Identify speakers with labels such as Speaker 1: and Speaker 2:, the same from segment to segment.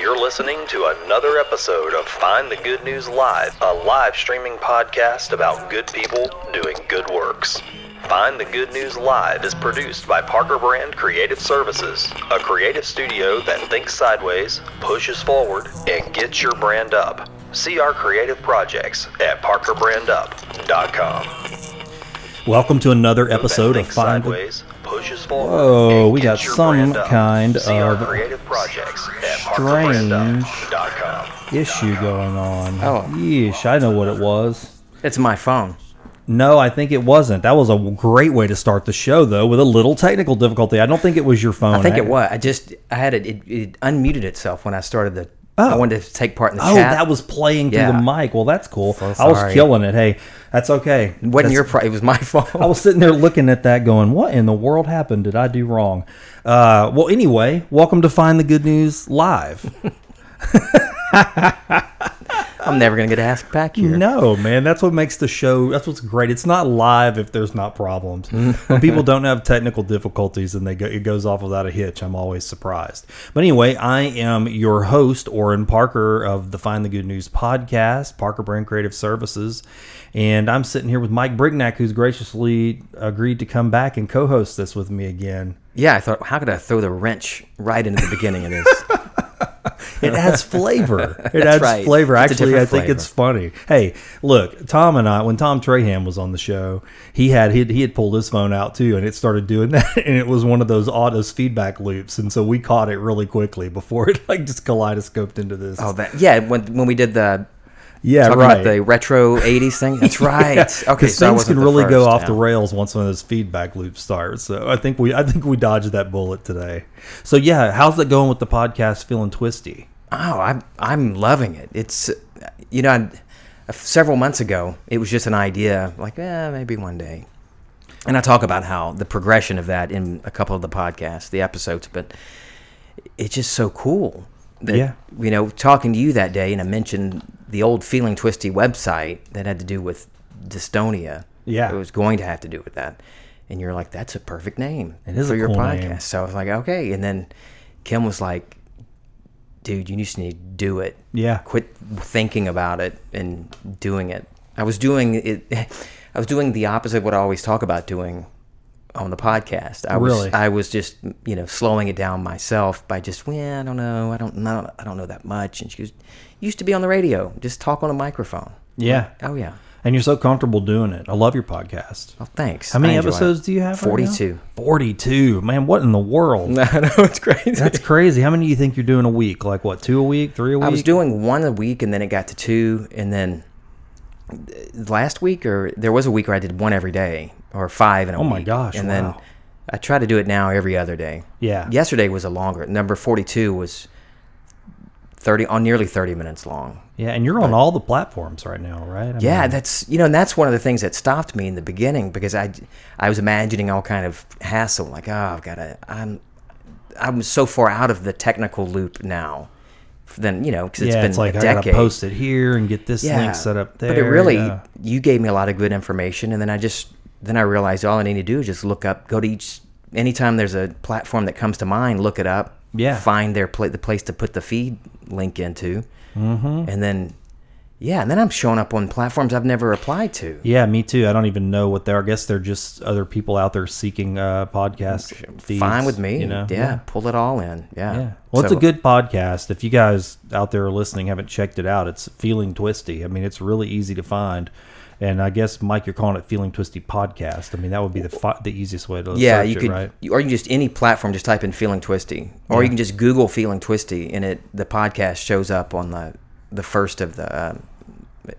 Speaker 1: You're listening to another episode of Find the Good News Live, a live streaming podcast about good people doing good works. Find the Good News Live is produced by Parker Brand Creative Services, a creative studio that thinks sideways, pushes forward, and gets your brand up. See our creative projects at parkerbrandup.com.
Speaker 2: Welcome to another episode
Speaker 1: That
Speaker 2: of
Speaker 1: thinks
Speaker 2: Find the
Speaker 1: sideways, pushes forward.
Speaker 2: Whoa,
Speaker 1: and
Speaker 2: we
Speaker 1: gets
Speaker 2: got
Speaker 1: your
Speaker 2: some
Speaker 1: brand up.
Speaker 2: kind
Speaker 1: See our
Speaker 2: of
Speaker 1: creative projects at
Speaker 2: strange-
Speaker 1: parkerbrandup.com.
Speaker 2: issue going on.
Speaker 3: Oh.
Speaker 2: Yeesh, I know what it was.
Speaker 3: It's my phone.
Speaker 2: No, I think it wasn't. That was a great way to start the show, though, with a little technical difficulty. I don't think it was your phone. eh?
Speaker 3: I think it was. I just I had it, it. It unmuted itself when I started the. I
Speaker 2: Oh.
Speaker 3: wanted to take part in the
Speaker 2: Oh,
Speaker 3: chat.
Speaker 2: that was playing through the
Speaker 3: Yeah.
Speaker 2: mic. Well, that's cool.
Speaker 3: So
Speaker 2: I was
Speaker 3: sorry.
Speaker 2: killing it. Hey, that's okay.
Speaker 3: wasn't
Speaker 2: That's-
Speaker 3: your. Pro- it was my phone.
Speaker 2: I was sitting there looking at that, going, "What in the world happened? Did I do wrong?" Uh, well, anyway, welcome to Find the Good News Live.
Speaker 3: I'm never gonna get asked back here.
Speaker 2: No, man, that's what makes the show. That's what's great. It's not live if there's not problems. when people don't have technical difficulties and they go, it goes off without a hitch, I'm always surprised. But anyway, I am your host, Oren Parker of the Find the Good News podcast, Parker Brand Creative Services, and I'm sitting here with Mike Brignac, who's graciously agreed to come back and co-host this with me again.
Speaker 3: Yeah, I thought, how could I throw the wrench right into the beginning of this?
Speaker 2: It adds flavor. It
Speaker 3: That's
Speaker 2: adds
Speaker 3: right.
Speaker 2: flavor.
Speaker 3: It's a
Speaker 2: Actually, I
Speaker 3: different
Speaker 2: think it's funny. Hey, look, Tom and I, when Tom Trahan was on the show, he had he, he had pulled his phone out too, and it started doing that, and it was one of those autos feedback loops, and so we caught it really quickly before it like just kaleidoscoped into this.
Speaker 3: oh, that. Yeah, when when we did the.
Speaker 2: yeah,
Speaker 3: talking
Speaker 2: right.
Speaker 3: about the retro '80s thing. That's right. Okay,
Speaker 2: 'Cause
Speaker 3: so I
Speaker 2: things can
Speaker 3: wasn't the
Speaker 2: really go
Speaker 3: first,
Speaker 2: off the
Speaker 3: yeah.
Speaker 2: rails once one of those feedback loops starts. So I think we I think we dodged that bullet today. So yeah, how's that going with the podcast? Feeling twisty?
Speaker 3: Oh, I'm I'm loving it. It's you know, I- several months ago, it was just an idea, like eh, maybe one day. And I talk about how the progression of that in a couple of the podcasts, the episodes, but it's just so cool. That,
Speaker 2: Yeah.
Speaker 3: You know, talking to you that day, and I mentioned the old Feeling Twisty website that had to do with dystonia.
Speaker 2: Yeah.
Speaker 3: It was going to have to do with that. And you're like, that's a perfect name
Speaker 2: It is
Speaker 3: for
Speaker 2: a
Speaker 3: your
Speaker 2: cool
Speaker 3: podcast.
Speaker 2: name.
Speaker 3: So I was like, okay. And then Kim was like, dude, you just need to do it.
Speaker 2: Yeah.
Speaker 3: Quit thinking about it and doing it. I was doing it. I was doing the opposite of what I always talk about doing on the podcast. I was
Speaker 2: Really?
Speaker 3: I was just you know slowing it down myself by just well I don't know I don't know I don't know that much. And she was used to be on the radio, just talk on a microphone.
Speaker 2: Yeah.
Speaker 3: Oh yeah.
Speaker 2: And you're so comfortable doing it. I love your podcast.
Speaker 3: Well, thanks.
Speaker 2: How many
Speaker 3: I enjoy it.
Speaker 2: episodes do you have? right now?
Speaker 3: 42.
Speaker 2: 42. Man, what in the world?
Speaker 3: I know it's crazy.
Speaker 2: That's crazy. How many do you think you're doing a week? Like what, two a week, three a week?
Speaker 3: I was doing one a week, and then it got to two, and then uh, last week or there was a week where I did one every day or five in a
Speaker 2: Oh
Speaker 3: week.
Speaker 2: my gosh,
Speaker 3: And then
Speaker 2: wow.
Speaker 3: I try to do it now every other day.
Speaker 2: Yeah.
Speaker 3: Yesterday was a longer number. Forty-two was thirty on nearly thirty minutes long.
Speaker 2: Yeah, and you're on all the platforms right now, right? I
Speaker 3: Yeah,
Speaker 2: mean,
Speaker 3: that's you know, and that's one of the things that stopped me in the beginning because I, I was imagining all kind of hassle, like oh, I've got to, I'm, I'm so far out of the technical loop now, than you know, because
Speaker 2: yeah,
Speaker 3: it's been
Speaker 2: it's like
Speaker 3: a
Speaker 2: I gotta
Speaker 3: decade.
Speaker 2: post it here and get this link set up there.
Speaker 3: But it really,
Speaker 2: yeah.
Speaker 3: you gave me a lot of good information, and then I just then I realized all I need to do is just look up, go to each anytime there's a platform that comes to mind, look it up,
Speaker 2: Yeah.
Speaker 3: find their pla- the place to put the feed link into, mm-hmm. and then yeah, and then I'm showing up on platforms I've never applied to.
Speaker 2: Yeah, me too. I don't even know what they are. I guess they're just other people out there seeking uh podcast feeds.
Speaker 3: Fine with me,
Speaker 2: You know?
Speaker 3: yeah, pull it all in, yeah.
Speaker 2: Yeah. Well, it's
Speaker 3: So-
Speaker 2: a good podcast. If you guys out there listening haven't checked it out, it's Feeling Twisty. I mean, it's really easy to find. And I guess Mike, you're calling it Feeling Twisty podcast. I mean, that would be the fi- the easiest way to
Speaker 3: Yeah,
Speaker 2: search
Speaker 3: you
Speaker 2: it,
Speaker 3: could,
Speaker 2: right?
Speaker 3: you- or you can just any platform, just type in "feeling twisty," or you can just Google "feeling twisty," and it the podcast shows up on the the first of the um,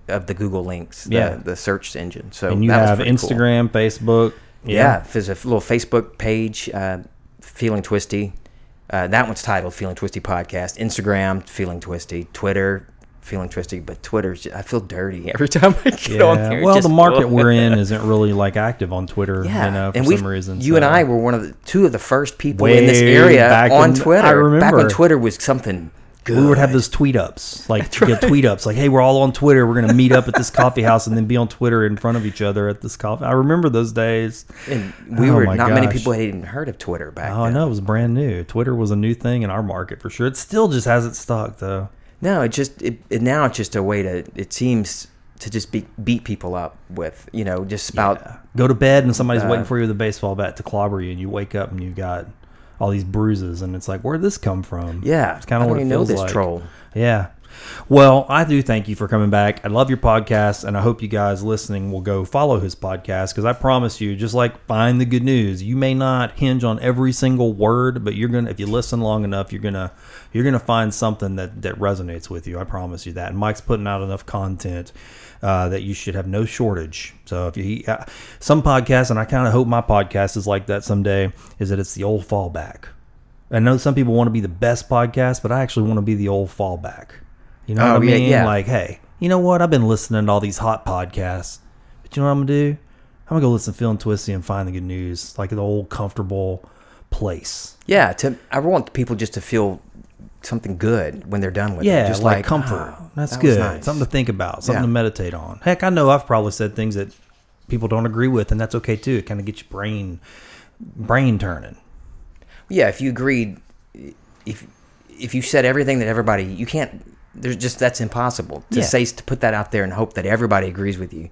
Speaker 3: of the Google links, the,
Speaker 2: Yeah.
Speaker 3: the search engine. So
Speaker 2: And you
Speaker 3: that was
Speaker 2: have
Speaker 3: pretty cool.
Speaker 2: Instagram, Facebook.
Speaker 3: yeah. There's a little Facebook page, uh, "feeling twisty." Uh, that one's titled "feeling twisty podcast." Instagram, "feeling twisty," Twitter. Feeling twisty, but Twitter's. I feel dirty every time I get
Speaker 2: Yeah.
Speaker 3: on there.
Speaker 2: Well,
Speaker 3: Just-
Speaker 2: the market we're in isn't really like active on Twitter, you know, for
Speaker 3: and we,
Speaker 2: some reason.
Speaker 3: you
Speaker 2: so-
Speaker 3: and I were one of the two of the first people in this
Speaker 2: Way
Speaker 3: area
Speaker 2: back
Speaker 3: on
Speaker 2: in-
Speaker 3: Twitter.
Speaker 2: I remember.
Speaker 3: back when Twitter was something
Speaker 1: we would have those tweet ups, like to get tweet ups, like, "Hey, we're all on Twitter. We're going to meet up at this coffee house, and then be on Twitter in front of each other at this coffee." I remember those days.
Speaker 3: And we
Speaker 1: Oh
Speaker 3: were
Speaker 1: my
Speaker 3: not many
Speaker 1: gosh.
Speaker 3: people had even heard of Twitter back
Speaker 1: Oh
Speaker 3: then.
Speaker 1: no, it was brand new. Twitter was a new thing in our market for sure. It still just hasn't stuck though.
Speaker 3: No, it just it, it now it's just a way to it seems to just be, beat people up with you know just about
Speaker 1: Go to bed and somebody's waiting for you with a baseball bat to clobber you, and you wake up and you've got all these bruises, and it's like, where'd this come from?
Speaker 3: Yeah,
Speaker 1: it's kind
Speaker 3: I
Speaker 1: of
Speaker 3: don't
Speaker 1: what it
Speaker 3: even know
Speaker 1: feels
Speaker 3: this
Speaker 1: like.
Speaker 3: troll.
Speaker 1: Yeah. Well, I do thank you for coming back. I love your podcast, and I hope you guys listening will go follow his podcast because I promise you, just like find the good news, you may not hinge on every single word, but you're gonna if you listen long enough, you're gonna you're gonna find something that that resonates with you. I promise you that. And Mike's putting out enough content uh, that you should have no shortage. So if you uh, some podcasts, and I kind of hope my podcast is like that someday, is that it's the old fallback. I know some people want to be the best podcast, but I actually want to be the old fallback. You know
Speaker 3: Oh,
Speaker 1: what I
Speaker 3: yeah,
Speaker 1: mean?
Speaker 3: yeah.
Speaker 1: Like, hey, you know what? I've been listening to all these hot podcasts, but you know what I'm gonna do? I'm gonna go listen to Phil and Twisty and find the good news, like the old comfortable place.
Speaker 3: yeah. To I want people just to feel something good when they're done with it.
Speaker 1: Yeah,
Speaker 3: just
Speaker 1: like, comfort.
Speaker 3: "Oh,
Speaker 1: That's
Speaker 3: that was
Speaker 1: good.
Speaker 3: nice."
Speaker 1: Something to think about. Something
Speaker 3: Yeah.
Speaker 1: to meditate on. Heck, I know I've probably said things that people don't agree with, and that's okay too. It kind of gets your brain brain turning.
Speaker 3: Yeah, if you agreed, if if you said everything that everybody, you can't. There's just that's impossible to
Speaker 1: Yeah.
Speaker 3: say to put that out there and hope that everybody agrees with you.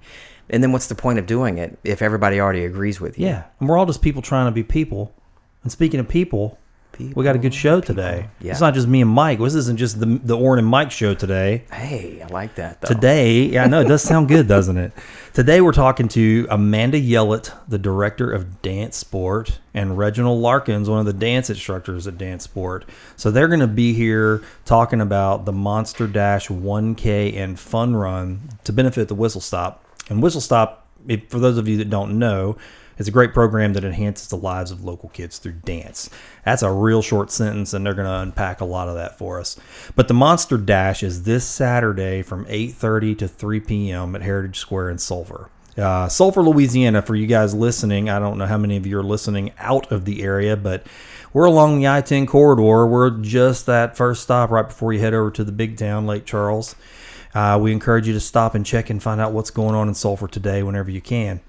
Speaker 3: And then what's the point of doing it if everybody already agrees with you?
Speaker 1: Yeah, and we're all just people trying to be people. And speaking of people, we got a good show today.
Speaker 3: Yeah.
Speaker 1: It's not just me and Mike. This isn't just the the Orrin and Mike show today.
Speaker 3: Hey, I like that though.
Speaker 1: Today, yeah, I know it does sound good, doesn't it? Today we're talking to Amanda Yellett, the director of Dance Sport, and Reginald Larkins, one of the dance instructors at Dance Sport. So they're going to be here talking about the Monster Dash 1K and Fun Run to benefit the Whistle Stop. And Whistle Stop, if, for those of you that don't know, is a great program that enhances the lives of local kids through dance. That's a real short sentence, and they're going to unpack a lot of that for us. But the Monster Dash is this Saturday from 8:30 to 3 p.m. at Heritage Square in Sulphur. Uh, Sulphur, Louisiana, for you guys listening, I don't know how many of you are listening out of the area, but we're along the I 10 corridor. We're just that first stop right before you head over to the big town, Lake Charles. Uh, we encourage you to stop and check and find out what's going on in Sulphur today whenever you can.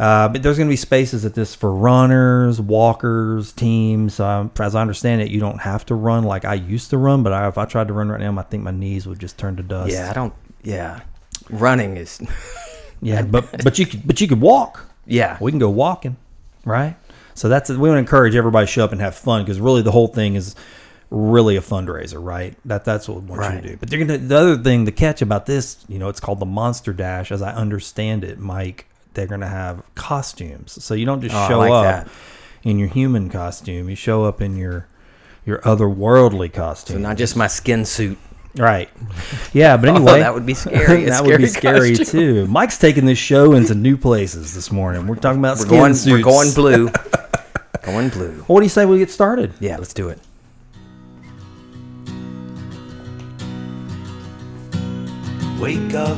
Speaker 1: Uh, but there's going to be spaces at this for runners, walkers, teams. Um, as I understand it, you don't have to run like I used to run, but I, if I tried to run right now, I think my knees would just turn to dust.
Speaker 3: yeah, I don't. Yeah, running is.
Speaker 1: yeah. But but you could, but you could walk.
Speaker 3: Yeah,
Speaker 1: We can go walking, right? So that's we want to encourage everybody to show up and have fun because really the whole thing is really a fundraiser, right? That that's what we want you
Speaker 3: Right.
Speaker 1: to do. But they're gonna the other thing, the catch about this, you know, it's called the Monster Dash, as I understand it, Mike. They're gonna have costumes, so you don't just
Speaker 3: Oh, I
Speaker 1: show
Speaker 3: like
Speaker 1: up
Speaker 3: that.
Speaker 1: in your human costume. You show up in your your otherworldly costume.
Speaker 3: not just my skin suit.
Speaker 1: Right. Yeah, but
Speaker 3: Although
Speaker 1: anyway,
Speaker 3: Oh, that would be scary, a
Speaker 1: that would be
Speaker 3: scary
Speaker 1: scary too. Mike's taking this show into new places this morning. We're talking about
Speaker 3: We're
Speaker 1: skin
Speaker 3: going.
Speaker 1: suits.
Speaker 3: We're going blue. going blue.
Speaker 1: Well, what do you say we get started?
Speaker 3: Yeah, let's do it.
Speaker 4: Wake up,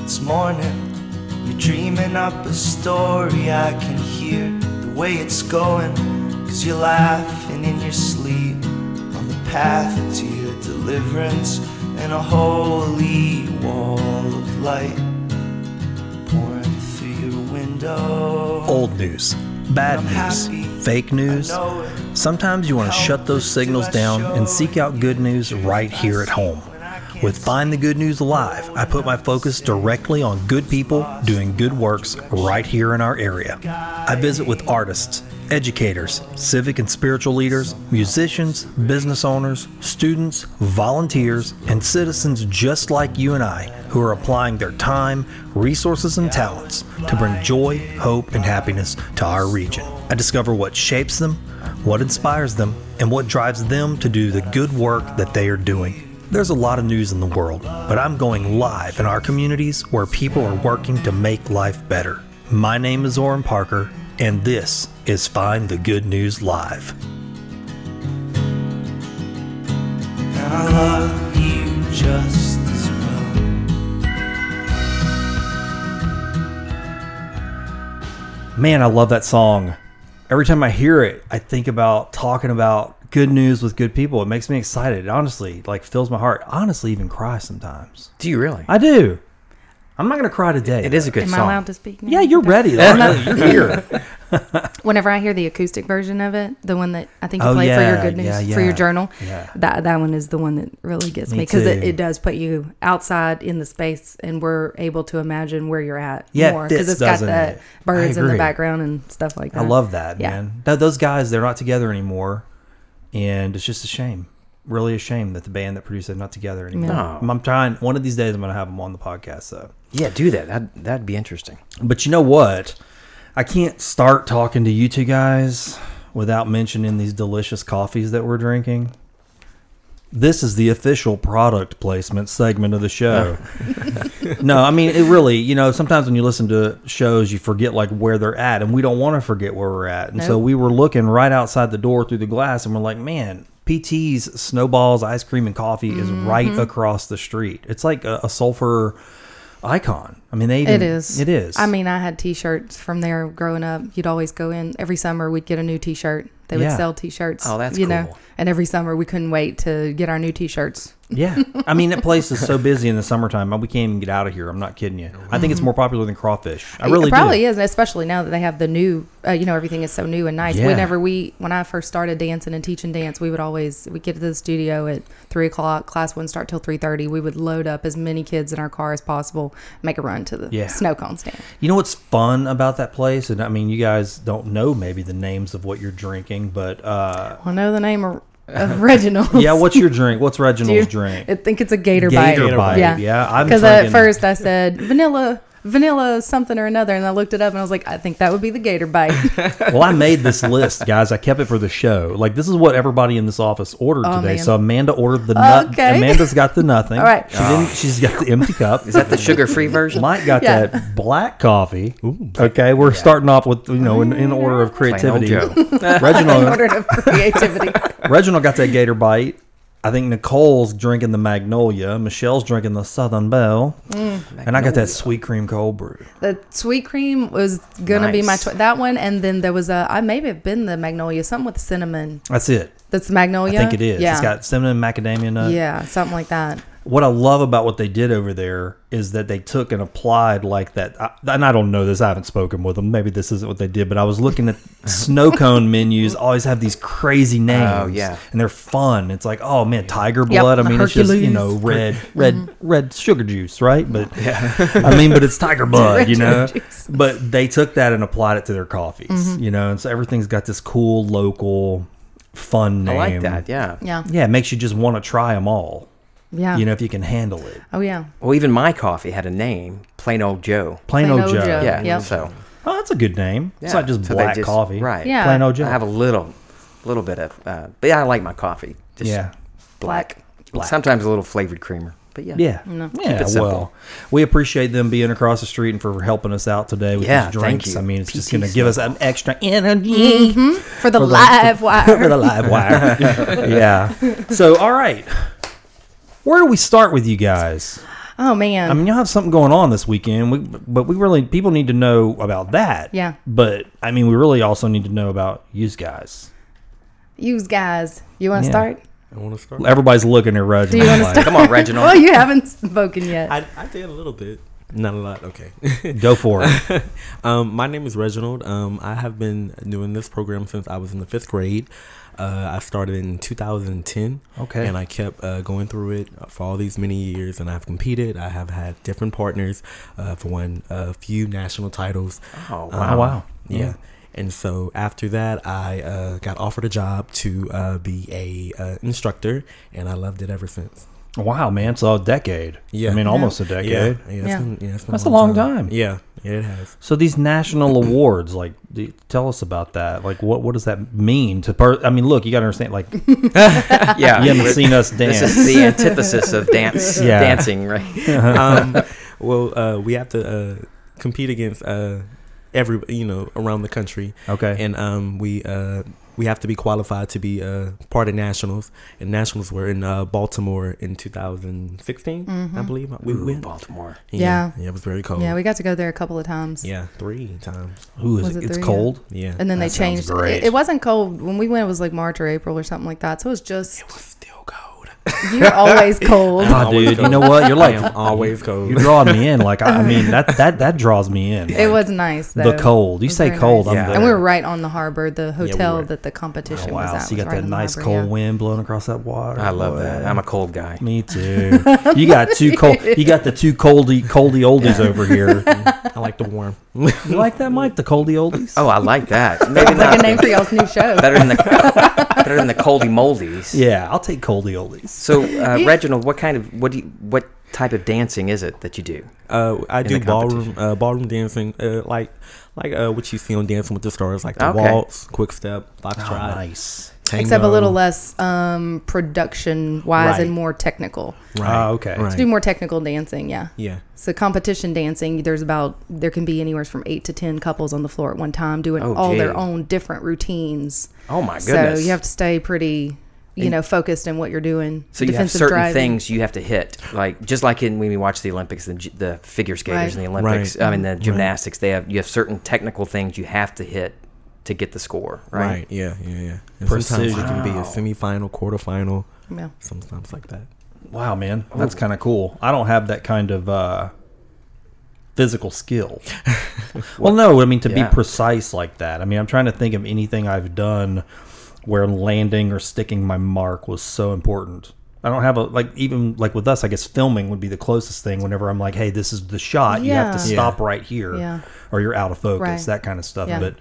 Speaker 4: it's morning. You're dreaming up a story. I can hear the way it's going. Cause you're laughing in your sleep on the path to your deliverance and a holy wall of light pouring through your window.
Speaker 1: Old news, bad
Speaker 4: I'm happy.
Speaker 1: news, fake news.
Speaker 4: I know it.
Speaker 1: Sometimes you want to shut those signals down and seek out good news right here at home. With Find the Good News Live, I put my focus directly on good people doing good works right here in our area. I visit with artists, educators, civic and spiritual leaders, musicians, business owners, students, volunteers, and citizens just like you and I who are applying their time, resources, and talents to bring joy, hope, and happiness to our region. I discover what shapes them, what inspires them, and what drives them to do the good work that they are doing. There's a lot of news in the world, but I'm going live in our communities where people are working to make life better. My name is Oren Parker, and this is Find the Good News Live.
Speaker 4: And I love you just as well.
Speaker 1: Man, I love that song. Every time I hear it, I think about talking about
Speaker 2: good news with good people. It makes me excited. It honestly like fills my heart. I honestly even cry sometimes.
Speaker 3: Do you really?
Speaker 2: I do. I'm not gonna cry today.
Speaker 3: it is a good
Speaker 5: Am
Speaker 3: song.
Speaker 5: I allowed to speak? Now?
Speaker 2: Yeah, you're
Speaker 5: Okay.
Speaker 2: ready. Like, look, you're here.
Speaker 5: Whenever I hear the acoustic version of it, the one that I think you
Speaker 2: Oh,
Speaker 5: play for
Speaker 2: yeah,
Speaker 5: your good news
Speaker 2: yeah, yeah,
Speaker 5: for your journal,
Speaker 2: yeah.
Speaker 5: that that one is the one that really gets
Speaker 2: Me
Speaker 5: me because it,
Speaker 2: too.
Speaker 5: it does put you outside in the space, and we're able to imagine where you're at
Speaker 2: Yeah, it
Speaker 5: more
Speaker 2: fits,
Speaker 5: because it's got
Speaker 2: doesn't
Speaker 5: the
Speaker 2: it?
Speaker 5: birds
Speaker 2: I
Speaker 5: in the
Speaker 2: agree.
Speaker 5: background and stuff like that.
Speaker 2: I love that,
Speaker 5: Yeah.
Speaker 2: man. No, those guys, they're not together anymore. And it's just a shame. Really a shame that the band that produced it not together anymore.
Speaker 3: No.
Speaker 2: I'm trying one of these days I'm gonna have them on the podcast though.
Speaker 3: Oh. yeah, do that. That'd, that'd be interesting.
Speaker 2: But you know what? I can't start talking to you two guys without mentioning these delicious coffees that we're drinking. This is the official product placement segment of the show. no, I mean, it really, you know, sometimes when you listen to shows, you forget like where they're at, and we don't want to forget where we're at. And so
Speaker 5: Nope.
Speaker 2: we were looking right outside the door through the glass, and we're like, man, PT's Snowballs Ice Cream and Coffee is right across the street. It's like a, a sulfur icon. I mean, they even,
Speaker 5: It is.
Speaker 2: It is.
Speaker 5: I mean, I had T-shirts from there growing up. You'd always go in every summer. We'd get a new T-shirt. They would
Speaker 2: Yeah.
Speaker 5: sell T-shirts.
Speaker 3: Oh, that's
Speaker 5: you know.
Speaker 3: cool.
Speaker 5: And every summer we couldn't wait to get our new T-shirts.
Speaker 2: Yeah, I mean that place is so busy in the summertime. We can't even get out of here. I'm not kidding you. I think it's more popular than crawfish. I really
Speaker 5: Mm-hmm. it probably
Speaker 2: do.
Speaker 5: is, especially now that they have the new. Uh, you know, everything is so new and nice.
Speaker 2: Yeah.
Speaker 5: Whenever we, when I first started dancing and teaching dance, we would always we get to the studio at three o'clock. Class wouldn't start till three thirty. We would load up as many kids in our car as possible, make a run to the
Speaker 2: Yeah.
Speaker 5: snow cone stand.
Speaker 2: You know what's fun about that place, and I mean you guys don't know maybe the names of what you're drinking, but uh,
Speaker 5: I know the name of, of Reginald.
Speaker 2: yeah, what's your drink? What's Reginald's
Speaker 5: Dude,
Speaker 2: drink?
Speaker 5: I think it's a gator, bite.
Speaker 2: Gator bite. Yeah, I'm
Speaker 5: Because at
Speaker 2: drinking-
Speaker 5: first I said vanilla, vanilla something or another, and I looked it up and I was like, I think that would be the gator bite.
Speaker 2: well, I made this list, guys. I kept it for the show. Like this is what everybody in this office ordered
Speaker 5: Oh,
Speaker 2: today.
Speaker 5: man.
Speaker 2: So Amanda ordered the nut.
Speaker 5: Okay.
Speaker 2: Amanda's got the nothing.
Speaker 5: All right.
Speaker 2: She didn't, she's got the empty cup.
Speaker 3: Is that the sugar-free version?
Speaker 2: Mike got
Speaker 5: Yeah.
Speaker 2: that black coffee. Okay, we're starting off with you know in, in order of
Speaker 3: Plain old
Speaker 2: creativity.
Speaker 3: Joe.
Speaker 5: in
Speaker 2: Reginald
Speaker 5: order of creativity.
Speaker 2: Reginald got that gator bite. I think Nicole's drinking the magnolia. Michelle's drinking the Southern Belle,
Speaker 3: Mm.
Speaker 2: and I got that sweet cream cold brew.
Speaker 5: The sweet cream was gonna be my
Speaker 3: Nice.
Speaker 5: tw- that one, and then there was a I maybe have been the magnolia, something with cinnamon.
Speaker 2: That's it.
Speaker 5: That's magnolia.
Speaker 2: I think it is.
Speaker 5: Yeah.
Speaker 2: It's got uh, cinnamon, macadamia nut.
Speaker 5: yeah, something like that.
Speaker 2: what I love about what they did over there is that they took and applied like that. I, and I don't know this. I haven't spoken with them. Maybe this isn't what they did, but I was looking at snow cone menus. Always have these crazy names.
Speaker 3: Oh, yeah.
Speaker 2: and they're fun. It's like oh man, tiger
Speaker 5: Yep,
Speaker 2: blood. I
Speaker 5: the
Speaker 2: mean, it's just you
Speaker 5: Hercules.
Speaker 2: know red,
Speaker 3: mm-hmm.
Speaker 2: red, red sugar juice, right? But I mean, but it's tiger blood, you know.
Speaker 5: sugar juice.
Speaker 2: But they took that and applied it to their coffees,
Speaker 5: Mm-hmm.
Speaker 2: you know. And so everything's got this cool local fun
Speaker 3: I
Speaker 2: name.
Speaker 3: like that. Yeah.
Speaker 5: Yeah,
Speaker 2: Yeah, it makes you just want to try them all.
Speaker 5: yeah.
Speaker 2: You know, if you can handle it.
Speaker 5: oh yeah,
Speaker 3: Well, even my coffee had a name, Plain Old Joe.
Speaker 2: Plain,
Speaker 5: Plain
Speaker 2: old
Speaker 5: Old
Speaker 2: Joe.
Speaker 5: Joe.
Speaker 3: Yeah.
Speaker 5: Yep.
Speaker 3: So
Speaker 2: Oh, that's a good name. It's
Speaker 3: yeah.
Speaker 2: not just
Speaker 3: So they
Speaker 2: black coffee.
Speaker 3: Right.
Speaker 5: Yeah.
Speaker 2: Plain old
Speaker 3: I
Speaker 2: Joe.
Speaker 3: have a little, little bit of, uh, but yeah, I like my coffee. Just
Speaker 2: yeah.
Speaker 5: black.
Speaker 3: Sometimes a little flavored creamer. But yeah.
Speaker 2: Yeah.
Speaker 3: Keep
Speaker 2: Yeah.
Speaker 3: it simple.
Speaker 2: Well, we appreciate them being across the street and for helping us out today with
Speaker 3: Yeah,
Speaker 2: these
Speaker 3: thank
Speaker 2: drinks.
Speaker 3: you.
Speaker 2: I mean, it's just
Speaker 3: PT
Speaker 2: going to give us an extra energy
Speaker 5: for the live wire.
Speaker 2: for the live wire. yeah. So, all right. Where do we start with you guys?
Speaker 5: Oh man,
Speaker 2: I mean, y'all have something going on this weekend, we, but we really people need to know about that.
Speaker 5: Yeah.
Speaker 2: But I mean, we really also need to know about you guys.
Speaker 5: you guys, you want to
Speaker 2: Yeah.
Speaker 5: start?
Speaker 6: I want to start.
Speaker 2: Everybody's looking at Reginald.
Speaker 5: Do you want to
Speaker 2: like,
Speaker 5: start?
Speaker 3: Come on, Reginald.
Speaker 5: Well, you haven't spoken yet.
Speaker 6: I, I did a little bit, not a lot. Okay.
Speaker 2: Go for it.
Speaker 6: um, my name is Reginald. Um, I have been doing this program since I was in the fifth grade. Uh, I started in 2010.
Speaker 2: Okay.
Speaker 6: And I kept uh, going through it for all these many years, and I've competed. I have had different partners. Uh, for one, a few national titles.
Speaker 3: Oh,
Speaker 6: Um,
Speaker 2: Oh, wow.
Speaker 6: Yeah.
Speaker 2: Yeah.
Speaker 6: And so after that, I uh, got offered a job to uh, be a uh, instructor, and I loved it ever since.
Speaker 2: Wow, man, so a decade.
Speaker 6: Yeah.
Speaker 2: I mean, almost a decade.
Speaker 6: Yeah, yeah, it's
Speaker 5: Yeah.
Speaker 6: been- yeah, it's been
Speaker 2: That's a long time.
Speaker 6: Yeah, yeah, it has.
Speaker 2: So these national awards, like, do- tell us about that. Like, what what does that mean to? Per- I mean, look, you got to understand. Like, you
Speaker 3: yeah.
Speaker 2: haven't seen us
Speaker 3: This
Speaker 2: dance.
Speaker 3: is the antithesis of dance,
Speaker 2: Yeah.
Speaker 3: dancing, right?
Speaker 2: Uh-huh.
Speaker 6: um, well, uh, we have to uh, compete against uh, every, you know, around the country,
Speaker 2: okay.
Speaker 6: and um, we uh, we have to be qualified to be uh, part of nationals, and nationals were in uh, Baltimore in 2016, I believe. We
Speaker 3: Ooh,
Speaker 6: went.
Speaker 3: Baltimore.
Speaker 5: Mm-hmm. Yeah.
Speaker 6: yeah, it was very cold.
Speaker 5: Yeah, we got to go there a couple of times.
Speaker 6: yeah, three times.
Speaker 2: Who is
Speaker 5: Was
Speaker 2: it?
Speaker 5: it
Speaker 2: It's
Speaker 5: three?
Speaker 2: cold.
Speaker 6: Yeah,
Speaker 5: And
Speaker 2: That
Speaker 5: then they
Speaker 2: sounds
Speaker 5: changed.
Speaker 2: great.
Speaker 5: It, it wasn't cold when we went. It was like March or April or something like that. So it was just
Speaker 6: still cold.
Speaker 5: you're always cold.
Speaker 2: Oh,
Speaker 6: Always
Speaker 2: Uh, dude, you
Speaker 6: cold.
Speaker 2: know what? You're
Speaker 6: I am
Speaker 2: like
Speaker 6: always cold.
Speaker 2: you're drawing me in. Like I, I mean, that that that draws me in.
Speaker 5: It
Speaker 2: Like,
Speaker 5: was nice though.
Speaker 2: the cold. You
Speaker 5: It was
Speaker 2: say
Speaker 5: very
Speaker 2: cold,
Speaker 5: nice.
Speaker 2: I'm
Speaker 6: Yeah.
Speaker 2: there.
Speaker 5: And we were right on the harbor, the hotel
Speaker 6: were.
Speaker 5: that the competition was
Speaker 2: oh, wow,
Speaker 5: at.
Speaker 2: so you
Speaker 5: was
Speaker 2: got
Speaker 5: right
Speaker 2: that
Speaker 5: on the
Speaker 2: nice
Speaker 5: harbor,
Speaker 2: cold
Speaker 5: yeah.
Speaker 2: wind blowing across that water.
Speaker 3: I love
Speaker 2: boy.
Speaker 3: that. I'm a cold guy.
Speaker 2: Me too. You got two cold. You got the two coldy coldy oldies over here.
Speaker 6: I like the warm.
Speaker 2: You like that, Mike? The coldy oldies.
Speaker 3: Oh, I like that. Maybe
Speaker 5: Like
Speaker 3: not
Speaker 5: a name for y'all's new show.
Speaker 3: better than the better than the coldy moldies.
Speaker 2: yeah, I'll take coldy oldies.
Speaker 3: So, uh, Reginald, what kind of what do you, what type of dancing is it that you do?
Speaker 6: Uh, I do
Speaker 3: the
Speaker 6: ballroom uh, ballroom dancing, uh, like like uh, what you see on Dancing with the Stars, like the
Speaker 3: Okay.
Speaker 6: waltz, quick step, foxtrot,
Speaker 2: Oh, nice.
Speaker 6: tango.
Speaker 5: Except a little less um, production wise
Speaker 6: Right.
Speaker 5: and more technical.
Speaker 2: Ah, okay.
Speaker 6: Right.
Speaker 5: To do more technical dancing, yeah.
Speaker 6: Yeah.
Speaker 5: So competition dancing, there's about there can be anywhere from eight to ten couples on the floor at one time doing
Speaker 3: Oh,
Speaker 5: all
Speaker 3: gee.
Speaker 5: their own different routines.
Speaker 3: Oh my
Speaker 5: So
Speaker 3: goodness.
Speaker 5: you have to stay pretty, you know, focused in what you're doing.
Speaker 3: So you have
Speaker 5: Defensive
Speaker 3: certain
Speaker 5: driving.
Speaker 3: things you have to hit, like just like in when we watch the Olympics, the, gy- the figure skaters
Speaker 5: Right.
Speaker 3: in the Olympics. I
Speaker 6: Right.
Speaker 3: mean the gymnastics. They have you have certain technical things you have to hit to get the score,
Speaker 6: Right.
Speaker 3: right?
Speaker 6: Yeah. Yeah. Yeah. And sometimes it
Speaker 2: Precision.
Speaker 6: can be a semifinal, quarterfinal,
Speaker 5: Yeah.
Speaker 6: sometimes like that.
Speaker 2: Wow, man, that's kind of cool. I don't have that kind of uh, physical skill. well, no, I mean to
Speaker 3: Yeah.
Speaker 2: be precise like that. I mean, I'm trying to think of anything I've done where landing or sticking my mark was so important. I don't have a like even like with us. I guess filming would be the closest thing. Whenever I'm like, hey, this is the shot. You have to
Speaker 5: Yeah.
Speaker 2: stop right here,
Speaker 5: Yeah.
Speaker 2: or you're out of focus.
Speaker 5: Right.
Speaker 2: That kind of stuff.
Speaker 5: Yeah.
Speaker 2: But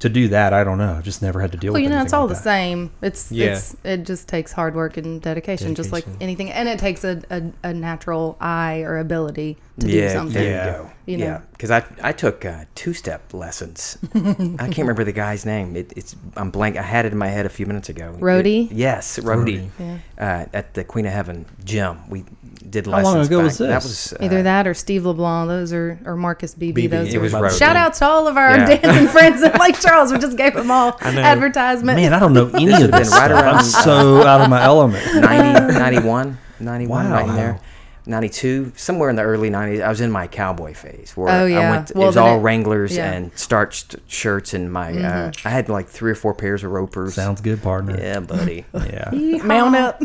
Speaker 2: to do that, I don't know. I've just never had to deal
Speaker 5: Well,
Speaker 2: with.
Speaker 5: you know,
Speaker 2: anything
Speaker 5: it's all
Speaker 2: like that.
Speaker 5: the same. It's,
Speaker 6: Yeah.
Speaker 5: it's it just takes hard work and dedication, just like
Speaker 6: Dedication.
Speaker 5: anything, and it takes a, a, a natural eye or ability to do something.
Speaker 3: There
Speaker 2: Yeah.
Speaker 3: you go.
Speaker 5: You know.
Speaker 3: Yeah, because I I took uh, two step lessons. I can't remember the guy's name. It, it's I'm blank. I had it in my head a few minutes ago.
Speaker 5: Rhodey?
Speaker 3: It- yes, Rhodey.
Speaker 5: Yeah.
Speaker 3: Uh, at the Queen of Heaven gym, we did
Speaker 2: How long
Speaker 3: lessons.
Speaker 2: ago
Speaker 3: back.
Speaker 2: was
Speaker 3: That
Speaker 2: this?
Speaker 3: was uh,
Speaker 5: Either that or Steve LeBlanc. Those are or Marcus Beebe.
Speaker 6: BB,
Speaker 5: Those
Speaker 3: it
Speaker 5: are
Speaker 3: was Rhodey.
Speaker 5: shout outs to all of our
Speaker 3: Yeah.
Speaker 5: dancing friends at Lake Charles. We just gave them all
Speaker 6: know.
Speaker 5: advertisement.
Speaker 2: Man, I don't know any of
Speaker 3: would've
Speaker 2: this
Speaker 3: been right
Speaker 2: stuff. I'm
Speaker 3: around,
Speaker 2: so out of my element.
Speaker 3: 90, 91, 91,
Speaker 2: Wow.
Speaker 3: right in there. 92, somewhere in the early 90s, I was in my cowboy phase where
Speaker 5: Oh,
Speaker 3: I
Speaker 5: yeah.
Speaker 3: went, it
Speaker 5: Well,
Speaker 3: was
Speaker 5: then
Speaker 3: all
Speaker 5: it-
Speaker 3: Wranglers
Speaker 5: yeah. Mm-hmm.
Speaker 3: and starched shirts and my, uh, I had like three or four pairs of ropers.
Speaker 2: Sounds good, partner.
Speaker 3: Yeah, buddy.
Speaker 2: Yeah.
Speaker 5: Mount up.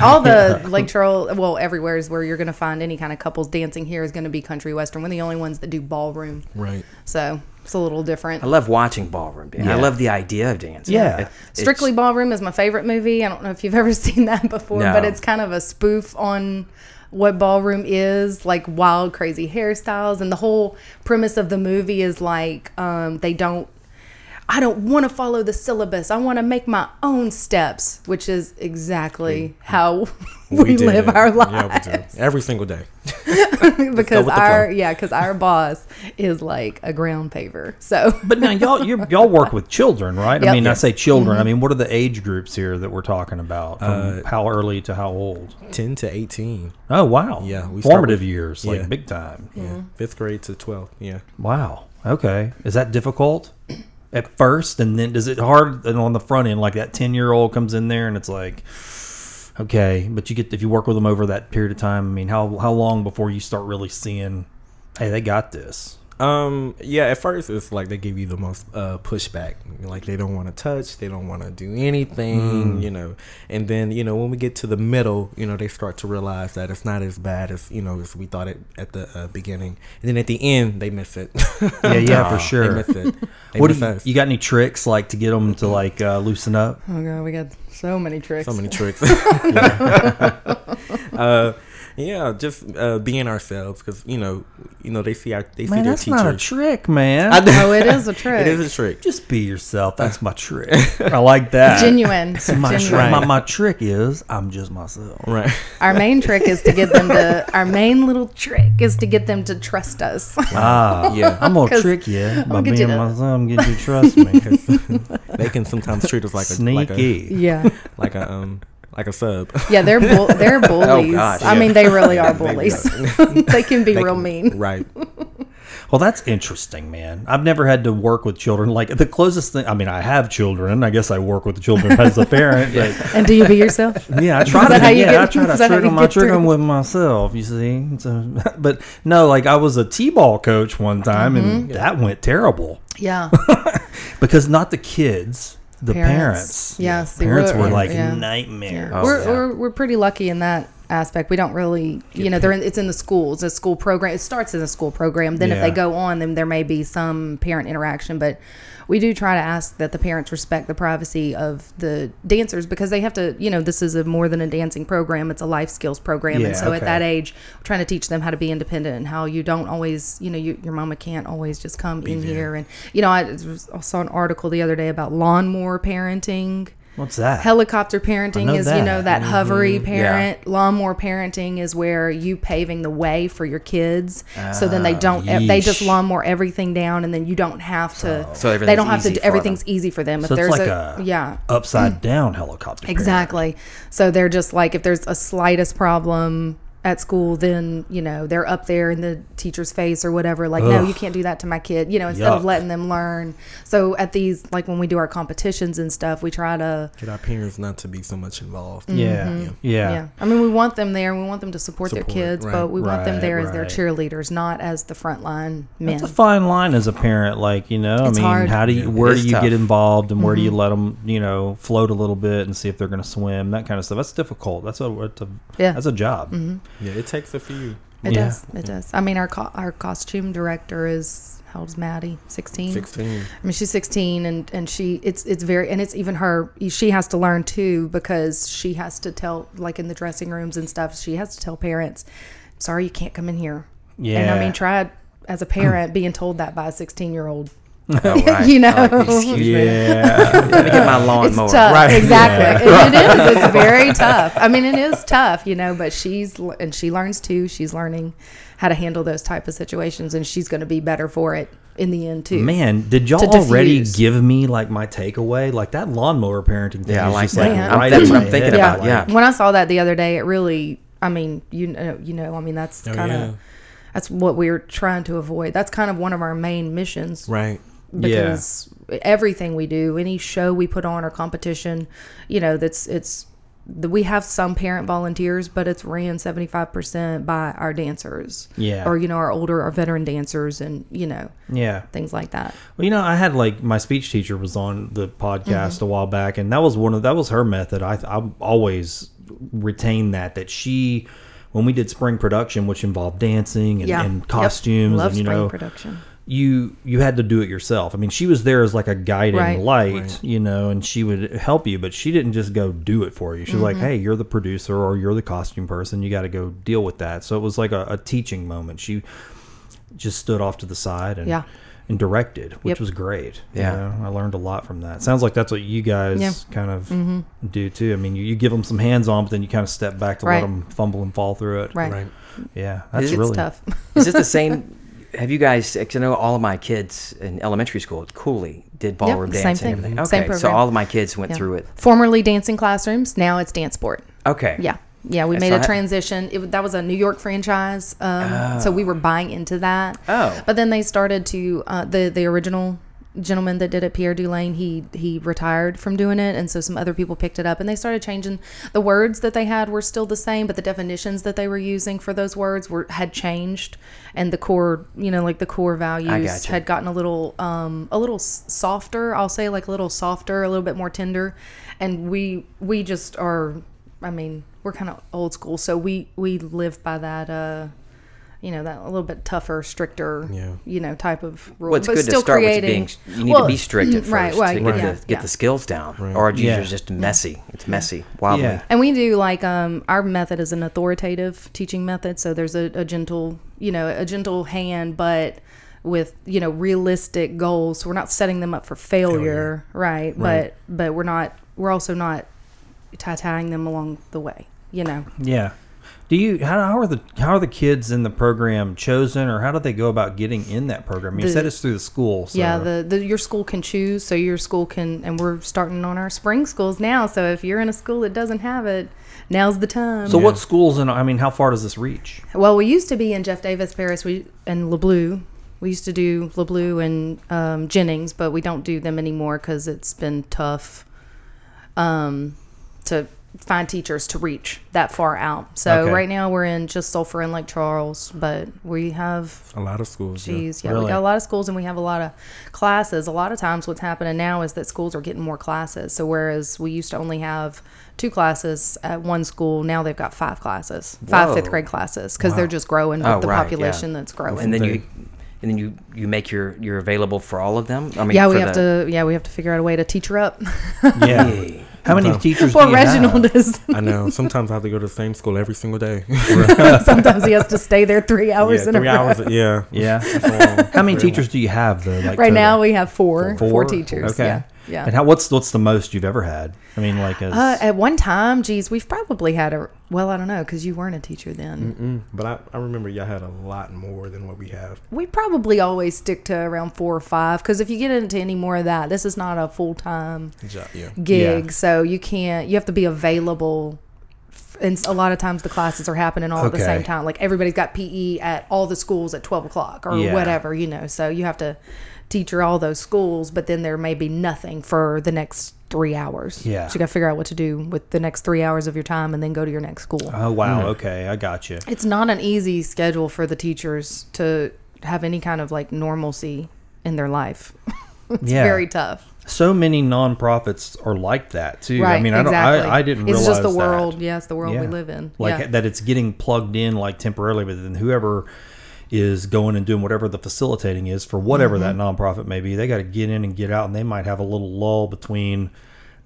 Speaker 5: All the Lake Charles, well, everywhere is where you're going to find any kind of couples dancing. Here is going to be country western. We're the only ones that do ballroom,
Speaker 6: Right.
Speaker 5: so it's a little different.
Speaker 3: I love watching ballroom dance. I love the idea of dancing.
Speaker 2: Yeah.
Speaker 3: it's-
Speaker 5: Strictly Ballroom is my favorite movie. I don't know if you've ever seen that before,
Speaker 3: No.
Speaker 5: but it's kind of a spoof on what ballroom is like wild, crazy hairstyles. And the whole premise of the movie is like um, they don't. I don't want to follow the syllabus. I want to make my own steps, which is exactly how we,
Speaker 6: do
Speaker 5: live
Speaker 6: that.
Speaker 5: our
Speaker 6: Yeah,
Speaker 5: lives.
Speaker 6: we do. Every single day.
Speaker 5: because
Speaker 6: with the
Speaker 5: our
Speaker 6: flow.
Speaker 5: yeah, because our boss is like a ground paver. So
Speaker 2: But now y'all you're, y'all work with children, right? I
Speaker 5: Yep.
Speaker 2: mean, I
Speaker 5: Yes.
Speaker 2: say children. I mean, what are the age groups here that we're talking about? From
Speaker 6: Uh,
Speaker 2: how early to how old?
Speaker 6: 10 to 18.
Speaker 2: Oh wow,
Speaker 6: Yeah, we start
Speaker 2: formative
Speaker 6: with-
Speaker 2: years, like
Speaker 6: yeah.
Speaker 2: big time.
Speaker 5: Mm-hmm.
Speaker 6: Yeah. Fifth grade to 12. Yeah.
Speaker 2: Wow. Okay, is that difficult at first, and then does it hard and on the front end? Like that ten year old comes in there, and it's like, okay, but you get if you work with them over that period of time. I mean, how how long before you start really seeing, hey, they got this?
Speaker 6: Um. Yeah. At first, it's like they give you the most uh, pushback. Like they don't want to touch. They don't want to do anything.
Speaker 2: Mm.
Speaker 6: You know. And then you know when we get to the middle, you know they start to realize that it's not as bad as you know as we thought it at the uh, beginning. And then at the end, they miss it.
Speaker 2: Yeah, yeah, for
Speaker 6: they
Speaker 2: sure.
Speaker 6: miss it. They
Speaker 2: What do
Speaker 6: miss
Speaker 2: you,
Speaker 6: us.
Speaker 2: you got any tricks like to get them to like uh, loosen up?
Speaker 5: oh god, we got so many tricks.
Speaker 6: so many tricks. uh, yeah, just uh, being ourselves because you know, you know they see our they see
Speaker 2: Man,
Speaker 6: their
Speaker 2: that's
Speaker 6: teachers.
Speaker 2: not a trick, man.
Speaker 5: oh, it is a trick.
Speaker 6: it is a trick.
Speaker 2: Just be yourself. That's my trick. I like that.
Speaker 5: genuine.
Speaker 2: My,
Speaker 5: genuine.
Speaker 2: tri- my, my trick is I'm just myself.
Speaker 6: Right.
Speaker 5: Our main trick is to get them to. Our main little trick is to get them to trust us.
Speaker 2: Ah,
Speaker 6: Yeah.
Speaker 2: I'm gonna
Speaker 5: 'Cause
Speaker 2: trick you by
Speaker 5: gonna get
Speaker 2: being
Speaker 5: you to-
Speaker 2: myself. I'm gonna get you to trust me.
Speaker 6: they can sometimes treat us like a like a
Speaker 2: Sneaky.
Speaker 5: yeah,
Speaker 6: like a um like a sub.
Speaker 5: yeah, they're bull- they're bullies.
Speaker 3: gosh,
Speaker 5: I
Speaker 6: yeah.
Speaker 5: mean, they really are
Speaker 6: They
Speaker 5: bullies. they can be
Speaker 6: They
Speaker 5: real
Speaker 6: can-
Speaker 5: mean.
Speaker 6: Right.
Speaker 2: Well, that's interesting, man. I've never had to work with children. Like the closest thing, I mean, I have children. I guess I work with children as a parent, but
Speaker 5: And do you be yourself?
Speaker 2: yeah, I try
Speaker 5: Is that
Speaker 2: to.
Speaker 5: how you
Speaker 2: yeah,
Speaker 5: get-
Speaker 2: I try to
Speaker 5: is that how
Speaker 2: trick
Speaker 5: you
Speaker 2: them. I
Speaker 5: get
Speaker 2: trick
Speaker 5: through?
Speaker 2: them with myself. You see, so, but no, like I was a t-ball coach one time,
Speaker 5: Mm-hmm.
Speaker 2: and that went terrible
Speaker 5: Yeah.
Speaker 2: because not the kids, the parents.
Speaker 5: Yes, they
Speaker 2: parents were
Speaker 5: yeah,
Speaker 2: like
Speaker 5: yeah.
Speaker 2: nightmare.
Speaker 5: we're,
Speaker 3: yeah.
Speaker 5: we're we're pretty lucky in that aspect. We don't really, you know, they're in, it's in the schools, a school program. It starts as a school program. Then if
Speaker 2: Yeah.
Speaker 5: they go on, then there may be some parent interaction, but we do try to ask that the parents respect the privacy of the dancers because they have to, you know, this is a more than a dancing program, it's a life skills program.
Speaker 2: Yeah,
Speaker 5: and so
Speaker 2: okay.
Speaker 5: at that age, we're trying to teach them how to be independent and how you don't always, you know, you, your mama can't always just come in here and you know, I, I saw an article the other day about lawnmower parenting
Speaker 2: What's that?
Speaker 5: helicopter parenting
Speaker 2: know
Speaker 5: is you know
Speaker 2: that. Mm-hmm.
Speaker 5: that hovery parent lawnmower parenting is where you paving the way for your kids so then they don't e, they just
Speaker 2: Ah, yeesh.
Speaker 5: lawnmower everything down and then you don't have to
Speaker 3: So
Speaker 5: they
Speaker 3: everything's
Speaker 5: don't have to
Speaker 3: easy
Speaker 5: do-
Speaker 3: for them.
Speaker 5: everything's easy for them
Speaker 2: So
Speaker 5: if
Speaker 2: it's
Speaker 5: there's
Speaker 2: like
Speaker 5: a,
Speaker 2: a,
Speaker 5: yeah mm.
Speaker 2: upside down helicopter. parent.
Speaker 5: exactly so they're just like if there's a slightest problem at school then you know they're up there in the teacher's face or whatever like no
Speaker 2: Ugh.
Speaker 5: you can't do that to my kid you know instead of
Speaker 2: Yuck.
Speaker 5: letting them learn so at these like when we do our competitions and stuff we try to
Speaker 6: Get our parents not to be so much involved.
Speaker 2: Yeah. yeah,
Speaker 5: mm-hmm. Yeah. I mean, we want them there. We want them to support,
Speaker 6: Support,
Speaker 5: their kids,
Speaker 6: right.
Speaker 5: but we want them
Speaker 2: Right,
Speaker 5: there as their
Speaker 2: right.
Speaker 5: cheerleaders, not as the frontline men.
Speaker 2: It's a fine line as a parent, like you know. I
Speaker 5: It's
Speaker 2: mean,
Speaker 5: hard. Mm-hmm.
Speaker 2: how do you, where
Speaker 3: it
Speaker 2: do
Speaker 3: is
Speaker 2: you
Speaker 3: tough.
Speaker 2: get involved, and where do you let them, you know, float a little bit and see if they're going to swim, that kind of stuff. That's difficult. That's a, that's a
Speaker 5: Yeah. Mm-hmm.
Speaker 2: that's a job.
Speaker 6: Yeah, it takes a few.
Speaker 5: It
Speaker 2: Yeah.
Speaker 5: does. It does. I mean, our co- our costume director is how old's Maddie? 16?
Speaker 6: 16.
Speaker 5: I mean, she's 16, and and she it's it's very and it's even her. She has to learn too because she has to tell like in the dressing rooms and stuff. She has to tell parents, "Sorry, you can't come in here." And I
Speaker 2: Yeah.
Speaker 5: mean, try as a parent being told that by a 16 year old.
Speaker 3: Oh, right.
Speaker 5: You know.
Speaker 3: Like, excuse me.
Speaker 2: Yeah,
Speaker 3: Let me get my
Speaker 5: It's
Speaker 3: lawnmower.
Speaker 5: tough,
Speaker 2: Right.
Speaker 5: exactly. It- it is. It's very tough. I mean, it is tough, you know. But she's l- and she learns too. She's learning how to handle those type of situations, and she's going to be better for it in the end too.
Speaker 2: man, did y'all
Speaker 5: To
Speaker 2: already
Speaker 5: diffuse.
Speaker 2: give me like my takeaway? Like that lawnmower parenting thing.
Speaker 3: Yeah, I
Speaker 2: is
Speaker 3: like
Speaker 2: just,
Speaker 3: that.
Speaker 2: like,
Speaker 5: Yeah.
Speaker 2: right
Speaker 3: I'm- that's
Speaker 2: in
Speaker 3: what
Speaker 2: my
Speaker 3: I'm thinking
Speaker 2: head,
Speaker 3: about,
Speaker 2: like,
Speaker 3: yeah.
Speaker 5: When I saw that the other day, it really. I mean, you know, you know. I mean, that's
Speaker 6: Oh,
Speaker 5: kind of
Speaker 6: yeah.
Speaker 5: that's what we are trying to avoid. That's kind of one of our main missions,
Speaker 6: Right.
Speaker 5: because everything we do, any show we put on or competition, you know, that's it's the- we have some parent volunteers, but it's ran 75% by our dancers.
Speaker 2: Yeah.
Speaker 5: Or, you know, our older, our veteran dancers and, you know,
Speaker 2: yeah.
Speaker 5: things like that.
Speaker 2: Well, you know, I had like my speech teacher was on the podcast
Speaker 5: Mm-hmm.
Speaker 2: a while back, and that was one of that was her method. I I always retain that that she when we did spring production, which involved dancing and,
Speaker 5: Yeah.
Speaker 2: and
Speaker 5: Yep.
Speaker 2: costumes,
Speaker 5: Love
Speaker 2: and you
Speaker 5: spring
Speaker 2: know,
Speaker 5: production.
Speaker 2: you you had to do it yourself. I mean, she was there as like a guiding
Speaker 5: Right.
Speaker 2: light, you know, and she would help you, but she didn't just go do it for you. She's
Speaker 5: Mm-hmm.
Speaker 2: like, "Hey, you're the producer or you're the costume person. You got to go deal with that." So it was like a, a teaching moment. She just stood off to the side and
Speaker 5: Yeah.
Speaker 2: and directed, which
Speaker 5: Yep.
Speaker 2: was great. you
Speaker 3: Yeah.
Speaker 2: know? I learned a lot from that. Sounds like that's what you guys
Speaker 5: Yeah.
Speaker 2: kind of
Speaker 5: Mm-hmm.
Speaker 2: do too. I mean, you, you give them some hands on, but then you kind of step back to let
Speaker 5: Right.
Speaker 2: them fumble and fall through it.
Speaker 5: Right.
Speaker 6: Right.
Speaker 2: Yeah, that's
Speaker 3: It's
Speaker 2: really
Speaker 5: It's tough.
Speaker 3: Is this the same? Have you guys? Cause I know all of my kids in elementary school at Cooley did ballroom dancing.
Speaker 5: same thing.
Speaker 3: and everything.
Speaker 5: Mhm.
Speaker 3: Okay,
Speaker 5: Same
Speaker 3: so
Speaker 5: program.
Speaker 3: all of my kids went
Speaker 5: Yeah.
Speaker 3: through it.
Speaker 5: Formerly dancing classrooms. Now it's dance sport.
Speaker 3: Okay.
Speaker 5: Yeah. Yeah, we
Speaker 3: Okay,
Speaker 5: made
Speaker 3: so
Speaker 5: a
Speaker 3: I-
Speaker 5: transition. It, that was a New York franchise, um, so we were buying into that.
Speaker 3: Oh.
Speaker 5: but then they started to uh, the the original gentleman that did it, Pierre Dulaine. He he retired from doing it, and so some other people picked it up, and they started changing the words that they had were still the same, but the definitions that they were using for those words were had changed, and the core you know like the core values
Speaker 3: gotcha.
Speaker 5: had gotten a little um a little s- softer. I'll say like a little softer, a little bit more tender, and we we just are I mean, we're kind of old school, so we we live by that. Uh, you know, that a little bit tougher, stricter,
Speaker 6: Yeah.
Speaker 5: you know, type of rule.
Speaker 3: Well, it's
Speaker 5: but
Speaker 3: good
Speaker 5: still
Speaker 3: to start
Speaker 5: creating.
Speaker 3: with being. You need
Speaker 5: well,
Speaker 3: to be strict at first
Speaker 5: right? Well,
Speaker 3: to get,
Speaker 5: yeah,
Speaker 3: the, get
Speaker 5: yeah.
Speaker 3: the skills down, or it's
Speaker 2: Yeah.
Speaker 3: usually just messy. It's messy, wildly.
Speaker 2: yeah.
Speaker 5: And we do like um, our method is an authoritative teaching method, so there's a, a gentle, you know, a gentle hand, but with you know realistic goals. So we're not setting them up for failure, right? But but we're not. We're also not tie-tying them along the way. You know.
Speaker 2: Yeah. Do you how, how are the how are the kids in the program chosen or how do they go about getting in that program? You
Speaker 5: The-
Speaker 2: said it's through the school. So.
Speaker 5: Yeah, the, the your school can choose, so your school can, and we're starting on our spring schools now. So if you're in a school that doesn't have it, now's the time.
Speaker 2: so what schools and I mean how far does this reach?
Speaker 5: well, we used to be in Jeff Davis Paris, we and LeBlue, We used to do LeBlue and um, Jennings, but we don't do them anymore because it's been tough um, to find teachers to reach that far out. So
Speaker 2: Okay.
Speaker 5: right now we're in just Sulphur and Lake Charles, but we have
Speaker 6: A lot of schools. yeah.
Speaker 5: Jeez, yeah,
Speaker 2: Really?
Speaker 5: we got a lot of schools and we have a lot of classes. A lot of times, what's happening now is that schools are getting more classes. So whereas we used to only have two classes at one school, now they've got five classes, five
Speaker 3: Whoa.
Speaker 5: fifth grade classes, because they're just growing with
Speaker 3: Oh,
Speaker 5: the
Speaker 3: right, yeah.
Speaker 5: population that's growing.
Speaker 3: and then you, and then you you make your you're available for all of them. I mean,
Speaker 5: yeah,
Speaker 3: for
Speaker 5: we have
Speaker 3: the,
Speaker 5: to. Yeah, we have to figure out a way to teach her up.
Speaker 2: Yeah. How many teachers
Speaker 5: Well,
Speaker 2: do you
Speaker 5: Reginald
Speaker 2: have?
Speaker 5: is
Speaker 6: I know. Sometimes I have to go to the same school every single day.
Speaker 5: sometimes he has to stay there three hours
Speaker 6: yeah,
Speaker 5: in a
Speaker 6: three
Speaker 5: row.
Speaker 6: hours. Yeah.
Speaker 2: Yeah.
Speaker 6: So,
Speaker 2: How many teachers do you have though? Like
Speaker 5: Right
Speaker 2: total?
Speaker 5: now we have four,
Speaker 2: Four?
Speaker 5: four teachers.
Speaker 2: Okay.
Speaker 5: Yeah, yeah.
Speaker 2: And how? What's what's the most you've ever had? I mean, like as,
Speaker 5: uh, at one time, geez, we've probably had a well, I don't know, because you weren't a teacher then.
Speaker 6: mm, but I, I remember y'all had a lot more than what we have.
Speaker 5: we probably always stick to around four or five because if you get into any more of that, this is not a full time
Speaker 6: Jo- Yeah.
Speaker 5: gig,
Speaker 2: Yeah.
Speaker 5: so you can't. You have to be available, f- and s- a lot of times the classes are happening all at the
Speaker 2: Okay.
Speaker 5: same time. Like everybody's got PE at all the schools at twelve o'clock or
Speaker 2: Yeah.
Speaker 5: whatever, you know. So you have to teacher all those schools, but then there may be nothing for the next three hours.
Speaker 2: Yeah.
Speaker 5: so you got to figure out what to do with the next three hours of your time, and then go to your next school
Speaker 2: oh wow, okay, I got you.
Speaker 5: it's not an easy schedule for the teachers to have any kind of like normalcy in their life. it's
Speaker 2: Yeah.
Speaker 5: very tough.
Speaker 2: So many nonprofits are like that too.
Speaker 5: Right.
Speaker 2: I mean, I
Speaker 5: exactly.
Speaker 2: don't. I, I didn't
Speaker 5: It's
Speaker 2: realize
Speaker 5: just the
Speaker 2: that.
Speaker 5: world. Yeah, it's the world we
Speaker 2: Yeah.
Speaker 5: live in.
Speaker 2: Like
Speaker 5: yeah.
Speaker 2: that, it's getting plugged in like temporarily, but then whoever is going and doing whatever the facilitating is for whatever that
Speaker 5: Mm-hmm.
Speaker 2: nonprofit may be, they got to get in and get out, and they might have a little lull between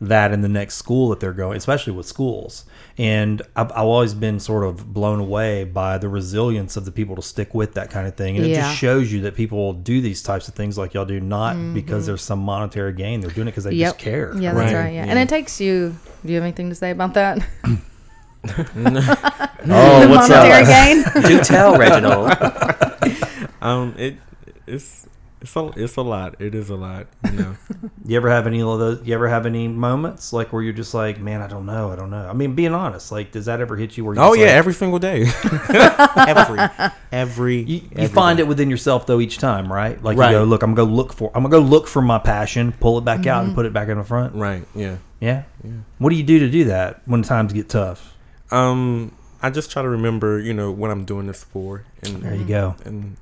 Speaker 2: that and the next school that they're going, especially with schools. And I've, I've always been sort of blown away by the resilience of the people to stick with that kind of thing, and it
Speaker 5: Yeah.
Speaker 2: just shows you that people do these types of things like y'all do, not because there's some monetary gain; they're doing it because they
Speaker 5: Mm-hmm. Yep.
Speaker 2: just care.
Speaker 5: Yeah, that's
Speaker 6: Right.
Speaker 5: right. Yeah. And
Speaker 6: Yeah.
Speaker 5: it takes you. Do you have anything to say about that?
Speaker 2: Oh, what's
Speaker 5: Monetary gain?
Speaker 3: do tell Reginald. Oh,
Speaker 6: Um. It. It's. It's a. It's a lot. It is a lot. You know.
Speaker 2: You ever have any of those? You ever have any moments like where you're just like, man, I don't know, I don't know. I mean, being honest, like, does that ever hit you? Where you're
Speaker 6: oh
Speaker 2: just
Speaker 6: yeah,
Speaker 2: like-
Speaker 6: every single day. every. Every.
Speaker 2: you, you find it within yourself though each time, right? Like
Speaker 6: Right.
Speaker 2: you go, look, I'm gonna go look for, I'm gonna go look for my passion, pull it back out, and put it back in the front.
Speaker 6: Mm-hmm. Right. Yeah.
Speaker 2: Yeah? What do you do to do that when times get tough?
Speaker 6: Um. I just try to remember, you know, what I'm doing this for, and
Speaker 2: There you go.
Speaker 6: Mm. and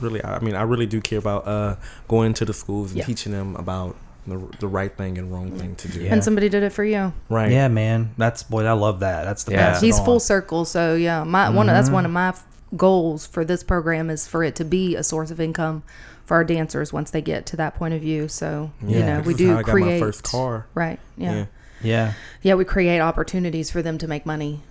Speaker 6: really i I mean i really do care about uh going to the schools and
Speaker 5: Yeah.
Speaker 6: teaching them about the, the right thing and wrong thing to do
Speaker 2: Yeah.
Speaker 5: And somebody did it for you.
Speaker 6: right
Speaker 2: Yeah, man, that's boy, I love that. That's the
Speaker 3: Yeah.
Speaker 2: pass it
Speaker 5: He's full
Speaker 2: on.
Speaker 5: circle. So yeah, my one of, that's one of
Speaker 6: Mm-hmm.
Speaker 5: my f- goals for this program is for it to be a source of income for our dancers once they get to that point of view. So you
Speaker 2: Yeah.
Speaker 5: know,
Speaker 6: This
Speaker 5: we
Speaker 6: is
Speaker 5: do
Speaker 6: how I got
Speaker 5: create
Speaker 6: my first car
Speaker 5: Right. Yeah. yeah.
Speaker 2: Yeah,
Speaker 5: we create opportunities for them to make money.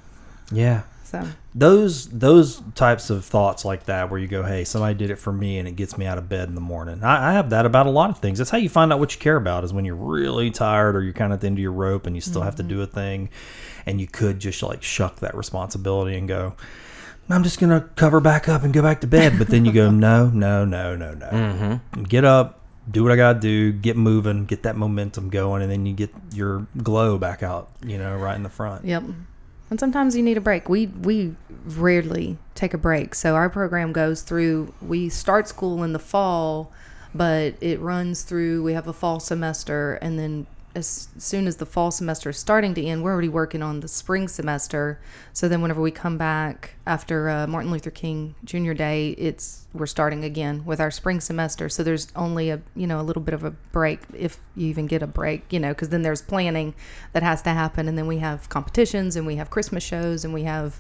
Speaker 2: yeah.
Speaker 5: So
Speaker 2: those those types of thoughts like that where you go hey somebody did it for me and it gets me out of bed in the morning I, I have that about a lot of things that's how you find out what you care about is when you're really tired or you're kind of at the end of your rope and you still have to do a thing and you could just like shuck that responsibility and go i'm just gonna cover back up and go back to bed but then you go no no no no no get up do what i gotta do get moving get that momentum going and then you get your glow back out you know right in the front
Speaker 5: yep. And sometimes you need a break. We we rarely take a break. So our program goes through we start school in the fall, but it runs through we have a fall semester and then as soon as the fall semester is starting to end, we're already working on the spring semester. So then whenever we come back after uh, Martin Luther King Jr. Day, it's we're starting again with our spring semester. So there's only a you know a little bit of a break if you even get a break, you know, because then there's planning that has to happen, and then we have competitions, and we have Christmas shows, and we have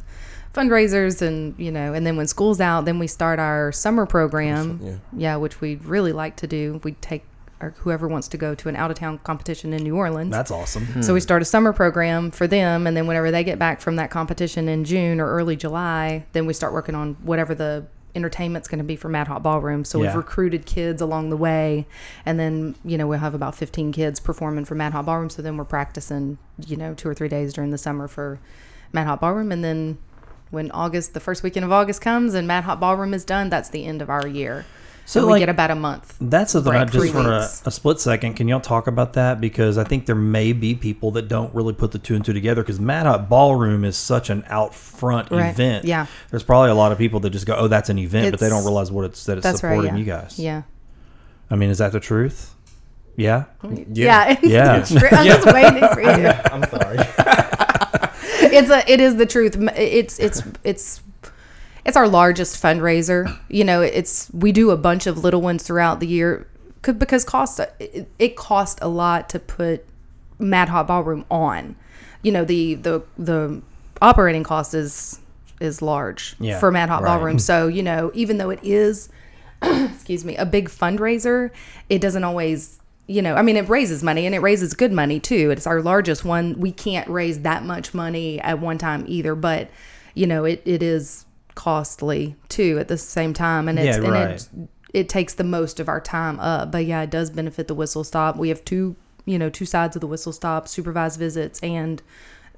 Speaker 5: fundraisers, and you know, and then when school's out, then we start our summer program,
Speaker 6: Yeah.
Speaker 5: which we'd really like to do. We take or whoever wants to go to an out of town competition in New Orleans.
Speaker 2: that's awesome
Speaker 5: So we start a summer program for them, and then whenever they get back from that competition in June or early July, then we start working on whatever the entertainment's going to be for Mad Hot Ballroom. So
Speaker 2: Yeah.
Speaker 5: we've recruited kids along the way, and then you know we'll have about 15 kids performing for Mad Hot Ballroom. So then we're practicing, you know, two or three days during the summer for Mad Hot Ballroom, and then when August, the first weekend of August comes, and Mad Hot Ballroom is done, that's the end of our year.
Speaker 2: So,
Speaker 5: and we
Speaker 2: like,
Speaker 5: get about a month.
Speaker 2: That's something I
Speaker 5: break,
Speaker 2: just
Speaker 5: three
Speaker 2: for a,
Speaker 5: weeks.
Speaker 2: a split second. Can y'all talk about that? Because I think there may be people that don't really put the two and two together because Mad Hut Ballroom is such an out front
Speaker 5: Right.
Speaker 2: event.
Speaker 5: Yeah.
Speaker 2: There's probably a lot of people that just go, oh, that's an event, but they
Speaker 5: It's-
Speaker 2: don't realize what it's that it's
Speaker 5: That's right.
Speaker 2: supporting
Speaker 5: Yeah.
Speaker 2: you guys.
Speaker 5: Yeah.
Speaker 2: I mean, is that the truth? Yeah.
Speaker 5: Yeah.
Speaker 2: Yeah.
Speaker 5: It's the truth. I'm just waiting for you.
Speaker 6: I'm sorry.
Speaker 5: It's a it is the truth. M- It's it's it's it's our largest fundraiser. You know, it's we do a bunch of little ones throughout the year could because cost uh, it, it cost a lot to put Mad Hot Ballroom on. You know, the the the operating cost is is large
Speaker 2: Yeah,
Speaker 5: for Mad Hot
Speaker 3: right.
Speaker 5: Ballroom. So, you know, even though it is excuse me, a big fundraiser, it doesn't always, you know, I mean, it raises money and it raises good money too. It's our largest one. We can't raise that much money at one time either, but you know, it, it is costly too at the same time. And it's,
Speaker 2: Yeah,
Speaker 5: and it, it takes the most of our time up, but yeah, it does benefit the whistle stop. We have two, you know, two sides of the whistle stop, supervised visits and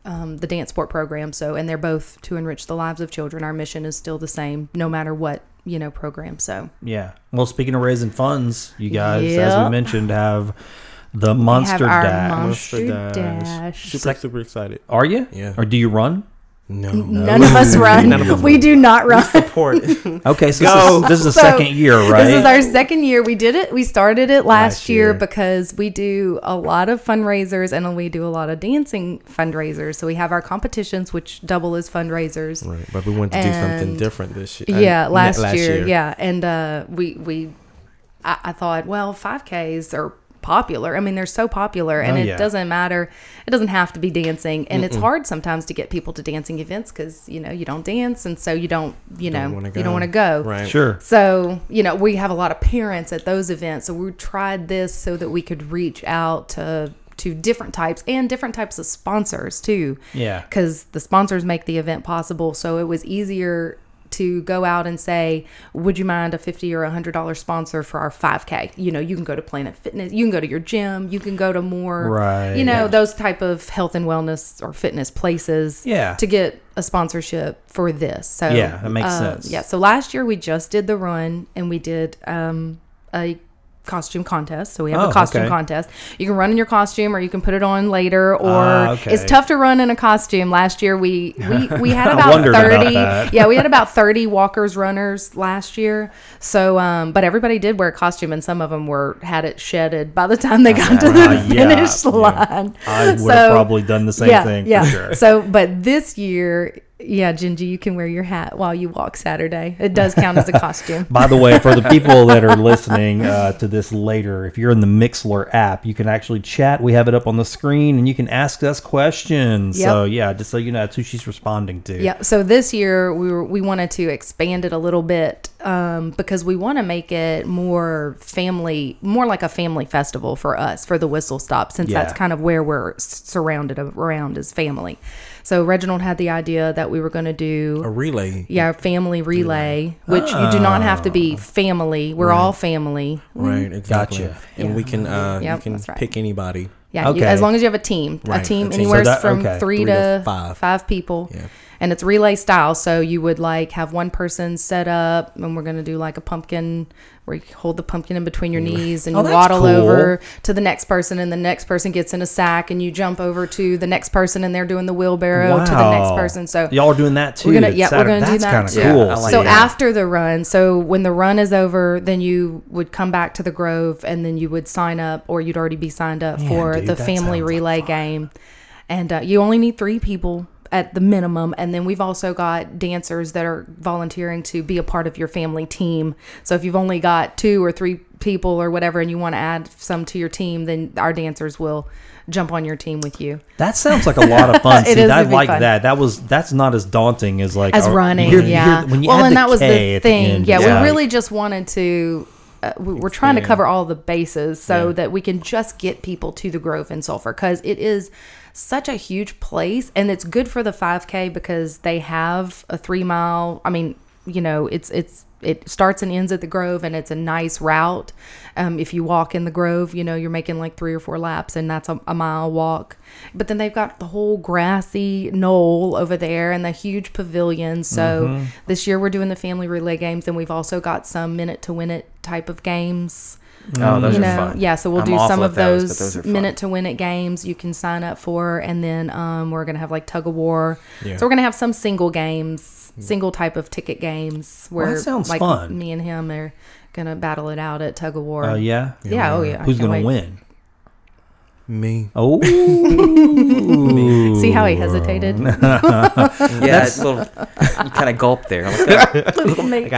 Speaker 5: um, the dance sport program. So, and they're both to enrich the lives of children. Our mission is still the same, no matter what, you know, program. So,
Speaker 2: Yeah. Well, speaking of raising funds, you guys, as we
Speaker 5: Yep.
Speaker 2: mentioned, have the Monster
Speaker 5: our
Speaker 2: Dash.
Speaker 5: Monster
Speaker 6: Monster Dash.
Speaker 5: Dash.
Speaker 6: Super, super excited.
Speaker 2: Are you?
Speaker 6: Yeah.
Speaker 2: Or do you run?
Speaker 6: No.
Speaker 5: None of us run.
Speaker 6: None of us
Speaker 5: we do not run.
Speaker 6: Support.
Speaker 2: Okay, so this is, this is the
Speaker 5: So,
Speaker 2: second year, right?
Speaker 5: This is our second year. We did it. We started it last,
Speaker 6: Last
Speaker 5: year,
Speaker 6: year.
Speaker 5: because we do a lot of fundraisers and we do a lot of dancing fundraisers. So we have our competitions, which double as fundraisers.
Speaker 6: right. But we wanted to do something
Speaker 5: And-
Speaker 6: different this year.
Speaker 5: Yeah,
Speaker 6: Uh,
Speaker 5: last, year, Yeah, and uh, we we I, I thought, well, five Ks are popular. I mean, they're so popular, and
Speaker 2: Oh,
Speaker 5: it
Speaker 2: yeah.
Speaker 5: doesn't matter. It doesn't have to be dancing, and it's hard sometimes to get people to dancing events because you know you don't dance, and so you don't you
Speaker 6: Don't
Speaker 5: know
Speaker 6: wanna
Speaker 5: you don't
Speaker 6: go.
Speaker 5: want to go.
Speaker 6: Right.
Speaker 2: sure.
Speaker 5: So, you know, we have a lot of parents at those events. So we tried this so that we could reach out to to different types and different types of sponsors too.
Speaker 2: Yeah.
Speaker 5: Cuz the sponsors make the event possible, so it was easier to go out and say, "Would you mind a fifty or a hundred dollar sponsor for our five k?" You know, you can go to Planet Fitness, you can go to your gym, you can go to more,
Speaker 2: Right.
Speaker 5: you know, those type of health and wellness or fitness places,
Speaker 2: Yeah.
Speaker 5: to get a sponsorship for this. So
Speaker 2: Yeah, that makes
Speaker 5: uh,
Speaker 2: sense.
Speaker 5: Yeah. So last year we just did the run and we did um, a costume contest. So we have
Speaker 2: Oh,
Speaker 5: a costume
Speaker 2: okay.
Speaker 5: contest. You can run in your costume or you can put it on later or
Speaker 2: Ah, okay.
Speaker 5: it's tough to run in a costume. Last year we we, we had
Speaker 2: I
Speaker 5: about
Speaker 2: wondered about
Speaker 5: 30
Speaker 2: that.
Speaker 5: Yeah, we had about 30 walkers runners last year. So um but everybody did wear a costume and some of them were had it shedded by the time they got to the
Speaker 2: Ah, yeah,
Speaker 5: finish
Speaker 2: yeah.
Speaker 5: line.
Speaker 2: I would have
Speaker 5: So-
Speaker 2: probably done the same thing
Speaker 5: yeah.
Speaker 2: for sure.
Speaker 5: So, but this year, yeah, Gingy, you can wear your hat while you walk Saturday. It does count as a costume.
Speaker 2: By the way, for the people that are listening uh, to this later, if you're in the Mixler app, you can actually chat. We have it up on the screen, and you can ask us questions.
Speaker 5: Yep.
Speaker 2: So yeah, just so you know, that's who she's responding to.
Speaker 5: Yeah. So this year we were we wanted to expand it a little bit um, because we want to make it more family, more like a family festival for us for the Whistle Stop, since that's
Speaker 2: Yeah.
Speaker 5: kind of where we're s- surrounded around is family. So Reginald had the idea that we were going to do
Speaker 6: A relay.
Speaker 5: yeah, a family relay, which you do not have to be family. We're all family.
Speaker 6: Right. Exactly.
Speaker 2: Gotcha.
Speaker 6: And we can uh,
Speaker 5: Yep,
Speaker 6: you can
Speaker 5: that's right.
Speaker 6: pick anybody.
Speaker 5: Yeah, you,
Speaker 2: Okay.
Speaker 5: as long as you have a team,
Speaker 6: Right,
Speaker 5: a team
Speaker 6: a team.
Speaker 5: anywhere
Speaker 2: So that-
Speaker 5: from
Speaker 2: okay.
Speaker 5: three,
Speaker 6: Three
Speaker 5: to,
Speaker 6: to five.
Speaker 5: people.
Speaker 6: Yeah.
Speaker 5: And it's relay style, so you would like have one person set up, and we're gonna do like a pumpkin, where you hold the pumpkin in between your knees, and
Speaker 2: Oh,
Speaker 5: you
Speaker 2: that's
Speaker 5: waddle
Speaker 2: cool.
Speaker 5: over to the next person, and the next person gets in a sack, and you jump over to the next person, and they're doing the wheelbarrow to the next
Speaker 2: Wow.
Speaker 5: person. So
Speaker 2: y'all are doing that too.
Speaker 5: we're gonna-
Speaker 2: It's
Speaker 5: yeah, we're
Speaker 2: Saturday.
Speaker 5: gonna do
Speaker 2: that's
Speaker 5: that
Speaker 2: kinda
Speaker 5: too.
Speaker 3: Yeah,
Speaker 2: cool.
Speaker 3: I like
Speaker 5: so
Speaker 3: that.
Speaker 5: after the run, so when the run is over, then you would come back to the Grove, and then you would sign up, or you'd already be signed up for
Speaker 2: dude,
Speaker 5: the
Speaker 2: that
Speaker 5: family
Speaker 2: sounds like
Speaker 5: relay game. And uh, you only need three people at the minimum, and then we've also got dancers that are volunteering to be a part of your family team. So if you've only got two or three people or whatever, and you want to add some to your team, then our dancers will jump on your team with you.
Speaker 2: That sounds like a lot of fun.
Speaker 5: It
Speaker 2: See,
Speaker 5: is,
Speaker 2: I
Speaker 5: it'd be
Speaker 2: like
Speaker 5: fun.
Speaker 2: that. That was that's not as daunting as like
Speaker 5: as
Speaker 2: oh,
Speaker 5: running.
Speaker 2: you're- you're-
Speaker 5: yeah.
Speaker 2: when you
Speaker 5: well,
Speaker 2: add
Speaker 5: and that was
Speaker 2: K
Speaker 5: the
Speaker 2: at the
Speaker 5: thing.
Speaker 2: end,
Speaker 5: yeah,
Speaker 2: it's like-
Speaker 5: we really just wanted to. Uh, we- we're trying to cover all the bases so that we can just get people to the Grove and Sulphur because it is such a huge place and it's good for the 5K because they have a three mile. I mean, you know, it's it's it starts and ends at the Grove and it's a nice route. Um, if you walk in the Grove, you know you're making like three or four laps and that's a, a mile walk. But then they've got the whole grassy knoll over there and the huge pavilion. So this year we're doing the family relay games and we've also got some minute to win it type of games.
Speaker 3: Oh,
Speaker 2: Mm.
Speaker 3: those
Speaker 5: you
Speaker 3: are
Speaker 5: know,
Speaker 3: fun.
Speaker 5: yeah. So we'll
Speaker 3: I'm
Speaker 5: do
Speaker 3: awful
Speaker 5: some
Speaker 3: at
Speaker 5: of those,
Speaker 3: but those are fun.
Speaker 5: minute to win it games you can sign up for, and then um, we're gonna have like tug of war.
Speaker 6: Yeah.
Speaker 5: So we're gonna have some single games, single type of ticket games where
Speaker 2: that sounds
Speaker 5: like
Speaker 2: fun.
Speaker 5: me and him are gonna battle it out at tug of war.
Speaker 2: Oh yeah.
Speaker 5: yeah. Oh yeah. I
Speaker 2: Who's
Speaker 5: can't
Speaker 2: gonna
Speaker 5: wait.
Speaker 2: win?
Speaker 6: Me.
Speaker 2: Oh.
Speaker 5: See how he hesitated?
Speaker 3: Yeah, it's a little kind of gulp there. I'm like,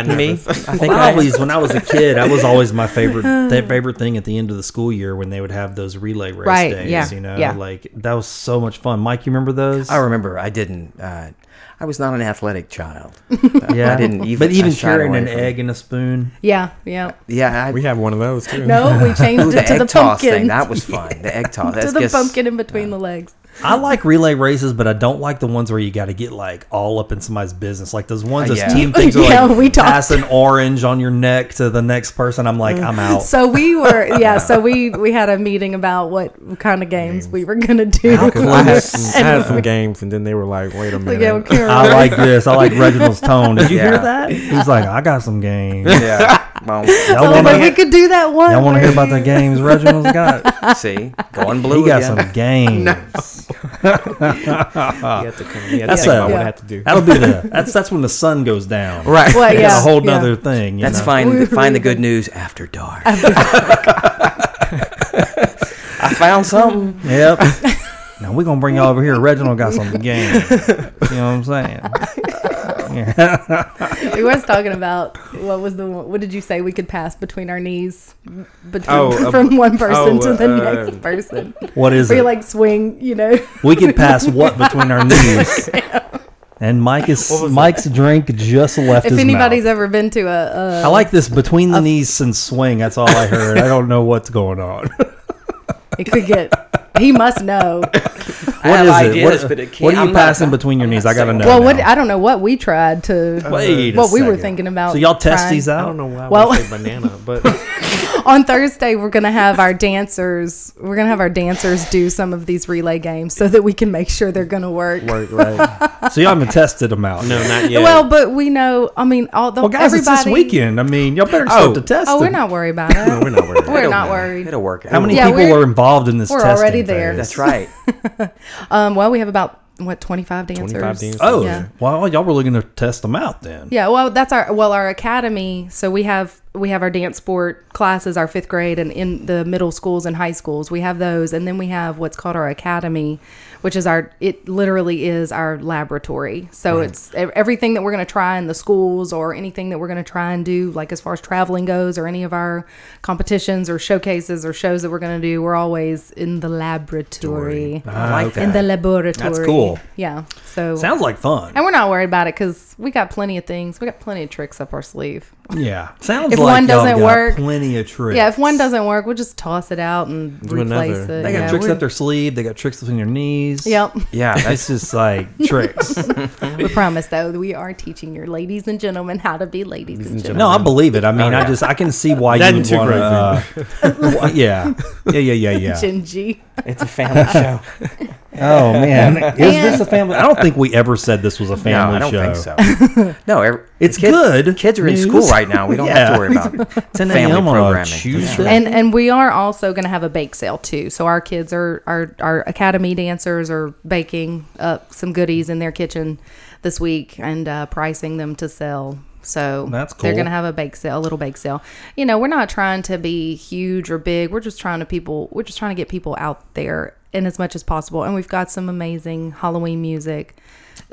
Speaker 3: me, I think
Speaker 2: I
Speaker 3: I,
Speaker 2: always, when I was a kid, I was always my favorite that favorite thing at the end of the school year when they would have those relay race
Speaker 5: Right,
Speaker 2: days.
Speaker 5: yeah,
Speaker 2: You know,
Speaker 5: yeah.
Speaker 2: like that was so much fun. Mike, you remember those?
Speaker 3: I remember I didn't. Uh, I was not an athletic child.
Speaker 2: yeah,
Speaker 3: I didn't even-
Speaker 2: But
Speaker 3: I
Speaker 2: even
Speaker 3: shied
Speaker 2: carrying
Speaker 3: away
Speaker 2: an
Speaker 3: from-
Speaker 2: egg and a spoon.
Speaker 5: yeah. Yeah.
Speaker 3: Yeah, I,
Speaker 6: We have one of those too.
Speaker 5: No, we
Speaker 3: Ooh,
Speaker 5: changed
Speaker 3: the
Speaker 5: it to
Speaker 3: egg
Speaker 5: the
Speaker 3: toss
Speaker 5: pumpkin.
Speaker 3: thing. That was fun. The egg toss.
Speaker 5: to
Speaker 3: That's
Speaker 5: the
Speaker 3: just-
Speaker 5: pumpkin in between the legs.
Speaker 2: I like relay races, but I don't like the ones where you got to get like all up in somebody's business. Like those ones that's
Speaker 3: Yeah.
Speaker 2: team things are
Speaker 5: Yeah,
Speaker 2: like
Speaker 5: we talked.
Speaker 2: pass an orange on your neck to the next person. I'm like, I'm out.
Speaker 5: So we were, yeah. So we we had a meeting about what kind of games we were gonna do.
Speaker 6: Because I had, some, I had some games, and then they were like, "Wait a minute."
Speaker 5: Yeah, we can't
Speaker 2: I
Speaker 5: remember.
Speaker 2: like this. I like Reginald's tone. Did you hear
Speaker 3: Yeah.
Speaker 2: that? He's like, I got some games.
Speaker 3: Yeah. Well,
Speaker 2: Y'all
Speaker 5: Oh,
Speaker 2: want
Speaker 5: but we
Speaker 2: to
Speaker 5: could do that one.
Speaker 2: y'all want to hear
Speaker 5: where
Speaker 2: about the
Speaker 5: you-
Speaker 2: games Reginald's got?
Speaker 3: see, going blue.
Speaker 2: He got
Speaker 3: again.
Speaker 2: some games.
Speaker 6: You have to come. You
Speaker 2: That's
Speaker 6: have to think
Speaker 2: a-
Speaker 6: about what
Speaker 5: yeah.
Speaker 6: I have to do.
Speaker 2: That'll be the that's that's when the sun goes down.
Speaker 3: Right.
Speaker 5: Well,
Speaker 2: That's
Speaker 5: yeah,
Speaker 2: a whole
Speaker 5: yeah.
Speaker 2: nother thing. you
Speaker 3: That's
Speaker 2: know?
Speaker 3: find find the good news after dark. I found something.
Speaker 2: Yep. now we're gonna bring y'all over here. Reginald got some games. You know what I'm saying? Yeah.
Speaker 5: We was talking about what was the one- what did you say we could pass between our knees, between,
Speaker 6: Oh, uh,
Speaker 5: from one person
Speaker 6: oh,
Speaker 5: to the
Speaker 6: uh,
Speaker 5: next person.
Speaker 2: What is
Speaker 5: We
Speaker 2: it?
Speaker 5: like swing, you know.
Speaker 2: we could pass what between our knees. And Mike is Mike's drink just left
Speaker 5: if
Speaker 2: his
Speaker 5: anybody's
Speaker 2: mouth.
Speaker 5: ever been to a,
Speaker 2: I like this between the knees and swing. That's all I heard. I don't know what's going on.
Speaker 5: a it could get. He must know.
Speaker 3: I have
Speaker 2: What is
Speaker 3: ideas,
Speaker 2: What,
Speaker 3: but it can't.
Speaker 2: what are you
Speaker 3: I'm not-
Speaker 2: passing between your knees? I gotta know.
Speaker 5: well, what
Speaker 2: now.
Speaker 5: I don't know what we tried to
Speaker 2: Wait a
Speaker 5: what we were
Speaker 2: second.
Speaker 5: thinking about.
Speaker 2: So y'all test
Speaker 5: trying-
Speaker 2: these out.
Speaker 6: I don't know why
Speaker 5: Well-
Speaker 6: I would say banana, but
Speaker 5: on Thursday we're gonna have our dancers we're gonna have our dancers do some of these relay games so that we can make sure they're gonna work.
Speaker 6: work right.
Speaker 2: So y'all haven't tested them out.
Speaker 6: No, not yet.
Speaker 5: Well, but we know I mean all the
Speaker 2: Well, guys,
Speaker 5: everybody
Speaker 2: it's this weekend. I mean, y'all better start
Speaker 6: Oh.
Speaker 2: to test.
Speaker 5: Oh, we're
Speaker 2: them.
Speaker 5: not worried about it.
Speaker 6: no, we're not worried.
Speaker 5: We're
Speaker 3: It'll-
Speaker 5: not worried.
Speaker 3: It'll work out.
Speaker 2: How many
Speaker 5: Yeah,
Speaker 2: people
Speaker 5: we're-
Speaker 2: are involved in this?
Speaker 5: we're
Speaker 2: testing
Speaker 5: already there.
Speaker 2: phase?
Speaker 3: That's right.
Speaker 5: Um, well, we have about what twenty five dancers.
Speaker 6: 25 dancers.
Speaker 2: Oh,
Speaker 5: Yeah.
Speaker 2: well, y'all were looking to test them out then.
Speaker 5: Yeah, well, that's our well our academy. So we have we have our dance sport classes, our fifth grade, and in the middle schools and high schools. We have those, and then we have what's called our academy, which is our it literally is our laboratory. So it's it's e- everything that we're going to try in the schools or anything that we're going to try and do, like as far as traveling goes, or any of our competitions or showcases or shows that we're going to do. We're always in the laboratory.
Speaker 3: I like
Speaker 5: In the
Speaker 3: that.
Speaker 5: laboratory.
Speaker 2: cool.
Speaker 5: Yeah. So
Speaker 2: Sounds like fun.
Speaker 5: and we're not worried about it because we got plenty of things. We got plenty of tricks up our sleeve.
Speaker 2: Yeah. Sounds
Speaker 5: If
Speaker 2: like
Speaker 5: one
Speaker 2: y'all
Speaker 5: doesn't
Speaker 2: got
Speaker 5: work-
Speaker 2: plenty of tricks.
Speaker 5: Yeah, if one doesn't work, we'll just toss it out and replace
Speaker 6: another.
Speaker 5: it.
Speaker 2: They got
Speaker 5: yeah,
Speaker 2: tricks
Speaker 5: we're-
Speaker 2: up their sleeve. They got tricks between their knees.
Speaker 5: Yep.
Speaker 3: Yeah,
Speaker 2: It's
Speaker 3: that's
Speaker 2: just like tricks.
Speaker 5: we promise though that we are teaching your ladies and gentlemen how to be ladies and gentlemen.
Speaker 2: No, I believe it. I mean, I just I can see why
Speaker 6: That
Speaker 2: you would
Speaker 6: ain't too
Speaker 2: want to. Uh, yeah. Yeah. Yeah. Yeah. Yeah.
Speaker 5: Gen G.
Speaker 3: it's a family show.
Speaker 2: Oh man, is this a family? I don't think we ever said this was a family
Speaker 3: no, I don't
Speaker 2: show.
Speaker 3: think so. No, every,
Speaker 2: It's
Speaker 3: kid-
Speaker 2: good
Speaker 3: Kids are in
Speaker 2: news.
Speaker 3: school right now. We don't have
Speaker 2: Yeah.
Speaker 3: to worry about it.
Speaker 2: 10
Speaker 3: Family
Speaker 2: a.m. on a
Speaker 3: programming.
Speaker 2: Tuesday.
Speaker 5: And and we are also going to have a bake sale too. So our kids are our our academy dancers are baking up some goodies in their kitchen this week and uh, pricing them to sell. So
Speaker 2: That's
Speaker 5: they're
Speaker 2: cool.
Speaker 5: going to have a bake sale, a little bake sale. You know, we're not trying to be huge or big. We're just trying to people. We're just trying to get people out there in as much as possible. And we've got some amazing Halloween music.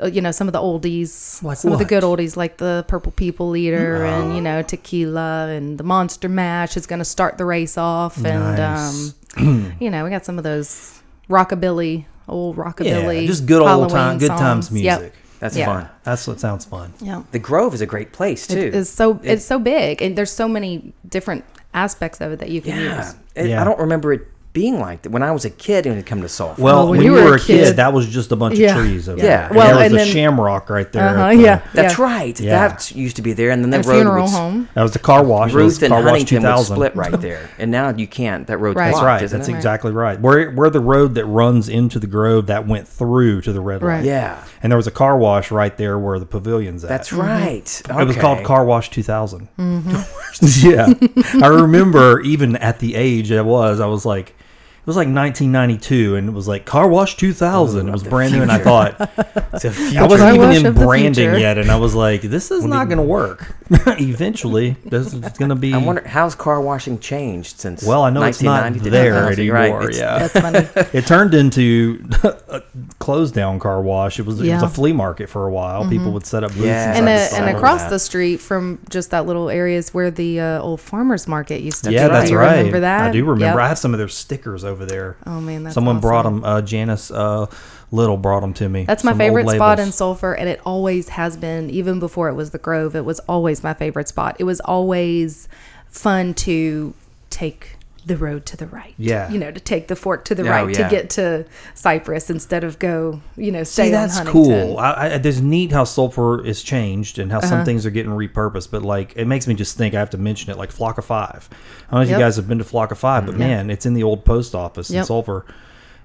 Speaker 5: Uh, You know, some of the oldies,
Speaker 2: Like
Speaker 5: some of the
Speaker 2: what? Mm-hmm.
Speaker 5: good oldies, like the Purple People Eater and you know Tequila and the Monster Mash is going to start the race off, and
Speaker 2: Nice.
Speaker 5: um, you know we got some of those rockabilly, old rockabilly,
Speaker 2: Yeah, just good old
Speaker 5: Halloween
Speaker 2: time, good times
Speaker 5: songs. Yep.
Speaker 2: music.
Speaker 3: That's
Speaker 5: Yeah.
Speaker 3: fun.
Speaker 2: That's what sounds fun.
Speaker 5: Yep.
Speaker 3: The Grove is a great place too.
Speaker 5: It's so it's so big, and there's so many different aspects of it that you can
Speaker 3: Yeah.
Speaker 5: use.
Speaker 3: It-
Speaker 2: Yeah.
Speaker 3: I don't remember it being like that when I was a kid and it come to Salt. Flat.
Speaker 2: Well,
Speaker 5: Oh,
Speaker 2: when, you were a kid, that was just a bunch
Speaker 5: Yeah.
Speaker 2: of trees over
Speaker 3: Yeah.
Speaker 2: there.
Speaker 3: Well,
Speaker 2: and there was
Speaker 5: and
Speaker 2: a
Speaker 5: then-
Speaker 2: shamrock right there. at
Speaker 5: Uh-huh,
Speaker 2: the-
Speaker 5: yeah.
Speaker 3: that's
Speaker 5: yeah.
Speaker 3: right.
Speaker 2: Yeah.
Speaker 3: That used to be there, and then that
Speaker 5: A
Speaker 3: road
Speaker 5: funeral
Speaker 3: would, s-
Speaker 5: home.
Speaker 2: That was the car wash. It was
Speaker 3: Ruth and
Speaker 2: car wash
Speaker 3: Huntington would
Speaker 2: 2000.
Speaker 3: split right there, and now you can't. That road's
Speaker 5: Right.
Speaker 2: That's
Speaker 3: blocked,
Speaker 2: right.
Speaker 3: isn't
Speaker 2: That's
Speaker 3: it?
Speaker 2: exactly right. Where where the road that runs into the grove that went through to the red
Speaker 5: Right.
Speaker 2: light.
Speaker 3: Yeah,
Speaker 2: And there was a car wash right there where the pavilion's at.
Speaker 3: that's right.
Speaker 2: Mm-hmm. It was called
Speaker 3: Okay.
Speaker 2: Car Wash 2000.
Speaker 5: Mm-hmm.
Speaker 2: yeah. I remember even at the age I was, I was like, it was like 1992, and it was like Car Wash 2000. it was brand new, and I thought, I
Speaker 5: car
Speaker 2: wasn't even
Speaker 5: wash
Speaker 2: in
Speaker 5: of the
Speaker 2: branding
Speaker 5: future.
Speaker 2: yet, and I was like, this is not going to work. Eventually, this is going to be.
Speaker 3: I wonder how's car washing changed since.
Speaker 2: well, I know it's not
Speaker 3: 1990 to
Speaker 2: there
Speaker 3: 2000,
Speaker 2: anymore.
Speaker 3: right? It's-
Speaker 2: Yeah.
Speaker 5: That's funny.
Speaker 2: It turned into a closed down car wash. It was, it was
Speaker 5: Yeah. Mm-hmm.
Speaker 2: a flea market for a while. People would set up booths
Speaker 3: Yeah.
Speaker 2: inside
Speaker 5: and,
Speaker 2: the
Speaker 5: uh
Speaker 2: store.
Speaker 5: and
Speaker 3: sidewalk.
Speaker 5: across the street from just that little area is where the uh, old farmers market used to
Speaker 2: yeah,
Speaker 5: be.
Speaker 2: that's
Speaker 5: do you
Speaker 2: right.
Speaker 5: Remember that?
Speaker 2: I do remember. I
Speaker 5: Yep.
Speaker 2: have some of their stickers over there.
Speaker 5: Oh, man, that's
Speaker 2: someone brought
Speaker 5: awesome.
Speaker 2: them. Uh, Janice uh, Little brought them to me.
Speaker 5: That's my
Speaker 2: Some old
Speaker 5: favorite spot in
Speaker 2: labels.
Speaker 5: Sulphur, and it always has been. Even before it was the Grove, it was always my favorite spot. It was always fun to take the road to the right.
Speaker 2: Yeah.
Speaker 5: you know, to take the fork to the
Speaker 3: Oh,
Speaker 5: right
Speaker 3: yeah.
Speaker 5: to get to Cypress instead of go, you know, stay
Speaker 2: See,
Speaker 5: on
Speaker 2: that's
Speaker 5: Huntington.
Speaker 2: cool. I, I, there's neat how sulfur is changed and how
Speaker 5: Uh-huh.
Speaker 2: some things are getting repurposed, but like it makes me just think I have to mention it, like Flock of Five. I don't know if
Speaker 5: Yep. Mm,
Speaker 2: you guys have been to Flock of Five, but man, it's in the old post office in
Speaker 5: Yep.
Speaker 2: Sulphur.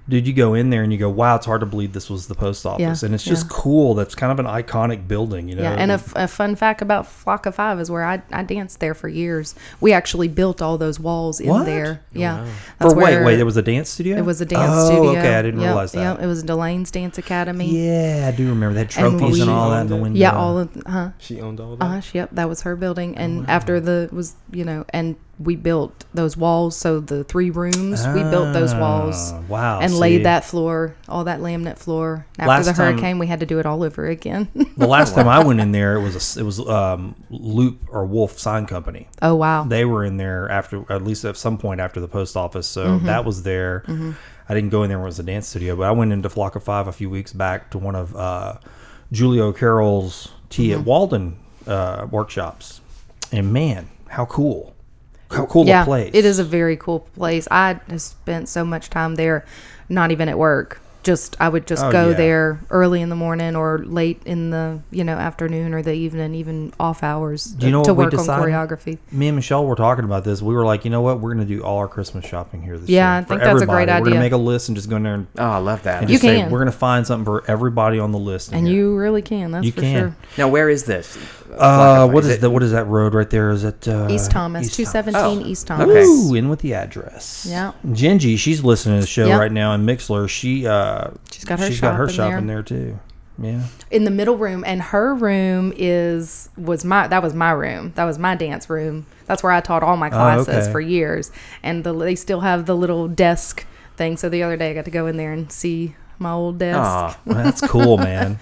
Speaker 2: Dude, you go in there and you go, wow, it's hard to believe this was the post office. And it's just cool. That's kind of an iconic building, you know?
Speaker 5: Yeah, and a, f- a fun fact about Flock of Five is where I, I danced there for years. We actually built all those walls in
Speaker 2: What? Oh,
Speaker 5: there. Yeah,
Speaker 2: Or
Speaker 5: That's
Speaker 2: wait,
Speaker 5: where
Speaker 2: wait, there was a dance studio?
Speaker 5: it was a dance
Speaker 2: oh,
Speaker 5: studio.
Speaker 2: okay. I didn't
Speaker 5: Yep,
Speaker 2: realize that.
Speaker 5: Yep, it was Delane's Dance Academy.
Speaker 2: Yeah, I do remember that trophies and,
Speaker 5: we-
Speaker 2: all that in the window.
Speaker 5: Yeah, all of huh.
Speaker 6: She owned all that.
Speaker 5: Gosh, yep, that was her building.
Speaker 2: Oh,
Speaker 5: And after the was you know, and we built those walls. So the three rooms, we built those walls.
Speaker 2: Ah, wow,
Speaker 5: And
Speaker 2: see.
Speaker 5: laid that floor, all that laminate floor. After
Speaker 2: Last
Speaker 5: the
Speaker 2: time-
Speaker 5: hurricane, we had to do it all over again.
Speaker 2: The last time I went in there, it was a s it was um, Loop or Wolf Sign Company.
Speaker 5: oh wow.
Speaker 2: They were in there after at least at some point after the post office, so
Speaker 5: Mm-hmm.
Speaker 2: that was there. I didn't go in there when it was a dance studio, but I went into Flock of Five a few weeks back to one of uh, Julia O'Carroll's tea
Speaker 5: Mm-hmm.
Speaker 2: at Walden uh, workshops, and man, how cool! How cool
Speaker 5: yeah,
Speaker 2: a place!
Speaker 5: It is a very cool place. I have spent so much time there, not even at work. Just I would just
Speaker 2: Oh,
Speaker 5: go
Speaker 2: yeah.
Speaker 5: there early in the morning or late in the you know afternoon or the evening, even off hours.
Speaker 2: Do you know
Speaker 5: to
Speaker 2: what we
Speaker 5: work on
Speaker 2: decided?
Speaker 5: choreography?
Speaker 2: me and Michelle were talking about this. We were like, you know what? We're going to do all our Christmas shopping here this year.
Speaker 5: Yeah, I
Speaker 2: for
Speaker 5: think that's a great
Speaker 2: everybody. We're going
Speaker 5: idea.
Speaker 2: to make a list and just go in there and,
Speaker 3: Oh, I love that.
Speaker 2: and just say,
Speaker 5: can.
Speaker 2: we're going to find something for everybody on the list. in
Speaker 5: And
Speaker 2: here."
Speaker 5: you really can. That's
Speaker 2: You
Speaker 5: for
Speaker 2: can.
Speaker 5: sure.
Speaker 3: now, where is this?
Speaker 2: Uh, what is, the, what is that road right there? Is it uh,
Speaker 5: East Thomas, two
Speaker 2: Oh.
Speaker 5: seventeen East Thomas.
Speaker 3: Okay.
Speaker 2: Ooh, in with the address.
Speaker 5: Yeah.
Speaker 2: Genji, she's listening to the show
Speaker 5: Yeah.
Speaker 2: right now in Mixler. She uh,
Speaker 5: She's got her
Speaker 2: she's
Speaker 5: shop
Speaker 2: got her
Speaker 5: in
Speaker 2: shop
Speaker 5: there.
Speaker 2: in there too. Yeah.
Speaker 5: in the middle room and her room is was my that was my room that was my dance room that's where i taught all
Speaker 3: Oh,
Speaker 5: my classes
Speaker 2: okay.
Speaker 5: for years and the, they still have the little desk thing so the other day i got to go in there and see my old desk
Speaker 3: Ah,
Speaker 2: Well, That's cool, man.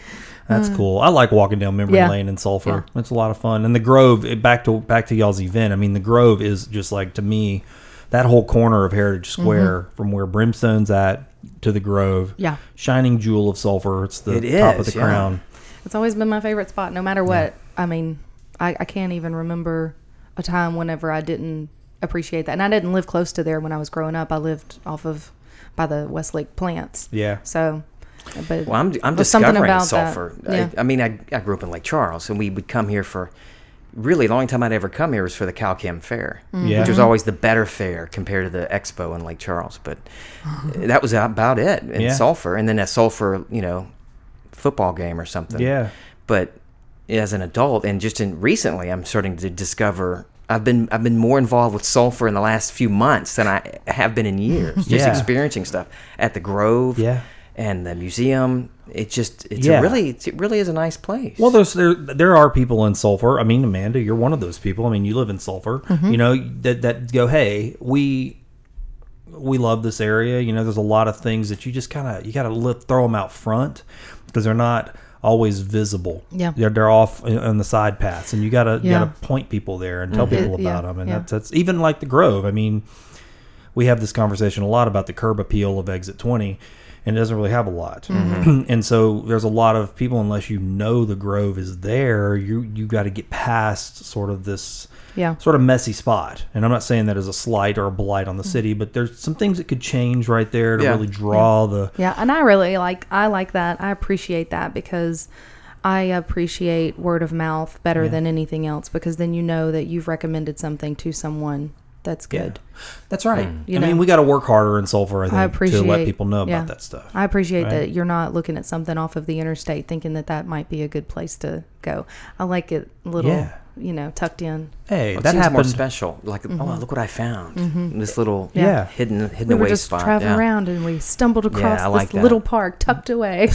Speaker 2: That's cool. I like walking down memory
Speaker 5: Hmm. Yeah.
Speaker 2: lane in Sulphur. It's a lot of fun. And the Grove, eh, back to back to y'all's event. I mean, the Grove is just like to me, that whole corner of Heritage
Speaker 5: Mm-hmm.
Speaker 2: Square from where Brimstone's at to the Grove.
Speaker 5: Yeah.
Speaker 2: shining jewel of Sulphur. It's the
Speaker 3: It
Speaker 2: top of the
Speaker 3: is, yeah.
Speaker 2: crown.
Speaker 5: it's always been my favorite spot no matter what i mean I, I can't even remember a time whenever i didn't appreciate that and i didn't live close to there when i was growing up i lived off of by the westlake plants
Speaker 2: Yeah.
Speaker 5: so but
Speaker 3: Well, I'm, I'm
Speaker 5: there's something
Speaker 3: discovering
Speaker 5: about that.
Speaker 3: sulfur.
Speaker 5: Yeah.
Speaker 3: I, I mean, I, I grew up in Lake Charles, and we would come here for really the only time I'd ever come here was for the CalChem Fair,
Speaker 5: Mm-hmm.
Speaker 2: Yeah.
Speaker 3: which was always the better fair compared to the expo in Lake Charles. But that was about it in
Speaker 2: Yeah.
Speaker 3: sulfur, and then a sulfur, you know, football game or something.
Speaker 2: Yeah.
Speaker 3: But as an adult, and just in recently, I'm starting to discover. I've been I've been more involved with sulfur in the last few months than I have been in years. Just
Speaker 2: Yeah.
Speaker 3: experiencing stuff at the Grove,
Speaker 2: Yeah.
Speaker 3: and the museum. It just it's
Speaker 2: Yeah.
Speaker 3: a really it really is a nice place.
Speaker 2: Well, there's there there are people in Sulphur. I mean, Amanda, you're one of those people. I mean, you live in Sulphur.
Speaker 5: Mm-hmm.
Speaker 2: You know that that go. Hey, we we love this area. You know, there's a lot of things that you just kind of you got to lift, throw them out front because they're not always visible.
Speaker 5: Yeah.
Speaker 2: they're, they're off in- on the side paths, and you gotta you
Speaker 5: Yeah. Mm-hmm.
Speaker 2: gotta point people there and tell people
Speaker 5: It- yeah,
Speaker 2: about them. And
Speaker 5: yeah.
Speaker 2: that's that's even like the Grove. I mean, we have this conversation a lot about the curb appeal of exit 20 and it doesn't really have a lot. and so there's a lot of people unless you know the Grove is there, you you got to get past sort of this
Speaker 5: Yeah.
Speaker 2: sort of messy spot. And I'm not saying that as a slight or a blight on
Speaker 5: Mm.
Speaker 2: the city, but there's some things that could change right there to
Speaker 3: Yeah.
Speaker 2: really draw the
Speaker 5: Yeah, and I really like I like that. I appreciate that because I appreciate word of mouth better than anything else because then you know that you've recommended something to someone that's good.
Speaker 2: That's right.
Speaker 5: You
Speaker 2: Mm. I mean,
Speaker 5: know.
Speaker 2: we got to work harder in Sulphur, I think,
Speaker 5: I appreciate
Speaker 2: to let people know
Speaker 5: yeah.
Speaker 2: about that stuff.
Speaker 5: I appreciate
Speaker 2: right?
Speaker 5: that you're not looking at something off of the interstate thinking that that might be a good place to go. I like it little,
Speaker 2: Yeah.
Speaker 5: you know, tucked in.
Speaker 2: hey,
Speaker 3: It
Speaker 2: that
Speaker 3: seems more
Speaker 2: happened.
Speaker 3: special. Like, oh, look what I found! This little
Speaker 5: Mm-hmm. Yeah.
Speaker 2: Yeah.
Speaker 3: hidden hidden
Speaker 5: We were
Speaker 3: away
Speaker 5: just
Speaker 3: spot.
Speaker 5: traveling
Speaker 3: yeah.
Speaker 5: around and we stumbled across
Speaker 3: I
Speaker 5: this
Speaker 3: like that.
Speaker 5: little park tucked away.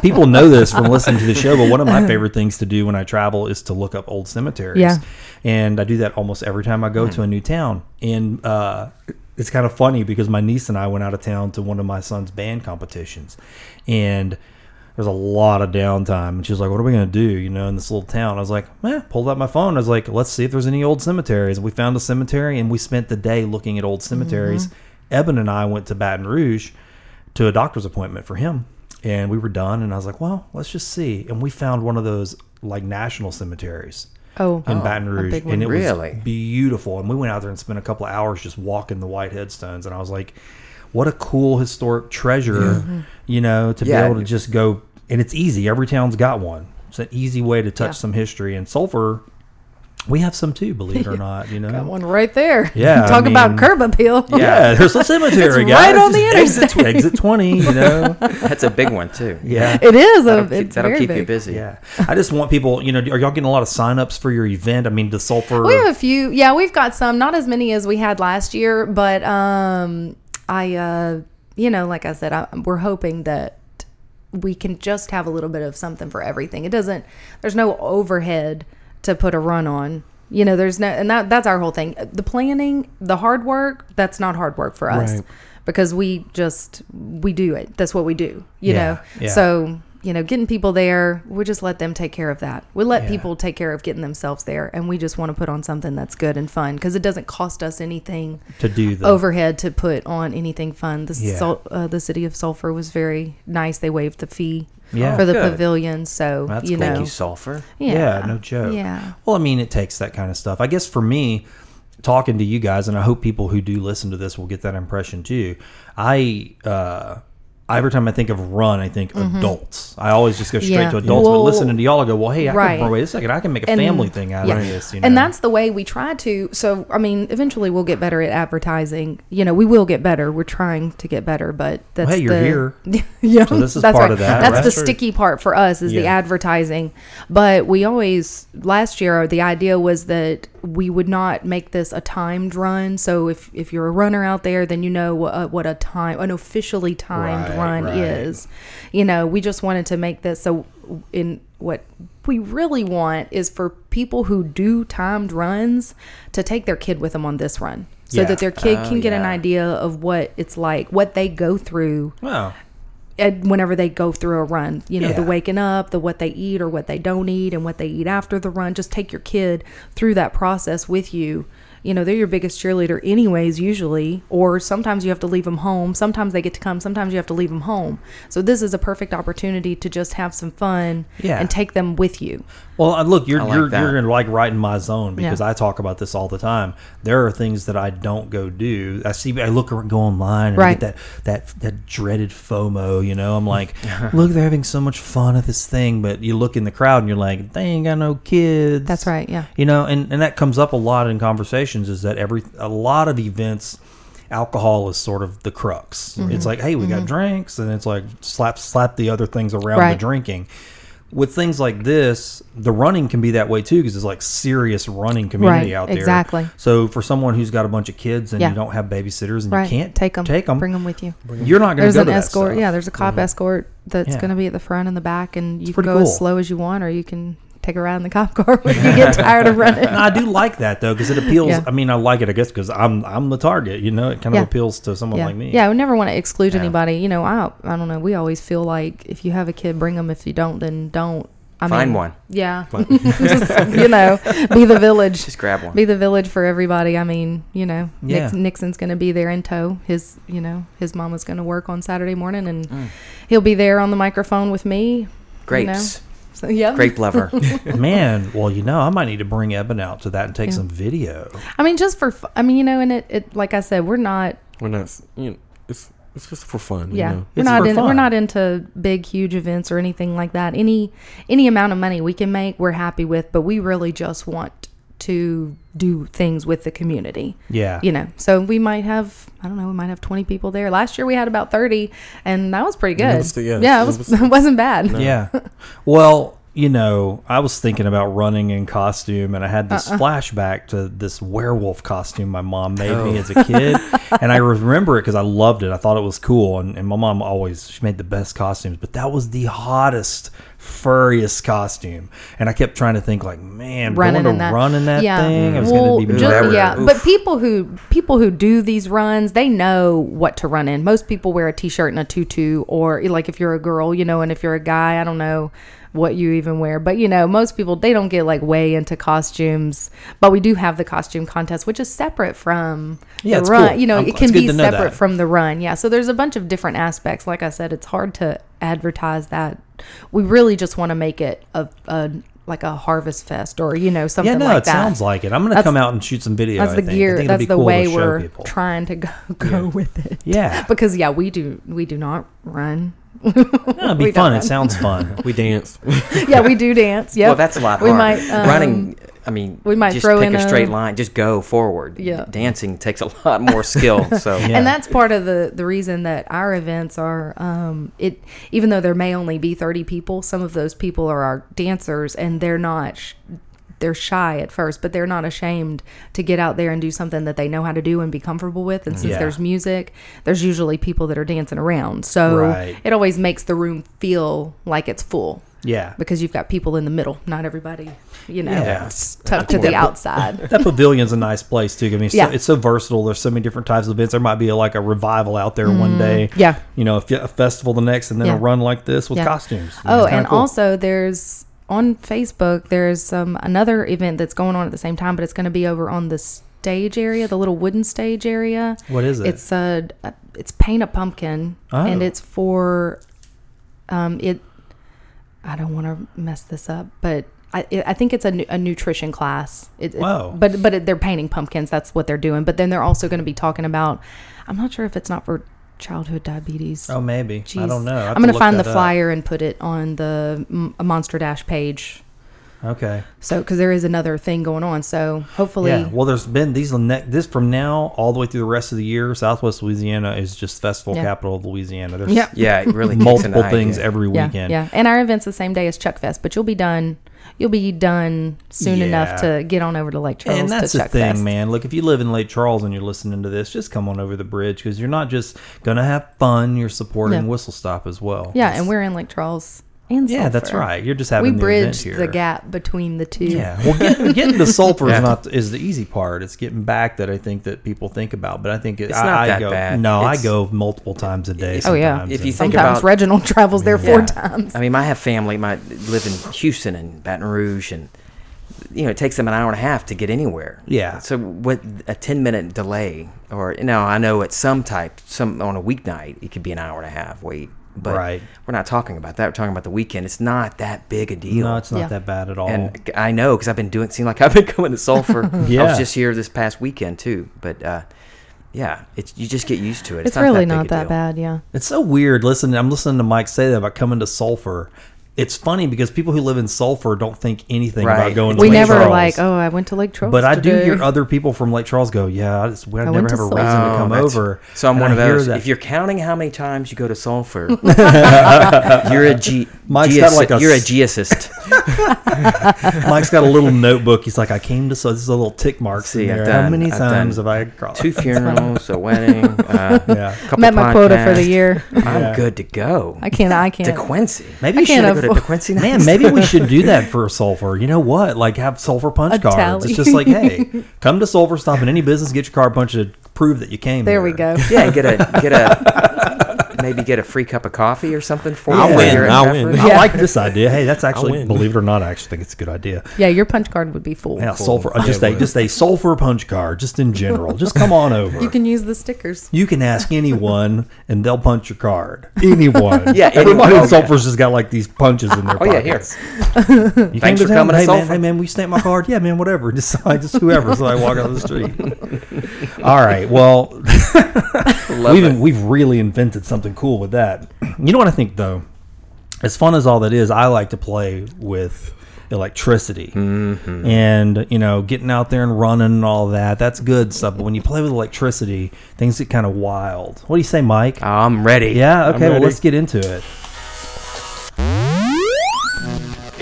Speaker 2: people know this from listening to the show, but one of my favorite things to do when I travel is to look up old cemeteries.
Speaker 5: Yeah.
Speaker 2: And I do that almost every time I go to a new town. And uh, it's kind of funny because my niece and I went out of town to one of my son's band competitions. And there's a lot of downtime. And she was like, What are we going to do, you know, in this little town? I was like, eh, pulled out my phone. I was like, Let's see if there's any old cemeteries. And we found a cemetery and we spent the day looking at old cemeteries. Eben and I went to Baton Rouge to a doctor's appointment for him. And we were done, and I was like, well, let's just see. And we found one of those like national cemeteries
Speaker 5: oh,
Speaker 2: in Baton Rouge,
Speaker 5: big one.
Speaker 2: and it
Speaker 3: Really?
Speaker 2: was beautiful. And we went out there and spent a couple of hours just walking the white headstones, and I was like, what a cool historic treasure, Mm-hmm. you know, to
Speaker 3: Yeah.
Speaker 2: be able to just go. And it's easy; every town's got one. It's an easy way to touch
Speaker 5: Yeah.
Speaker 2: some history. And Sulphur, we have some too, believe it or not. You know,
Speaker 5: That one right there.
Speaker 2: Yeah, I
Speaker 5: Talk about
Speaker 2: mean-
Speaker 5: curb appeal.
Speaker 2: yeah, there's a cemetery,
Speaker 5: It's
Speaker 2: guys.
Speaker 5: right on
Speaker 2: Just
Speaker 5: the
Speaker 2: exit, exit twenty. You know,
Speaker 3: That's a big one too.
Speaker 2: yeah.
Speaker 5: It is. A,
Speaker 3: that'll keep,
Speaker 5: it's
Speaker 3: that'll
Speaker 5: very
Speaker 3: keep
Speaker 5: big.
Speaker 3: you busy.
Speaker 2: Yeah, I just want people. You know, are y'all getting a lot of signups for your event? I mean, the sulfur.
Speaker 5: We have a few. Yeah, we've got some. Not as many as we had last year, but um, I, uh, you know, like I said, I, we're hoping that we can just have a little bit of something for everything. It doesn't. There's no overhead to put a run on. You know, there's no, and that that's our whole thing. The planning, the hard work. That's not hard work for us
Speaker 6: Right.
Speaker 5: because we just we do it. That's what we do.
Speaker 2: Yeah,
Speaker 5: You know.
Speaker 2: yeah.
Speaker 5: So you know, getting people there, we just let them take care of that. We let people take care of getting themselves there, and we just want to put on something that's good and fun because it doesn't cost us anything
Speaker 2: to do the
Speaker 5: overhead to put on anything fun. The
Speaker 2: Yeah.
Speaker 5: Sul- uh, the city of Sulphur was very nice. They waived the fee
Speaker 2: Yeah.
Speaker 5: for the
Speaker 3: Good.
Speaker 5: pavilion, so
Speaker 2: That's
Speaker 5: you
Speaker 2: cool.
Speaker 5: know,
Speaker 3: Thank you, sulfur.
Speaker 2: Yeah. no joke.
Speaker 5: Yeah.
Speaker 2: Well, I mean, it takes that kind of stuff. I guess for me, talking to you guys, and I hope people who do listen to this will get that impression too. I, uh, every time I think of run, I think adults. I always just go straight
Speaker 5: Mm-hmm. Yeah.
Speaker 2: to adults.
Speaker 5: Well-
Speaker 2: but listening to y'all, I go, well, hey, I
Speaker 5: Right.
Speaker 2: can, wait a second, I can make a
Speaker 5: And-
Speaker 2: family thing out
Speaker 5: yeah.
Speaker 2: of this. You know?
Speaker 5: And that's the way we try to. So, I mean, eventually we'll get better at advertising. You know, we will get better. We're trying to get better, but that's
Speaker 2: hey, you're
Speaker 5: the,
Speaker 2: here.
Speaker 5: yeah,
Speaker 2: So this is
Speaker 5: that's
Speaker 2: part
Speaker 5: right.
Speaker 2: of that,
Speaker 5: That's
Speaker 2: right?
Speaker 5: the
Speaker 2: True.
Speaker 5: sticky part for us is the
Speaker 2: Yeah.
Speaker 5: advertising. But we always last year the idea was that we would not make this a timed run. So if if you're a runner out there, then you know what a, what a time an officially timed
Speaker 2: Right,
Speaker 5: run
Speaker 2: right.
Speaker 5: is. You know, we just wanted to make this so in what we really want is for people who do timed runs to take their kid with them on this run. So
Speaker 2: Yeah.
Speaker 5: that their kid can get an
Speaker 3: yeah.
Speaker 5: idea of what it's like, what they go through
Speaker 2: Wow.
Speaker 5: at whenever they go through a run, you know, the
Speaker 2: Yeah.
Speaker 5: waking up, the what they eat or what they don't eat, and what they eat after the run. Just take your kid through that process with you. You know, they're your biggest cheerleader, anyways, usually, or sometimes you have to leave them home. Sometimes they get to come, sometimes you have to leave them home. So, this is a perfect opportunity to just have some fun
Speaker 2: Yeah.
Speaker 5: and take them with you.
Speaker 2: Well, I- look, you're
Speaker 3: I like
Speaker 2: you're,
Speaker 3: that.
Speaker 2: you're gonna like right in my zone because
Speaker 5: Yeah.
Speaker 2: I talk about this all the time. There are things that I don't go do. I see, I look around, go online, and I get
Speaker 5: Right.
Speaker 2: that that that dreaded FOMO. You know, I'm like, look, they're having so much fun at this thing, but you look in the crowd and you're like, they ain't got no kids.
Speaker 5: That's right, yeah.
Speaker 2: You know, and and that comes up a lot in conversations. Is that every a lot of events. Alcohol is sort of the crux.
Speaker 5: Mm-hmm.
Speaker 2: It's like, hey, we got drinks, and it's like slap slap the other things around the
Speaker 5: Right.
Speaker 2: drink drinking. With things like this, the running can be that way too because it's like serious running community
Speaker 5: Right,
Speaker 2: out there.
Speaker 5: exactly.
Speaker 2: So for someone who's got a bunch of kids and
Speaker 5: Yeah.
Speaker 2: you don't have babysitters and
Speaker 5: Right.
Speaker 2: you can't
Speaker 5: take them.
Speaker 2: take them,
Speaker 5: Bring them with you.
Speaker 2: You're not going
Speaker 5: There's
Speaker 2: to go
Speaker 5: an
Speaker 2: to that
Speaker 5: escort.
Speaker 2: stuff. Mm-hmm.
Speaker 5: Yeah, there's a cop escort that's
Speaker 2: Yeah.
Speaker 5: going to be at the front and the back, and you can
Speaker 2: pretty
Speaker 5: go
Speaker 2: cool.
Speaker 5: as slow as you want, or you can take a ride in the cop car when you get tired of running.
Speaker 2: No, I do like that though because it appeals.
Speaker 5: Yeah.
Speaker 2: I mean, I like it, I guess, because I'm I'm the target. You know, it kind
Speaker 5: Yeah.
Speaker 2: of appeals to someone
Speaker 5: yeah.
Speaker 2: like me.
Speaker 5: Yeah, I would never want to exclude anybody. You know, I I don't know. We always feel like if you have a kid, bring them. If you don't, then don't. I
Speaker 3: Find
Speaker 5: mean,
Speaker 3: one.
Speaker 5: Yeah. Just, you know, be the village.
Speaker 3: Just grab one.
Speaker 5: Be the village for everybody. I mean, you know, Nix
Speaker 2: Yeah.
Speaker 5: Nixon's going to be there in tow. His, you know, his mama's going to work on Saturday morning and
Speaker 3: Mm.
Speaker 5: he'll be there on the microphone with me.
Speaker 3: Grapes.
Speaker 5: So, yeah.
Speaker 3: Grape lover.
Speaker 2: Man, well, you know, I might need to bring Eben out to that and take
Speaker 5: Yeah.
Speaker 2: some video.
Speaker 5: I mean, just for, f- I mean, you know, and it, it, like I said, we're not,
Speaker 6: We're not. You know, it's it's just for fun.
Speaker 5: yeah,
Speaker 6: You know?
Speaker 5: we're
Speaker 2: It's
Speaker 5: not,
Speaker 2: for
Speaker 5: in, we're
Speaker 2: fun.
Speaker 5: not into big, huge events or anything like that. Any, any amount of money we can make, we're happy with, but we really just want to do things with the community.
Speaker 2: Yeah.
Speaker 5: you know so we might have i don't know we might have 20 people there last year we had about 30 and that was pretty good
Speaker 6: it was still- yeah,
Speaker 5: yeah it,
Speaker 6: it
Speaker 5: was,
Speaker 6: was-
Speaker 5: it wasn't bad
Speaker 2: Yeah. Well, you know, I was thinking about running in costume, and I had
Speaker 5: Uh-uh.
Speaker 2: this flashback to this werewolf costume my mom made me as a kid, and I remember it because I loved it. I thought it was cool, and, and my mom always she made the best costumes, but that was the hottest, furriest costume, and I kept trying to think like, man,
Speaker 5: running
Speaker 2: going to
Speaker 5: in that
Speaker 2: run in that
Speaker 5: yeah.
Speaker 2: thing, it was
Speaker 5: well,
Speaker 2: going to be
Speaker 5: ju-
Speaker 2: better.
Speaker 5: yeah but people who people who do these runs they know what to run in most people wear a t-shirt and a tutu or like if you're a girl you know and if you're a guy i don't know what you even wear but you know most people they don't get like way into costumes but we do have the costume contest which is separate from
Speaker 2: Yeah,
Speaker 5: the
Speaker 2: it's
Speaker 5: run
Speaker 2: cool.
Speaker 5: you know
Speaker 2: I'm-
Speaker 5: it
Speaker 2: it's
Speaker 5: can
Speaker 2: good
Speaker 5: be
Speaker 2: to know
Speaker 5: separate
Speaker 2: that.
Speaker 5: from the run yeah so there's a bunch of different aspects like i said it's hard to advertise that we really just want to make it a, a like a harvest fest or you know something
Speaker 2: Yeah, no,
Speaker 5: like
Speaker 2: it
Speaker 5: that
Speaker 2: sounds like it. I'm going to
Speaker 5: That's-
Speaker 2: come out and shoot some video.
Speaker 5: that's
Speaker 2: I
Speaker 5: the
Speaker 2: think. I
Speaker 5: gear
Speaker 2: think it'll
Speaker 5: that's
Speaker 2: be
Speaker 5: the
Speaker 2: cool to
Speaker 5: way
Speaker 2: show
Speaker 5: we're
Speaker 2: people.
Speaker 5: trying to go, go with it
Speaker 2: Yeah,
Speaker 5: because yeah we do we do not run
Speaker 2: it'll be
Speaker 5: we
Speaker 2: fun.
Speaker 5: don't
Speaker 2: It sounds fun.
Speaker 6: We dance.
Speaker 5: yeah we do dance yeah
Speaker 3: Well, that's a lot
Speaker 5: we
Speaker 3: harder.
Speaker 5: might um,
Speaker 3: Running, I mean,
Speaker 5: we might
Speaker 3: just
Speaker 5: throw
Speaker 3: pick
Speaker 5: in
Speaker 3: a straight
Speaker 5: a-
Speaker 3: line, just go forward.
Speaker 5: Yeah.
Speaker 3: Dancing takes a lot more skill. So
Speaker 2: Yeah.
Speaker 5: And that's part of the the reason that our events are um, it even though there may only be 30 people, some of those people are our dancers and they're not sh- they're shy at first, but they're not ashamed to get out there and do something that they know how to do and be comfortable with. And since
Speaker 2: Yeah.
Speaker 5: there's music, there's usually people that are dancing around. So
Speaker 2: Right.
Speaker 5: it always makes the room feel like it's full
Speaker 2: Yeah.
Speaker 5: because you've got people in the middle. Not everybody, you know,
Speaker 2: Yeah.
Speaker 5: it's tucked to the outside.
Speaker 2: that pavilion's a nice place too. I mean, it's
Speaker 5: Yeah.
Speaker 2: so, it's so versatile. There's so many different types of events. There might be like a revival out there one day.
Speaker 5: Mm, yeah.
Speaker 2: you know, a, fe- a festival the next, and then
Speaker 5: Yeah.
Speaker 2: a run like this with
Speaker 5: Yeah.
Speaker 2: costumes.
Speaker 5: Oh,
Speaker 2: It's kinda
Speaker 5: and
Speaker 2: cool.
Speaker 5: also there's on Facebook there's um, another event that's going on at the same time, but it's going to be over on the stage area, the little wooden stage area.
Speaker 2: What is it?
Speaker 5: It's a it's paint a pumpkin, and
Speaker 2: Oh.
Speaker 5: it's for um it. I don't want to mess this up, but. I, it- I think it's a, nu- a nutrition class. It, it-
Speaker 2: Wow.
Speaker 5: But but it, they're painting pumpkins. That's what they're doing. But then they're also going to be talking about. I'm not sure if it's not for childhood diabetes.
Speaker 2: oh maybe I
Speaker 5: Jeez.
Speaker 2: don't know. I have
Speaker 5: I'm gonna
Speaker 2: look
Speaker 5: find the
Speaker 2: that up.
Speaker 5: flyer and put it on the M- Monster Dash page.
Speaker 2: Okay.
Speaker 5: So, because there is another thing going on, so hopefully,
Speaker 2: Yeah. Well, there's been these ne- this from now all the way through the rest of the year. Southwest Louisiana is just festival
Speaker 5: Yeah.
Speaker 2: capital of Louisiana. There's
Speaker 5: Yeah.
Speaker 3: yeah, it really
Speaker 2: multiple
Speaker 3: kicks an
Speaker 2: things
Speaker 3: idea.
Speaker 2: every
Speaker 5: yeah,
Speaker 2: weekend.
Speaker 5: yeah. And our event's the same day as Chuck Fest, but you'll be done. You'll be done soon enough
Speaker 2: Yeah.
Speaker 5: to get on over to Lake Charles
Speaker 2: And that's
Speaker 5: to
Speaker 2: the
Speaker 5: Chuck
Speaker 2: thing,
Speaker 5: Fest.
Speaker 2: man. Look, if you live in Lake Charles and you're listening to this, just come on over the bridge because you're not just gonna have fun. You're supporting
Speaker 5: Yeah.
Speaker 2: Whistle Stop as well.
Speaker 5: Yeah, and we're in Lake Charles and
Speaker 2: Yeah, that's
Speaker 5: Sulphur.
Speaker 2: right. You're just having
Speaker 5: We
Speaker 2: the event
Speaker 5: bridged
Speaker 2: here.
Speaker 5: the gap between the two.
Speaker 2: Yeah, well, getting, getting to sulfur
Speaker 3: Yeah.
Speaker 2: is not is the easy part. It's getting back that I think that people think about. But I think it,
Speaker 3: It's
Speaker 2: I,
Speaker 3: not
Speaker 2: I
Speaker 3: that
Speaker 2: go,
Speaker 3: bad.
Speaker 2: No, I
Speaker 3: It's-
Speaker 2: go multiple times a day.
Speaker 5: Oh, yeah.
Speaker 2: sometimes,
Speaker 3: If you
Speaker 2: and-
Speaker 3: think
Speaker 5: Sometimes
Speaker 3: about
Speaker 5: Reginald travels there four
Speaker 3: Yeah.
Speaker 5: times.
Speaker 3: I mean, I have family. My live in Houston and Baton Rouge, and you know, it takes them an hour and a half to get anywhere.
Speaker 2: Yeah.
Speaker 3: So what a ten minute delay, or now I know at some type, some on a weeknight, it could be an hour and a half wait. But
Speaker 2: Right.
Speaker 3: we're not talking about that. We're talking about the weekend. It's not that big a deal.
Speaker 2: no, it's not
Speaker 5: Yeah.
Speaker 2: that bad at all.
Speaker 3: and I know because I've been doing. Seem like I've been coming to Sulphur. I
Speaker 2: Oh. Yeah.
Speaker 3: was just here this past weekend too. But uh, yeah, it's you just get used to it. It's,
Speaker 5: It's, really
Speaker 3: that
Speaker 5: not
Speaker 3: big a
Speaker 5: that
Speaker 3: deal.
Speaker 5: bad. Yeah.
Speaker 2: It's so weird. Listen, I'm listening to Mike say that about coming to Sulphur. It's funny because people who live in Sulphur don't think anything about
Speaker 3: Right.
Speaker 2: going. to
Speaker 5: We
Speaker 2: Lake
Speaker 5: never
Speaker 2: Charles.
Speaker 5: like, oh, I went to Lake Charles.
Speaker 2: But I do
Speaker 5: today."
Speaker 2: hear other people from Lake Charles go, "Yeah, I, just, I,
Speaker 5: went
Speaker 2: never
Speaker 5: to
Speaker 2: have a reason
Speaker 5: Sulphur."
Speaker 2: to
Speaker 3: Oh,
Speaker 2: come
Speaker 3: that's-
Speaker 2: over."
Speaker 3: So I'm
Speaker 2: And
Speaker 3: one
Speaker 2: I
Speaker 3: of
Speaker 2: hear
Speaker 3: those.
Speaker 2: that-
Speaker 3: If you're counting how many times you go to Sulphur, you're a ge-
Speaker 2: Mike's
Speaker 3: geoci-
Speaker 2: got like a
Speaker 3: you're a
Speaker 2: s-
Speaker 3: geocist.
Speaker 2: Mike's got a little notebook. He's like, I came to so this is a little tick mark.
Speaker 3: See,
Speaker 2: in
Speaker 3: I've
Speaker 2: there. How
Speaker 3: done-
Speaker 2: many
Speaker 3: I've
Speaker 2: times
Speaker 3: done
Speaker 2: have I crossed?
Speaker 3: Two funerals, a wedding, uh,
Speaker 2: Yeah.
Speaker 3: couple
Speaker 5: met my quota for
Speaker 3: podcasts.
Speaker 5: the year.
Speaker 3: I'm
Speaker 2: Yeah.
Speaker 3: good to go.
Speaker 5: I can't. I
Speaker 3: to
Speaker 5: can't.
Speaker 3: Quincy.
Speaker 2: Maybe
Speaker 5: I
Speaker 2: you
Speaker 5: can't
Speaker 2: should
Speaker 5: afford-
Speaker 3: go to Quincy. Next.
Speaker 2: Man, maybe we should do that for sulfur. You know what? Like have sulfur punch
Speaker 5: A
Speaker 2: cards.
Speaker 5: tally.
Speaker 2: It's just like, hey, come to sulfur stop in any business, get your card punched to prove that you came.
Speaker 5: There
Speaker 2: here.
Speaker 5: we go.
Speaker 3: Yeah, get a get a maybe get a free cup of coffee or something for
Speaker 6: I'll
Speaker 3: you for
Speaker 6: win,
Speaker 3: your
Speaker 6: I'll
Speaker 3: effort.
Speaker 6: win.
Speaker 2: I like this idea. Hey, that's actually,
Speaker 6: win.
Speaker 2: believe it or not, I actually think it's a good idea.
Speaker 5: Yeah, your punch card would be full.
Speaker 2: Yeah, sulfur. uh, just
Speaker 6: Yeah,
Speaker 2: a
Speaker 6: it
Speaker 2: just a sulfur punch card, just in general. just come on over.
Speaker 5: You can use the stickers.
Speaker 2: You can ask anyone, and they'll punch your card. Anyone.
Speaker 3: Yeah,
Speaker 2: everybody
Speaker 3: anyone.
Speaker 2: in Sulfur's just got like these punches in their
Speaker 3: Oh
Speaker 2: pockets.
Speaker 3: yeah, here.
Speaker 2: You
Speaker 3: Thanks
Speaker 2: came to
Speaker 3: for
Speaker 2: town?
Speaker 3: coming to
Speaker 2: Hey man,
Speaker 3: Sulphur.
Speaker 2: hey man, we snap my card. Yeah, man, whatever. Just I just whoever. So I walk out of the street. All right. Well,
Speaker 3: Love
Speaker 2: we've
Speaker 3: it.
Speaker 2: we've really invented something cool with that. You know what I think though? As fun as all that is, I like to play with electricity and you know getting out there and running and all that. That's good stuff. But when you play with electricity, things get kind of wild. What do you say, Mike?
Speaker 3: I'm ready.
Speaker 2: yeah. Okay. Well,
Speaker 6: ready.
Speaker 2: let's get into it.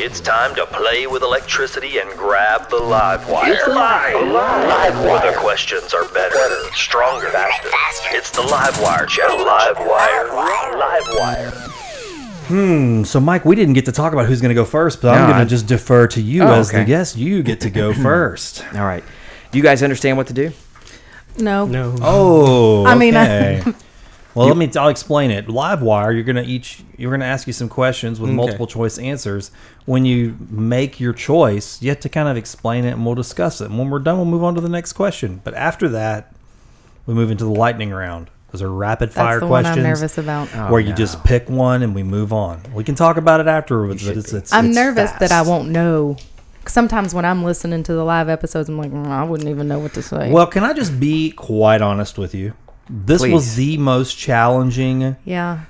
Speaker 1: It's time to play with electricity and grab the live wire. It's live. Live wire. The questions are better, stronger, faster. It's the live wire channel. Live wire. Live wire.
Speaker 2: Hmm, So, Mike, we didn't get to talk about who's going to go first, but I'm
Speaker 3: No,
Speaker 2: going
Speaker 3: I-
Speaker 2: to just defer to you
Speaker 3: Oh,
Speaker 2: as the
Speaker 3: okay.
Speaker 2: guest. You get to go first.
Speaker 3: All right. You guys understand what to do?
Speaker 5: No.
Speaker 6: No.
Speaker 2: Oh,
Speaker 5: I mean,
Speaker 2: okay. well, let me. I'll explain it. Livewire, you're going to each. You're going to ask you some questions with multiple choice answers. When you make your choice, you have to kind of explain it, and we'll discuss it. And when we're done, we'll move on to the next question. But after that, we move into the lightning round. Those are rapid fire
Speaker 5: That's the one
Speaker 2: questions.
Speaker 5: I'm nervous about.
Speaker 2: Where you just pick one and we move on. We can talk about it afterwards, but it's, it's
Speaker 5: I'm
Speaker 2: it's
Speaker 5: nervous that I
Speaker 2: fast.
Speaker 5: won't know. 'Cause Sometimes when I'm listening to the live episodes, I'm like, "Mm, I wouldn't even know what to say.
Speaker 2: Well, can I just be quite honest with you? This was
Speaker 3: Please.
Speaker 2: the most challenging.
Speaker 5: yeah.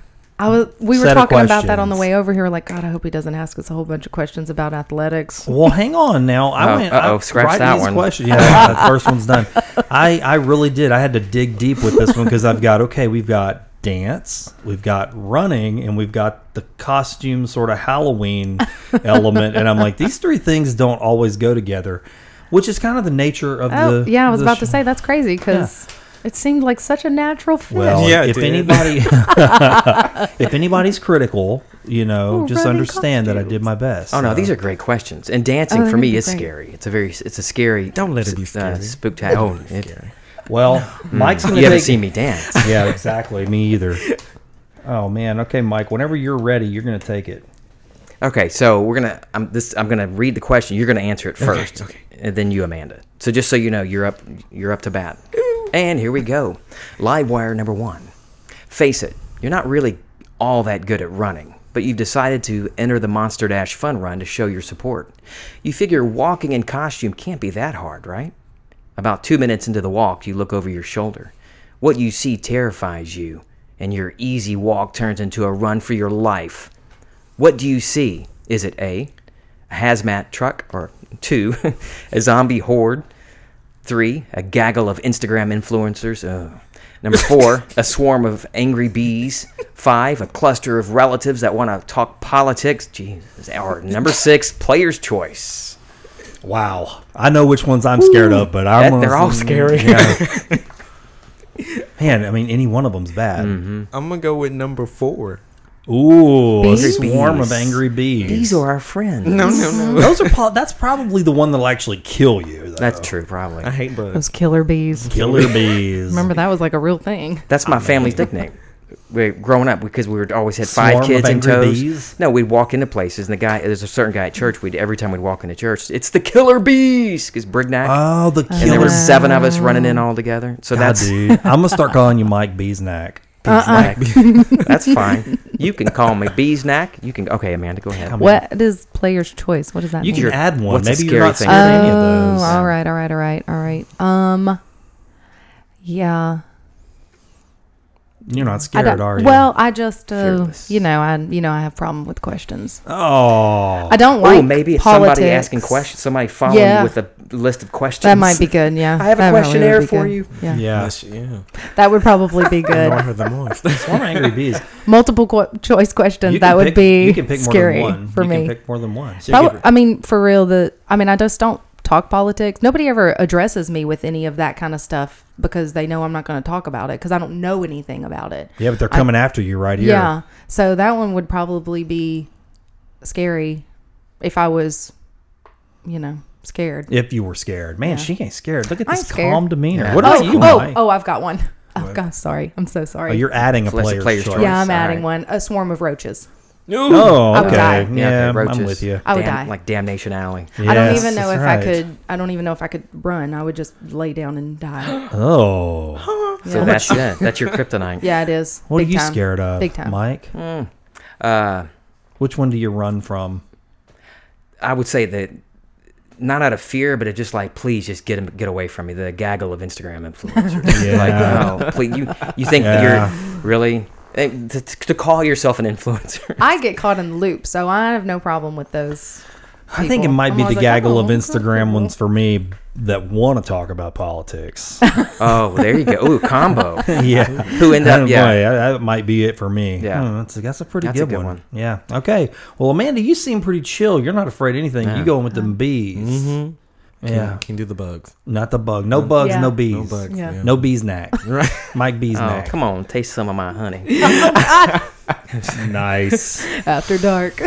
Speaker 5: I was. We were
Speaker 2: Set of
Speaker 5: talking about that on the
Speaker 2: questions.
Speaker 5: way over here. We're like, God, I hope he doesn't ask us a whole bunch of questions about athletics.
Speaker 2: Well, hang on now. I
Speaker 3: Oh,
Speaker 2: went.
Speaker 3: uh-oh,
Speaker 2: I,
Speaker 3: scratch
Speaker 2: write
Speaker 3: that
Speaker 2: these
Speaker 3: one.
Speaker 2: Questions. Yeah, that first one's done. I I really did. I had to dig deep with this one because I've got okay. We've got dance, we've got running, and we've got the costume sort of Halloween element. And I'm like, these three things don't always go together, which is kind of the nature of
Speaker 5: Oh,
Speaker 2: the.
Speaker 5: yeah. I was
Speaker 2: the
Speaker 5: about
Speaker 2: sh-
Speaker 5: to say that's crazy because it seemed like such a natural fit.
Speaker 2: Well,
Speaker 6: Yeah,
Speaker 2: if
Speaker 6: dude.
Speaker 2: anybody, if anybody's critical, you know,
Speaker 5: Oh,
Speaker 2: just
Speaker 5: running
Speaker 2: understand that I did my best.
Speaker 3: Oh no, these are great questions. And dancing
Speaker 5: Oh,
Speaker 3: for
Speaker 5: that'd
Speaker 3: me
Speaker 5: be
Speaker 3: is
Speaker 5: great.
Speaker 3: scary. It's a very it's a scary.
Speaker 6: Don't let it be
Speaker 3: s-
Speaker 6: scary.
Speaker 3: Uh, spookta- oh, it-
Speaker 2: Well, Mike's gonna
Speaker 3: Hmm. you haven't
Speaker 2: take-
Speaker 3: seen me dance.
Speaker 2: Yeah, exactly. me either. Oh man. Okay, Mike. Whenever you're ready, you're gonna take it.
Speaker 3: Okay, so we're gonna I'm this I'm gonna read the question. You're gonna answer it first,
Speaker 6: okay.
Speaker 3: and then you, Amanda. So just so you know, you're up you're up to bat. And here we go. Live wire number one. Face it, you're not really all that good at running, but you've decided to enter the Monster Dash Fun Run to show your support. You figure walking in costume can't be that hard, right? About two minutes into the walk, you look over your shoulder. What you see terrifies you, and your easy walk turns into a run for your life. What do you see? Is it A, a hazmat truck, or two, a zombie horde, three, a gaggle of Instagram influencers, Ugh. number four, a swarm of angry bees, five, a cluster of relatives that want to talk politics, Jesus, or number six, player's choice.
Speaker 2: Wow. I know which ones I'm scared of, but I'm.
Speaker 3: That- they're all
Speaker 2: honestly-
Speaker 3: scary.
Speaker 2: Yeah. Man, I mean, any one of them's bad.
Speaker 3: Mm-hmm.
Speaker 6: I'm gonna go with number four.
Speaker 2: Ooh, a
Speaker 5: Bees?
Speaker 2: swarm of
Speaker 3: Bees.
Speaker 2: angry bees.
Speaker 3: These are our friends.
Speaker 6: no, no.
Speaker 2: Those are. Po- that's probably the one that'll actually kill you. Though.
Speaker 3: That's true, probably.
Speaker 6: I hate bugs.
Speaker 5: Those killer bees.
Speaker 2: killer bees.
Speaker 5: Remember that was like a real thing.
Speaker 3: That's
Speaker 2: Ah,
Speaker 3: my family's nickname. We growing up because we were always had five
Speaker 2: Swarm of
Speaker 3: kids in
Speaker 2: angry
Speaker 3: tows.
Speaker 2: bees?
Speaker 3: No, we'd walk into places, and the guy there's a certain guy at church. We'd every time we'd walk into church, it's the killer bees because Brignac,
Speaker 2: Oh, the
Speaker 3: and there
Speaker 2: killer
Speaker 3: were seven of us running in all together. So
Speaker 2: God,
Speaker 3: that's
Speaker 2: dude. I'm gonna start calling you Mike Beesnack.
Speaker 5: Uh-uh.
Speaker 3: Beesnack. that's fine. You can call me Beesnack. You can okay, Amanda, go ahead.
Speaker 5: What is player's choice? What does that
Speaker 2: You can
Speaker 5: mean?
Speaker 3: Your-
Speaker 2: add one.
Speaker 3: what's a
Speaker 2: Maybe you're not
Speaker 3: scary
Speaker 2: scared
Speaker 3: thing?
Speaker 2: of any of
Speaker 5: Oh,
Speaker 2: those.
Speaker 5: all right, all right, all right, all right. Um, yeah.
Speaker 2: You're not
Speaker 5: I
Speaker 2: scared,
Speaker 5: don't-
Speaker 2: are you?
Speaker 5: Well, I just, uh,
Speaker 3: Fearless.
Speaker 5: you know, I you know, I have problem with questions.
Speaker 2: oh,
Speaker 5: I don't like.
Speaker 3: Oh, maybe it's
Speaker 5: politics.
Speaker 3: somebody asking questions. Somebody following
Speaker 5: Yeah.
Speaker 3: you with a list of questions.
Speaker 5: That might be good. Yeah,
Speaker 3: I have a
Speaker 5: That probably
Speaker 3: questionnaire
Speaker 5: would be
Speaker 3: for
Speaker 5: good.
Speaker 3: you.
Speaker 5: Yeah.
Speaker 2: yeah.
Speaker 6: That's- yeah.
Speaker 5: that would probably be
Speaker 6: Annoy
Speaker 5: good.
Speaker 6: her Uh, the most.
Speaker 2: Swarm of angry bees.
Speaker 5: Multiple qu- choice questions.
Speaker 2: You
Speaker 5: That
Speaker 2: can
Speaker 5: would
Speaker 2: pick-
Speaker 5: be
Speaker 2: you can pick
Speaker 5: scary
Speaker 2: more than one.
Speaker 5: for
Speaker 2: you
Speaker 5: me.
Speaker 2: Can pick more than one.
Speaker 5: Prob- I mean, for real, the I mean, I just don't talk politics. Nobody ever addresses me with any of that kind of stuff because they know I'm not going to talk about it because I don't know anything about it.
Speaker 2: yeah, but they're coming after you right here.
Speaker 5: Yeah. So that one would probably be scary if I was, you know, scared.
Speaker 2: If you were scared, man, she ain't scared. Look at
Speaker 5: I
Speaker 2: this
Speaker 5: ain't scared.
Speaker 2: calm demeanor.
Speaker 3: Yeah.
Speaker 2: What
Speaker 5: Oh,
Speaker 2: about you,
Speaker 5: oh,
Speaker 2: Mike?
Speaker 5: oh, I've got one. Oh gosh, sorry. I'm so sorry.
Speaker 2: Oh, you're adding a
Speaker 3: Unless a
Speaker 2: player's,
Speaker 3: player's
Speaker 2: choice.
Speaker 3: choice.
Speaker 5: yeah, I'm adding
Speaker 3: sorry.
Speaker 5: one. A swarm of roaches. I
Speaker 2: Oh,
Speaker 5: would
Speaker 2: okay.
Speaker 5: die.
Speaker 2: Yeah,
Speaker 3: okay,
Speaker 2: I'm
Speaker 3: roaches.
Speaker 2: with you.
Speaker 5: I would
Speaker 3: Damn-
Speaker 5: die.
Speaker 3: Like Damnation Alley.
Speaker 5: I don't
Speaker 2: Yes,
Speaker 5: even know if
Speaker 2: that's
Speaker 5: I
Speaker 2: right.
Speaker 5: could. I don't even know if I could run. I would just lay down and die.
Speaker 2: Oh,
Speaker 3: So
Speaker 5: Yeah.
Speaker 3: that's it. That's your kryptonite.
Speaker 5: yeah, it is.
Speaker 2: what
Speaker 5: Big
Speaker 2: are you
Speaker 5: time.
Speaker 2: scared of,
Speaker 5: Big time. Hmm.
Speaker 2: Mike?
Speaker 3: Uh,
Speaker 2: Which one do you run from?
Speaker 3: I would say that not out of fear, but it just like, please just get him, get away from me. The gaggle of Instagram influencers.
Speaker 2: Yeah.
Speaker 3: Like, no, please. You, you think
Speaker 2: Yeah.
Speaker 3: that you're really eh, to, to call yourself an influencer?
Speaker 5: I get caught in the loop, so I have no problem with those.
Speaker 2: I think it
Speaker 5: people.
Speaker 2: might
Speaker 5: I'm
Speaker 2: be the
Speaker 5: always like,
Speaker 2: gaggle
Speaker 5: "Oh,
Speaker 2: of
Speaker 5: okay,
Speaker 2: Instagram
Speaker 5: cool."
Speaker 2: ones for me that want to talk about politics.
Speaker 3: oh, there you go. Ooh, combo. Oh,
Speaker 2: yeah.
Speaker 3: Who end
Speaker 2: I
Speaker 3: up?
Speaker 2: don't
Speaker 3: Yeah.
Speaker 2: know, that, that might be it for me.
Speaker 3: Yeah.
Speaker 2: Hmm, that's, a, that's a pretty
Speaker 3: That's a
Speaker 2: good,
Speaker 3: good
Speaker 2: one.
Speaker 3: one.
Speaker 2: Yeah. Okay. Well, Amanda, you seem pretty chill. You're not afraid of anything. You go in with them bees.
Speaker 3: Mm-hmm.
Speaker 2: Yeah.
Speaker 6: Can do the bugs.
Speaker 2: Not the bug. No bugs.
Speaker 5: Yeah.
Speaker 2: No bees. No
Speaker 6: bugs,
Speaker 5: Yeah. yeah.
Speaker 2: No bees knack. Right. Mike bees
Speaker 3: Oh,
Speaker 2: knack.
Speaker 3: come on, taste some of my honey.
Speaker 2: Nice.
Speaker 5: After dark.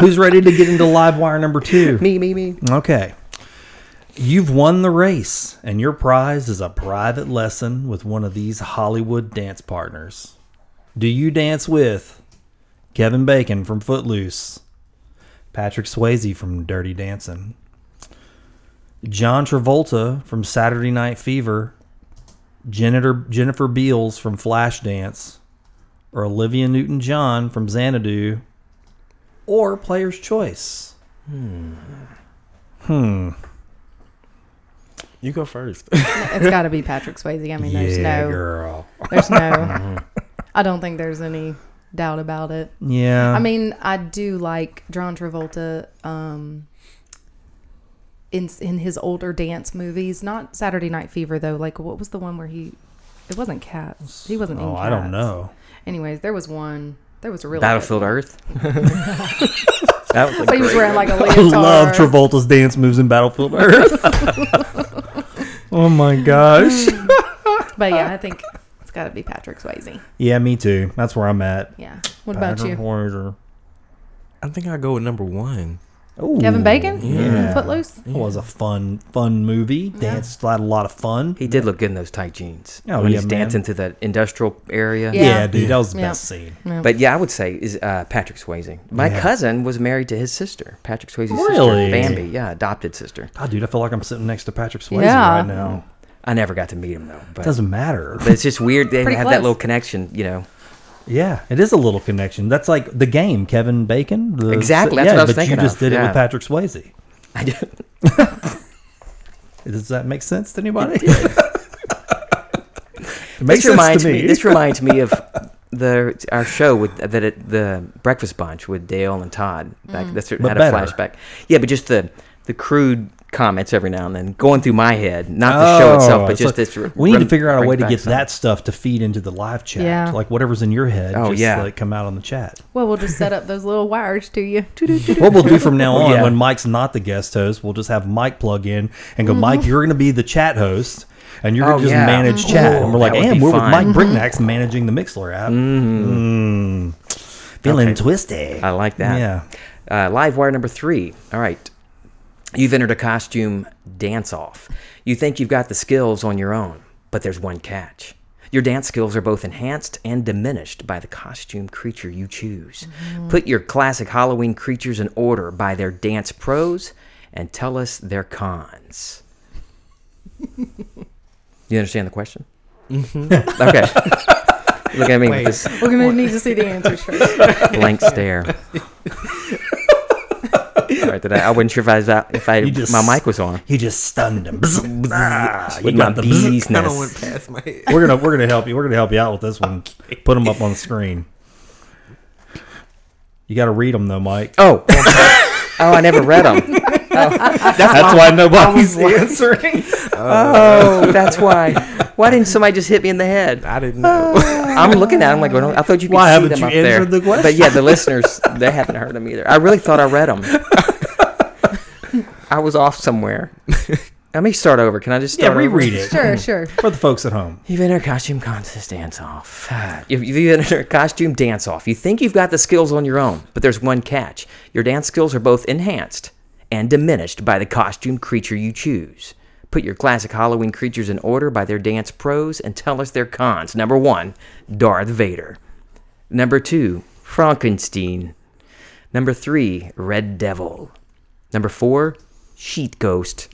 Speaker 2: Who's ready to get into live wire number two?
Speaker 3: me, me, me.
Speaker 2: Okay. You've won the race, and your prize is a private lesson with one of these Hollywood dance partners. Do you dance with Kevin Bacon from Footloose, Patrick Swayze from Dirty Dancing, John Travolta from Saturday Night Fever, Jennifer, Jennifer Beals from Flashdance, or Olivia Newton John from Xanadu, or Player's Choice?
Speaker 6: You go first.
Speaker 5: it's got to be Patrick Swayze. I mean, there's no,
Speaker 2: girl.
Speaker 5: there's
Speaker 3: Mm-hmm.
Speaker 5: no. I don't think there's any doubt about it.
Speaker 2: Yeah.
Speaker 5: I mean, I do like John Travolta um, in in his older dance movies. Not Saturday Night Fever though. Like, what was the one where he? It wasn't Cats. He wasn't. in
Speaker 2: oh,
Speaker 5: Cats.
Speaker 2: I don't know.
Speaker 5: Anyways, there was one. There was a real
Speaker 3: Battlefield Earth. that was a
Speaker 5: But he was
Speaker 3: great-
Speaker 5: wearing like a
Speaker 2: I
Speaker 5: leotard.
Speaker 2: love Travolta's dance moves in Battlefield Earth. oh my gosh.
Speaker 5: But yeah, I think it's got to be Patrick Swayze.
Speaker 2: Yeah, me too. That's where I'm at.
Speaker 5: Yeah. What about
Speaker 2: Patrick
Speaker 5: you,
Speaker 2: Swayze.
Speaker 6: I think I go with number one.
Speaker 2: Ooh,
Speaker 5: Kevin Bacon?
Speaker 2: Yeah.
Speaker 5: Footloose.
Speaker 2: It was a fun, fun movie. Dance had a lot of fun.
Speaker 3: He did look good in those tight jeans.
Speaker 2: Oh,
Speaker 3: when
Speaker 2: yeah,
Speaker 3: he's
Speaker 2: man.
Speaker 3: dancing to that industrial area.
Speaker 5: Yeah.
Speaker 2: Yeah, dude, that was the
Speaker 5: Yeah.
Speaker 2: best scene.
Speaker 3: But yeah, I would say is uh, Patrick Swayze. My cousin was married to his sister, Patrick Swayze's
Speaker 2: Really?
Speaker 3: sister, Bambi. Yeah, adopted sister.
Speaker 2: God, dude, I feel like I'm sitting next to Patrick Swayze
Speaker 5: Yeah.
Speaker 2: right now.
Speaker 3: I never got to meet him though. But,
Speaker 2: Doesn't matter.
Speaker 3: but it's just weird they
Speaker 5: Pretty
Speaker 3: have
Speaker 5: close.
Speaker 3: that little connection, you know.
Speaker 2: Yeah, it is a little connection. That's like the game, Kevin Bacon. the-
Speaker 3: Exactly, that's
Speaker 2: yeah,
Speaker 3: what I was
Speaker 2: but
Speaker 3: thinking
Speaker 2: you just
Speaker 3: of,
Speaker 2: did it
Speaker 3: yeah.
Speaker 2: with Patrick Swayze.
Speaker 3: I did-
Speaker 2: Does that make sense to anybody? it makes
Speaker 3: this
Speaker 2: sense
Speaker 3: reminds
Speaker 2: to
Speaker 3: me.
Speaker 2: me.
Speaker 3: This reminds me of the our show with that it, the Breakfast Bunch with Dale and Todd. Back,
Speaker 5: Mm-hmm.
Speaker 3: That's what
Speaker 2: But
Speaker 3: had
Speaker 2: better.
Speaker 3: a flashback. Yeah, but just the the crude comments every now and then going through my head, not the show itself, but
Speaker 2: Oh, it's
Speaker 3: just
Speaker 2: like-
Speaker 3: this. re-
Speaker 2: We need to
Speaker 3: rem-
Speaker 2: figure out a
Speaker 3: bring
Speaker 2: way to
Speaker 3: back
Speaker 2: get
Speaker 3: some-
Speaker 2: that stuff to feed into the live chat.
Speaker 5: Yeah.
Speaker 2: Like whatever's in your head,
Speaker 3: Oh,
Speaker 2: just
Speaker 3: yeah.
Speaker 2: let it come out on the chat.
Speaker 5: Well, we'll just set up those little wires to you.
Speaker 2: what we'll do from now on,
Speaker 3: Yeah.
Speaker 2: when Mike's not the guest host, we'll just have Mike plug in and go, Mike, you're going to be the chat host. And you're
Speaker 3: Oh,
Speaker 2: gonna just
Speaker 3: yeah.
Speaker 2: manage chat, and we're like,
Speaker 3: that would
Speaker 2: and
Speaker 3: be
Speaker 2: we're with
Speaker 3: fun."
Speaker 2: Mike Bricknax managing the Mixler app. Mm. Feeling
Speaker 3: Okay.
Speaker 2: twisty.
Speaker 3: I like that.
Speaker 2: Yeah.
Speaker 3: Uh, live wire number three. All right. You've entered a costume dance off. You think you've got the skills on your own, but there's one catch. Your dance skills are both enhanced and diminished by the costume creature you choose. Put your classic Halloween creatures in order by their dance pros and tell us their cons. you understand the question? Mm-hmm. okay. Look at me with this
Speaker 5: We're going to need to see the answers first.
Speaker 3: blank stare. All right, did I, I wasn't sure if I was out, if I
Speaker 2: just-
Speaker 3: my mic was on.
Speaker 2: He just stunned him. Ah, you
Speaker 3: With my
Speaker 2: got the bzzz.
Speaker 3: bees
Speaker 6: I
Speaker 3: nest.
Speaker 6: went past my head.
Speaker 2: We're gonna we're gonna help you. We're gonna help you out with this one. Put them up on the screen. You got to read them though, Mike.
Speaker 3: Oh, oh, I never read them.
Speaker 2: That's why nobody's answering.
Speaker 3: Oh, that's why. Why didn't somebody just hit me in the head?
Speaker 6: I didn't
Speaker 5: Oh,
Speaker 6: know.
Speaker 3: I'm looking at them like, well, I thought you could
Speaker 2: Why
Speaker 3: see
Speaker 2: haven't
Speaker 3: them
Speaker 2: you
Speaker 3: up there.
Speaker 2: answered the question?
Speaker 3: But yeah, the listeners, they haven't heard them either. I really thought I read them. I was off somewhere. Let me start over. Can I just
Speaker 2: Yeah,
Speaker 3: start over?
Speaker 2: reread it
Speaker 5: Sure, sure.
Speaker 2: for the folks at home.
Speaker 3: You've entered a costume contest dance off. You've, you've entered a costume dance off. You think you've got the skills on your own, but there's one catch. Your dance skills are both enhanced and diminished by the costume creature you choose. Put your classic Halloween creatures in order by their dance pros and tell us their cons. Number one, Darth Vader. Number two, Frankenstein. Number three, Red Devil. Number four, Sheet Ghost.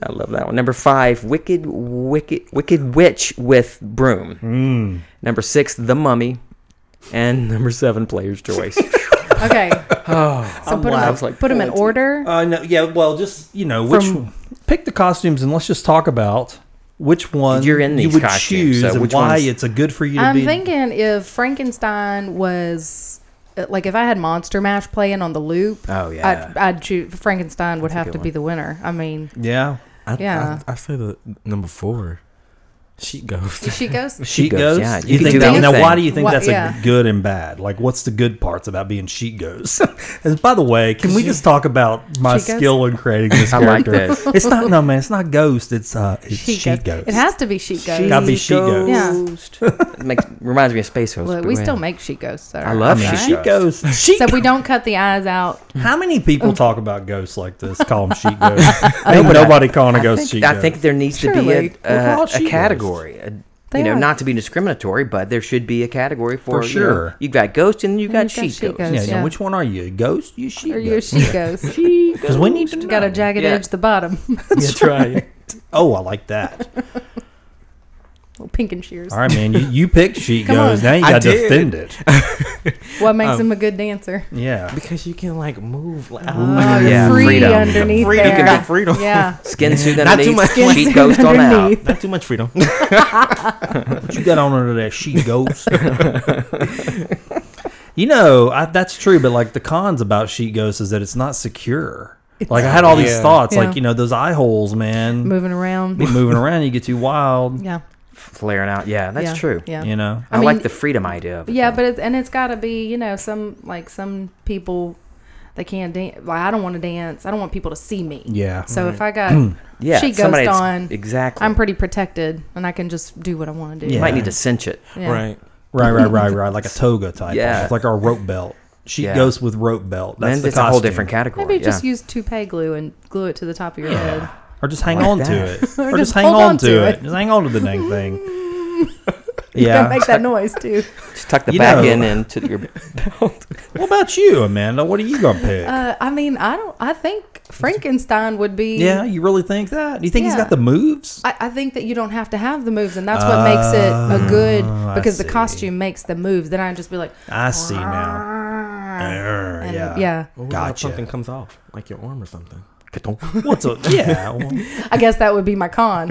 Speaker 3: I love that one. Number five, Wicked Wicked Wicked Witch with Broom.
Speaker 2: Mm.
Speaker 3: Number six, The Mummy. And number seven, Player's Choice.
Speaker 5: Okay. so put them,
Speaker 3: I was like,
Speaker 5: put 'em in
Speaker 3: "That's-
Speaker 5: order.
Speaker 2: Oh, Uh, no, yeah, well, just you know, which
Speaker 5: From-
Speaker 2: pick the costumes and let's just talk about which one
Speaker 3: You're in
Speaker 2: you
Speaker 3: these
Speaker 2: would
Speaker 3: costumes,
Speaker 2: choose
Speaker 3: so
Speaker 2: and
Speaker 3: which
Speaker 2: why
Speaker 3: ones-
Speaker 2: it's a good for you to
Speaker 5: I'm
Speaker 2: be.
Speaker 5: thinking if Frankenstein was uh, like if I had Monster Mash playing on the loop.
Speaker 3: Oh, yeah.
Speaker 5: I'd, I'd choose Frankenstein would have
Speaker 3: good
Speaker 5: to be the winner. I mean,
Speaker 2: yeah,
Speaker 6: I,
Speaker 5: Yeah.
Speaker 6: I, I say the number four. She goes.
Speaker 5: she goes.
Speaker 2: sheet
Speaker 3: goes,
Speaker 2: goes.
Speaker 3: yeah,
Speaker 2: you,
Speaker 3: you can
Speaker 2: think
Speaker 3: do
Speaker 2: that?
Speaker 3: anything.
Speaker 2: Now, why do you think
Speaker 5: Why-
Speaker 2: that's
Speaker 5: yeah.
Speaker 2: a good and bad? Like, what's the good parts about being sheet goes? and by the way, can we just talk about my
Speaker 5: Sheet goes?
Speaker 2: skill in creating this
Speaker 3: I like
Speaker 2: character?
Speaker 3: this.
Speaker 2: It's not no man. It's not ghost. It's uh, it's
Speaker 5: She,
Speaker 2: sheet,
Speaker 5: goes.
Speaker 2: goes.
Speaker 5: It has to be she goes.
Speaker 2: Gotta be sheet goes.
Speaker 5: Yeah.
Speaker 3: It makes, reminds me of Space Host.
Speaker 5: Look,
Speaker 3: but
Speaker 5: we
Speaker 3: we're-
Speaker 5: still make she goes. So
Speaker 3: I love
Speaker 5: right?
Speaker 3: she
Speaker 2: Sheet goes. Sheet.
Speaker 5: So we Oh. don't cut the eyes out.
Speaker 2: How many people talk about ghosts like this? Call them sheet ghosts. Ain't nobody calling a
Speaker 3: I
Speaker 2: ghost
Speaker 3: think,
Speaker 2: sheet.
Speaker 3: I
Speaker 2: ghost.
Speaker 3: think there needs
Speaker 5: Surely.
Speaker 3: to be a,
Speaker 2: We're
Speaker 3: a,
Speaker 2: all
Speaker 3: a
Speaker 2: she-goes.
Speaker 3: category. A,
Speaker 5: They
Speaker 3: you know,
Speaker 5: are.
Speaker 3: not to be discriminatory, but there should be a category for,
Speaker 2: For
Speaker 3: you know,
Speaker 2: sure.
Speaker 3: you've got ghosts and you've got
Speaker 5: you've got
Speaker 3: sheet
Speaker 5: she-goes.
Speaker 3: ghosts.
Speaker 2: Yeah,
Speaker 5: Yeah.
Speaker 2: yeah. Which one are you? A Ghost? You sheep?
Speaker 5: Or your
Speaker 2: ghost?
Speaker 5: she goes.
Speaker 2: Because we need to know.
Speaker 5: Got a jagged
Speaker 3: Yeah.
Speaker 5: edge at the bottom.
Speaker 2: That's right. oh, I like that.
Speaker 5: Little pink and shears.
Speaker 2: All right, man. You, you picked sheet
Speaker 5: Come
Speaker 2: goes.
Speaker 5: on.
Speaker 2: Now you
Speaker 6: I
Speaker 2: got to
Speaker 6: did.
Speaker 2: defend it.
Speaker 5: What makes
Speaker 2: Um,
Speaker 5: him a good dancer?
Speaker 2: Yeah.
Speaker 6: Because you can like move. Like,
Speaker 5: Oh, you're
Speaker 3: yeah,
Speaker 5: free
Speaker 3: freedom.
Speaker 5: underneath
Speaker 6: Freedom.
Speaker 5: there.
Speaker 6: You can be freedom.
Speaker 5: Yeah.
Speaker 3: Skin suit
Speaker 6: Not too
Speaker 3: underneath,
Speaker 6: much.
Speaker 5: Skin
Speaker 3: sheet
Speaker 5: suit
Speaker 3: ghost on out.
Speaker 5: underneath.
Speaker 6: Not too much freedom.
Speaker 2: What you got on under that sheet ghost? you know, I, that's true. But like the cons about sheet ghosts is that it's not secure. Like I had all these
Speaker 6: Yeah.
Speaker 2: thoughts.
Speaker 5: Yeah.
Speaker 2: Like you know those eye holes, man.
Speaker 5: Moving around.
Speaker 2: Be moving around, you get too wild.
Speaker 5: Yeah.
Speaker 3: Flaring out. Yeah, that's
Speaker 5: yeah,
Speaker 3: true.
Speaker 5: Yeah.
Speaker 2: You know.
Speaker 3: I,
Speaker 5: I
Speaker 3: like
Speaker 5: mean-
Speaker 3: the freedom idea of it.
Speaker 5: Yeah, but it's and it's got to be you know some like some people they can't dance. Like I don't want to dance. I don't want people to see me.
Speaker 2: Yeah.
Speaker 5: So if I got
Speaker 3: yeah,
Speaker 5: she goes
Speaker 3: somebody that's-
Speaker 5: on,
Speaker 3: Exactly.
Speaker 5: I'm pretty protected and I can just do what I want to do.
Speaker 3: You
Speaker 2: Yeah.
Speaker 3: might need to cinch it.
Speaker 5: Yeah.
Speaker 6: Right.
Speaker 2: Right, right, right, right. Like a toga type.
Speaker 3: Yeah.
Speaker 2: It's like our rope belt. Sheet
Speaker 3: Yeah.
Speaker 2: ghost with rope belt. That's
Speaker 3: Then
Speaker 2: the
Speaker 3: it's a whole
Speaker 2: costume.
Speaker 3: different category.
Speaker 5: Maybe
Speaker 3: yeah.
Speaker 5: just use toupee glue and glue it to the top of your head.
Speaker 2: Or just hang
Speaker 3: Like
Speaker 2: on to it.
Speaker 3: that.
Speaker 2: Or,
Speaker 5: just
Speaker 2: just hang
Speaker 5: hold
Speaker 2: on,
Speaker 5: on
Speaker 2: to,
Speaker 5: to
Speaker 2: it.
Speaker 5: it.
Speaker 2: Just hang on to the dang thing.
Speaker 5: Yeah.
Speaker 2: yeah.
Speaker 5: Make that noise too.
Speaker 3: Just tuck the
Speaker 2: you
Speaker 3: back
Speaker 2: know-
Speaker 3: end into your belt.
Speaker 2: What about you, Amanda? What are you gonna pick?
Speaker 5: Uh, I mean, I don't. I think Frankenstein would be.
Speaker 2: yeah, you really think that? Do you think he's
Speaker 5: Yeah.
Speaker 2: got the moves?
Speaker 5: I, I think that you don't have to have the moves, and that's what makes it a good
Speaker 2: Oh, I
Speaker 5: because the
Speaker 2: see.
Speaker 5: costume makes the moves. Then I'd just be like,
Speaker 2: I see now.
Speaker 5: "Arr,"
Speaker 2: Err,
Speaker 5: and-
Speaker 2: Uh, yeah.
Speaker 5: yeah.
Speaker 6: Or
Speaker 2: Gotcha.
Speaker 6: Something comes off, like your arm or something.
Speaker 2: What's a yeah? well,
Speaker 5: I guess that would be my con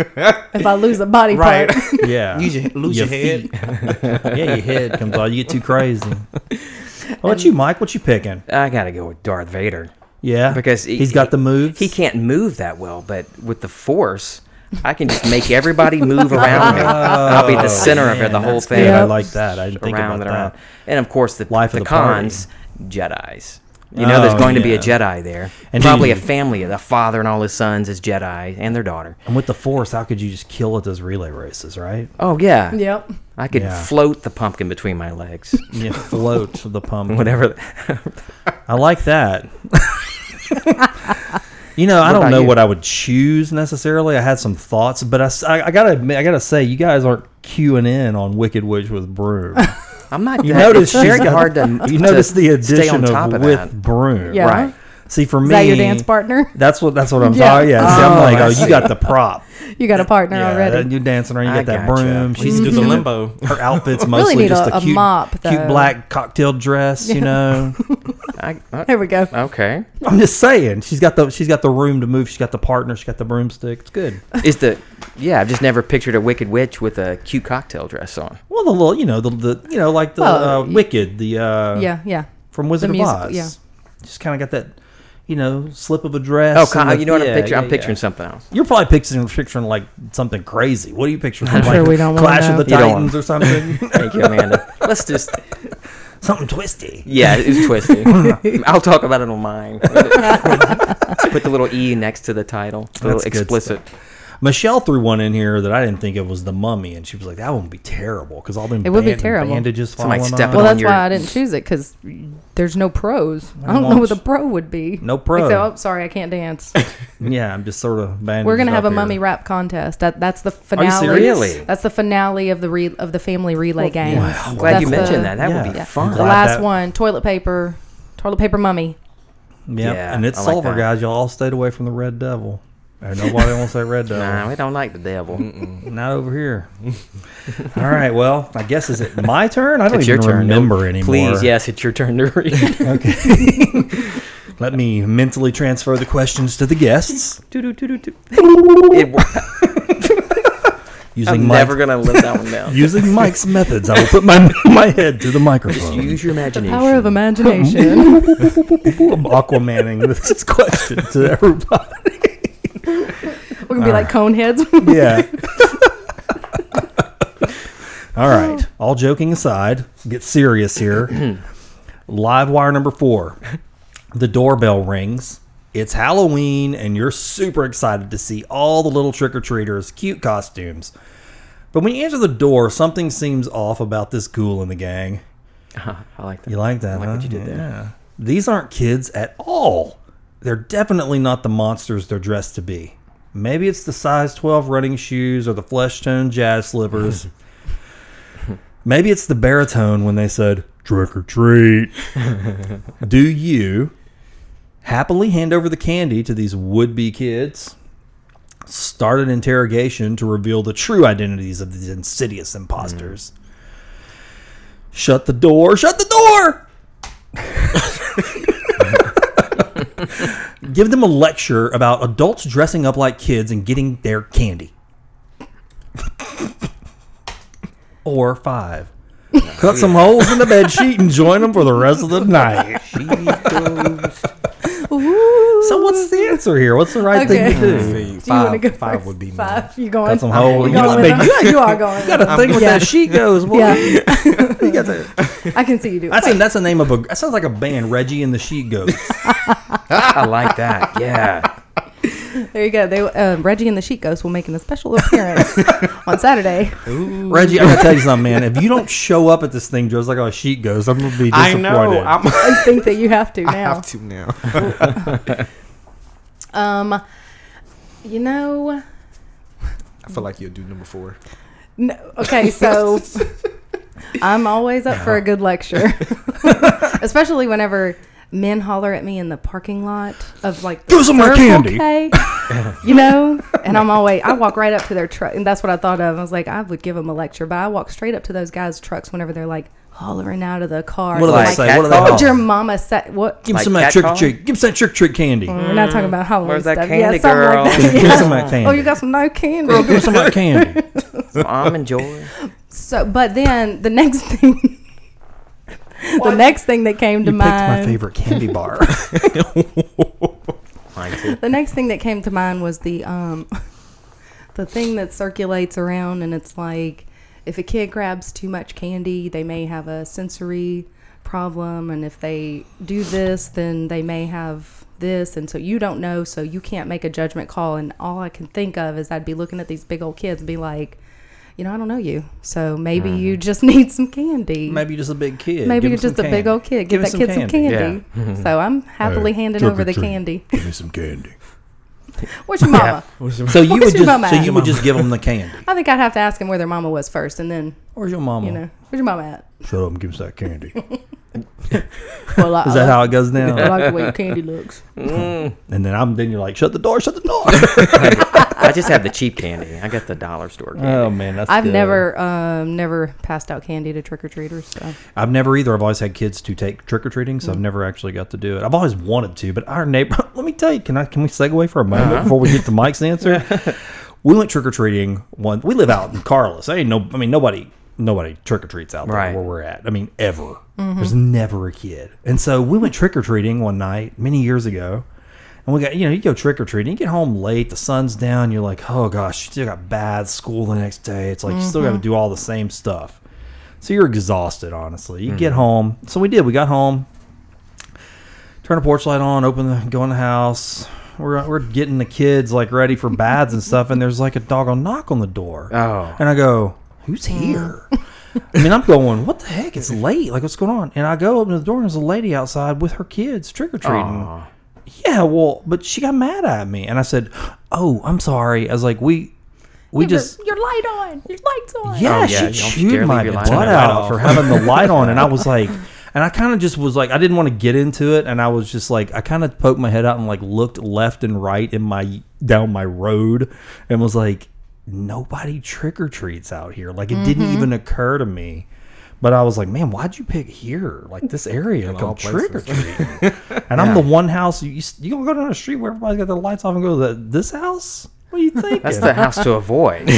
Speaker 5: if I lose a body
Speaker 6: Right.
Speaker 5: part.
Speaker 2: yeah.
Speaker 6: You just lose your head.
Speaker 2: head. yeah, your head comes off. You get too crazy. What about you, Mike? What you picking?
Speaker 3: I gotta go with Darth Vader
Speaker 2: Yeah,
Speaker 3: because he,
Speaker 2: has got the moves.
Speaker 3: He can't move that well, but with the Force, I can just make everybody move around me. I'll be the center of it, the whole
Speaker 2: Oh, Yeah,
Speaker 3: thing.
Speaker 2: I
Speaker 5: Yep.
Speaker 2: like that. I didn't think
Speaker 3: around
Speaker 2: about
Speaker 3: and
Speaker 2: that.
Speaker 3: around. And of course, the
Speaker 2: Life
Speaker 3: the
Speaker 2: of the party.
Speaker 3: cons, Jedi's. You know, there's
Speaker 2: Oh,
Speaker 3: going to be a
Speaker 2: yeah.
Speaker 3: Jedi there,
Speaker 2: And
Speaker 3: and
Speaker 2: do
Speaker 3: probably
Speaker 2: you-
Speaker 3: a family, the father and all his sons is Jedi, and their daughter.
Speaker 2: And with the force, how could you just kill at those relay races, right?
Speaker 3: Oh yeah,
Speaker 5: yep.
Speaker 3: I could
Speaker 2: Yeah.
Speaker 3: float the pumpkin between my legs,
Speaker 2: You float the pump.
Speaker 3: whatever.
Speaker 2: I like that. you know, I don't
Speaker 3: about
Speaker 2: know
Speaker 3: you?
Speaker 2: what I would choose necessarily. I had some thoughts, but I s- I, I gotta admit, I gotta say, you guys aren't queuing in on Wicked Witch with Broom.
Speaker 3: I'm not.
Speaker 2: You
Speaker 3: that,
Speaker 2: notice
Speaker 3: it's
Speaker 2: she's
Speaker 3: very
Speaker 2: got-
Speaker 3: hard to.
Speaker 2: You
Speaker 3: to
Speaker 2: notice the
Speaker 3: stay on
Speaker 2: addition
Speaker 3: top
Speaker 2: of,
Speaker 3: of
Speaker 2: with
Speaker 3: that.
Speaker 2: Broom,
Speaker 5: Yeah.
Speaker 3: Right.
Speaker 2: See, for me,
Speaker 5: Is that your dance partner?
Speaker 2: That's what that's what I'm
Speaker 5: Yeah.
Speaker 2: talking. Yeah, see,
Speaker 3: Oh,
Speaker 2: I'm like,
Speaker 3: I
Speaker 2: oh,
Speaker 3: see.
Speaker 2: you got the prop
Speaker 5: You got a partner
Speaker 2: Yeah,
Speaker 5: already.
Speaker 2: You're dancing around. You
Speaker 3: I
Speaker 2: got that
Speaker 3: gotcha.
Speaker 2: broom.
Speaker 6: She used to do the limbo.
Speaker 2: her outfits mostly
Speaker 5: need
Speaker 2: just
Speaker 5: a-
Speaker 2: a,
Speaker 5: a
Speaker 2: cute,
Speaker 5: mop,
Speaker 2: cute
Speaker 5: though.
Speaker 2: black cocktail dress. You know,
Speaker 3: I, uh,
Speaker 5: There we go.
Speaker 3: okay.
Speaker 2: I'm just saying she's got the she's got the room to move. She's got the partner. She's got the broomstick. It's good.
Speaker 3: Is the yeah? I've just never pictured a wicked witch with a cute cocktail dress on.
Speaker 2: Well, the little you know the, the you know like the
Speaker 5: Well,
Speaker 2: uh,
Speaker 5: y-
Speaker 2: Wicked the uh,
Speaker 5: Yeah, yeah.
Speaker 2: from Wizard of
Speaker 5: musical,
Speaker 2: Oz.
Speaker 5: yeah.
Speaker 2: Just kind of got that you know slip of a dress.
Speaker 3: Oh,
Speaker 2: and
Speaker 3: co-
Speaker 2: the-
Speaker 3: you know what
Speaker 2: yeah,
Speaker 3: I'm picturing? I'm
Speaker 2: yeah,
Speaker 3: picturing
Speaker 2: yeah.
Speaker 3: something else.
Speaker 2: You're probably picturing picturing like something crazy. What are you picturing? like
Speaker 5: sure we don't wanna
Speaker 2: Clash
Speaker 5: know.
Speaker 2: of the
Speaker 3: You don't
Speaker 2: Titans or something.
Speaker 3: Thank you, Amanda. Let's just
Speaker 2: something twisty.
Speaker 3: Yeah, it's twisty. I'll talk about it on mine. Put the little E next to the title. A little
Speaker 2: That's good
Speaker 3: explicit.
Speaker 2: Michelle threw one in here that I didn't think of was the mummy, and she was like, "That one would be terrible because all them
Speaker 5: It would be
Speaker 2: band-
Speaker 5: terrible.
Speaker 2: bandages
Speaker 3: Somebody
Speaker 2: falling
Speaker 3: stepping
Speaker 2: off."
Speaker 5: Well,
Speaker 3: on
Speaker 5: that's
Speaker 3: your-
Speaker 5: why I didn't choose it because there's no pros. I don't know
Speaker 2: watch-
Speaker 5: what a pro would be.
Speaker 2: No pro.
Speaker 5: Except, oh, sorry, I can't dance.
Speaker 2: Yeah, I'm just sort of bandaged.
Speaker 5: We're gonna have a
Speaker 2: up here.
Speaker 5: mummy rap contest. That that's the finale.
Speaker 2: serious?
Speaker 3: Really?
Speaker 5: That's the finale of the re, of the family relay games.
Speaker 3: I'm glad
Speaker 5: That's
Speaker 3: you mentioned
Speaker 5: the-
Speaker 3: that. That
Speaker 2: yeah.
Speaker 3: would be
Speaker 2: uh, Yeah.
Speaker 3: fun.
Speaker 5: The
Speaker 2: Glad
Speaker 5: last
Speaker 2: that-
Speaker 5: one, toilet paper, toilet paper mummy.
Speaker 2: Yeah,
Speaker 3: Yeah,
Speaker 2: and it's
Speaker 3: I like
Speaker 2: silver,
Speaker 3: that.
Speaker 2: guys. Y'all all stayed away from the red devil. I know why they won't say red devil.
Speaker 3: Nah, we don't like the devil.
Speaker 2: Not over here. all right. Well, I guess is it my turn? I don't
Speaker 3: It's your
Speaker 2: even
Speaker 3: turn.
Speaker 2: remember
Speaker 3: Nope.
Speaker 2: anymore.
Speaker 3: Please, yes, it's your turn to read.
Speaker 2: Let me mentally transfer the questions to the guests
Speaker 3: it, wor-
Speaker 2: using
Speaker 3: I'm
Speaker 2: my
Speaker 3: never gonna live that one down.
Speaker 2: using Mike's methods. I will put my my head to the microphone.
Speaker 3: Use your imagination.
Speaker 5: Power of imagination.
Speaker 2: I'm Aquamaning this question to everybody.
Speaker 5: We're gonna be like cone heads.
Speaker 2: Yeah. All right. All joking aside, get serious here. Live wire number four. The doorbell rings. It's Halloween, and you're super excited to see all the little trick or treaters' cute costumes. But when you answer the door, something seems off about this ghoul in the gang.
Speaker 3: I like that.
Speaker 2: You like that?
Speaker 3: I like
Speaker 2: huh?
Speaker 3: what you did there.
Speaker 2: Yeah. These aren't kids at all. They're definitely not the monsters they're dressed to be. Maybe it's the size 12 running shoes or the flesh tone jazz slippers. Maybe it's the baritone when they said, trick or treat. Do you happily hand over the candy to these would be kids? Start an interrogation to reveal the true identities of these insidious imposters. Shut the door. Shut the door. Give them a lecture about adults dressing up like kids and getting their candy. or five. Cut some holes in the bed sheet and join them for the rest of the night. so what's the answer here? What's the right thing
Speaker 5: Okay.
Speaker 2: to do?
Speaker 6: See,
Speaker 5: Do you wanna
Speaker 6: five,
Speaker 5: go
Speaker 6: five
Speaker 5: first?
Speaker 6: would be mine.
Speaker 5: Five. You going?
Speaker 2: Got some holes. You,
Speaker 5: You, going
Speaker 2: got
Speaker 5: with
Speaker 2: to
Speaker 5: them? you are going. with them.
Speaker 2: think with
Speaker 5: Yeah.
Speaker 2: that sheet goes. Boy.
Speaker 5: Yeah,
Speaker 2: You got that.
Speaker 5: I can see you do. it.
Speaker 2: That's a, that's the name of a. That sounds like a band, Reggie and the She Goats.
Speaker 3: I like that. Yeah.
Speaker 5: There you go. They uh, Reggie and the Sheet Ghost will making a special appearance on Saturday.
Speaker 2: Reggie, I gotta tell you something, man. If you don't show up at this thing dressed like a sheet goes, I'm gonna be disappointed.
Speaker 6: I know. I'm, I
Speaker 5: I think that you have to now.
Speaker 6: have to now.
Speaker 5: Um, you know,
Speaker 6: I feel like you'll do number four.
Speaker 5: no, okay, so I'm always up for a good lecture, especially whenever men holler at me in the parking lot of like
Speaker 2: Give us some more
Speaker 5: Circle
Speaker 2: candy.
Speaker 5: K, you know, and I'm always I walk right up to their truck, and that's what I thought of. I was like, I would give them a lecture, but I walk straight up to those guys' trucks whenever they're like hollering out of the car.
Speaker 2: What do they
Speaker 5: like,
Speaker 3: Like
Speaker 2: say? Oh. What do they
Speaker 3: catcall?
Speaker 2: call?
Speaker 5: Would your mama say what?
Speaker 2: Give me
Speaker 3: Like
Speaker 2: some of that
Speaker 3: cat
Speaker 2: trick or
Speaker 3: call?
Speaker 2: treat. Give me some trick trick candy.
Speaker 5: We're not talking about Halloween
Speaker 3: Where's that
Speaker 5: stuff.
Speaker 3: candy,
Speaker 5: yeah, something like that.
Speaker 2: Give me some of that
Speaker 5: Oh,
Speaker 2: candy.
Speaker 5: you got some no candy.
Speaker 2: Give me some of that candy.
Speaker 3: Almond joy.
Speaker 5: So, but then the next thing, the next thing that came to
Speaker 2: You picked
Speaker 5: mind,
Speaker 2: my favorite candy bar.
Speaker 3: Mine too.
Speaker 5: the next thing that came to mind was the um, the thing that circulates around, and it's like if a kid grabs too much candy, they may have a sensory problem, and if they do this, then they may have this, and so you don't know, so you can't make a judgment call. And all I can think of is I'd be looking at these big old kids and be like. You know, I don't know you, so maybe
Speaker 2: Mm-hmm.
Speaker 5: you just need some candy.
Speaker 2: Maybe you're just a big kid. Give
Speaker 5: Maybe you're
Speaker 2: him some
Speaker 5: just a big
Speaker 2: candy.
Speaker 5: old kid. Give,
Speaker 2: him
Speaker 5: that kid some candy. So I'm happily handing over the candy.
Speaker 7: Give me some candy.
Speaker 5: What's your mama?
Speaker 2: Yeah. So you
Speaker 5: Where's
Speaker 2: would
Speaker 5: your
Speaker 2: just
Speaker 5: mama
Speaker 2: so
Speaker 5: at?
Speaker 2: you would just give them the candy.
Speaker 5: I think I'd have to ask him where their mama was first, and then
Speaker 2: Where's your mama?
Speaker 5: you know, where's your mama at?
Speaker 7: Shut up and give us that candy.
Speaker 5: Well, I,
Speaker 2: Is that
Speaker 5: I,
Speaker 2: how it goes down?
Speaker 5: I like the way your candy looks.
Speaker 2: And then I'm then you're like, shut the door, shut the door.
Speaker 3: I just have the cheap candy. I got the dollar store candy.
Speaker 2: oh man, that's
Speaker 5: I've
Speaker 2: good.
Speaker 5: never, um, never passed out candy to trick or treaters. So
Speaker 2: I've never either. I've always had kids to take trick or treating, so I've never actually got to do it. I've always wanted to, but our neighbor. Let me tell you, can I? Can we segue for a moment before we get to Mike's answer? we went trick or treating one. We live out in Carlos. There ain't no. I mean, nobody, nobody trick or treats out there
Speaker 3: Right.
Speaker 2: where we're at. I mean, ever. There's never a kid, and so we went trick or treating one night many years ago. And we got, you know, you go trick or treating, you get home late, the sun's down, you're like, oh gosh, you still got bad school the next day. It's like, you still got to do all the same stuff. So you're exhausted, honestly. You get home. So we did. We got home, turn the porch light on, open the, go in the house, we're we're getting the kids like ready for baths and stuff, and there's like a doggone knock on the door.
Speaker 3: Oh.
Speaker 2: and I go, who's here? I mean, I'm going, what the heck? It's late. Like, what's going on? And I go open the door, and there's a lady outside with her kids trick or treating. Yeah, well, but she got mad at me, and I said, "Oh, I'm sorry." I was like, "We, we
Speaker 5: Your-
Speaker 2: just
Speaker 5: your light on, your lights on.
Speaker 2: yeah,
Speaker 3: Oh, yeah,
Speaker 2: she
Speaker 3: you don't dare
Speaker 2: chewed
Speaker 3: leave
Speaker 2: my
Speaker 3: your
Speaker 2: butt
Speaker 3: light on. Turn the
Speaker 2: out
Speaker 6: light off.
Speaker 2: for having the light on, and I was like, and I kind of just was like, I didn't want to get into it, and I was just like, I kind of poked my head out and like looked left and right in my down my road, and was like, nobody trick or treats out here. Like it didn't
Speaker 3: Mm-hmm.
Speaker 2: even occur to me. But I was like, man, why'd you pick here, like this area, to come
Speaker 6: all
Speaker 2: trick or treating? And I'm the one house you you, you gonna go down the street where everybody's got their lights off and go to the, this house? What do you think?
Speaker 3: That's the house to avoid. Come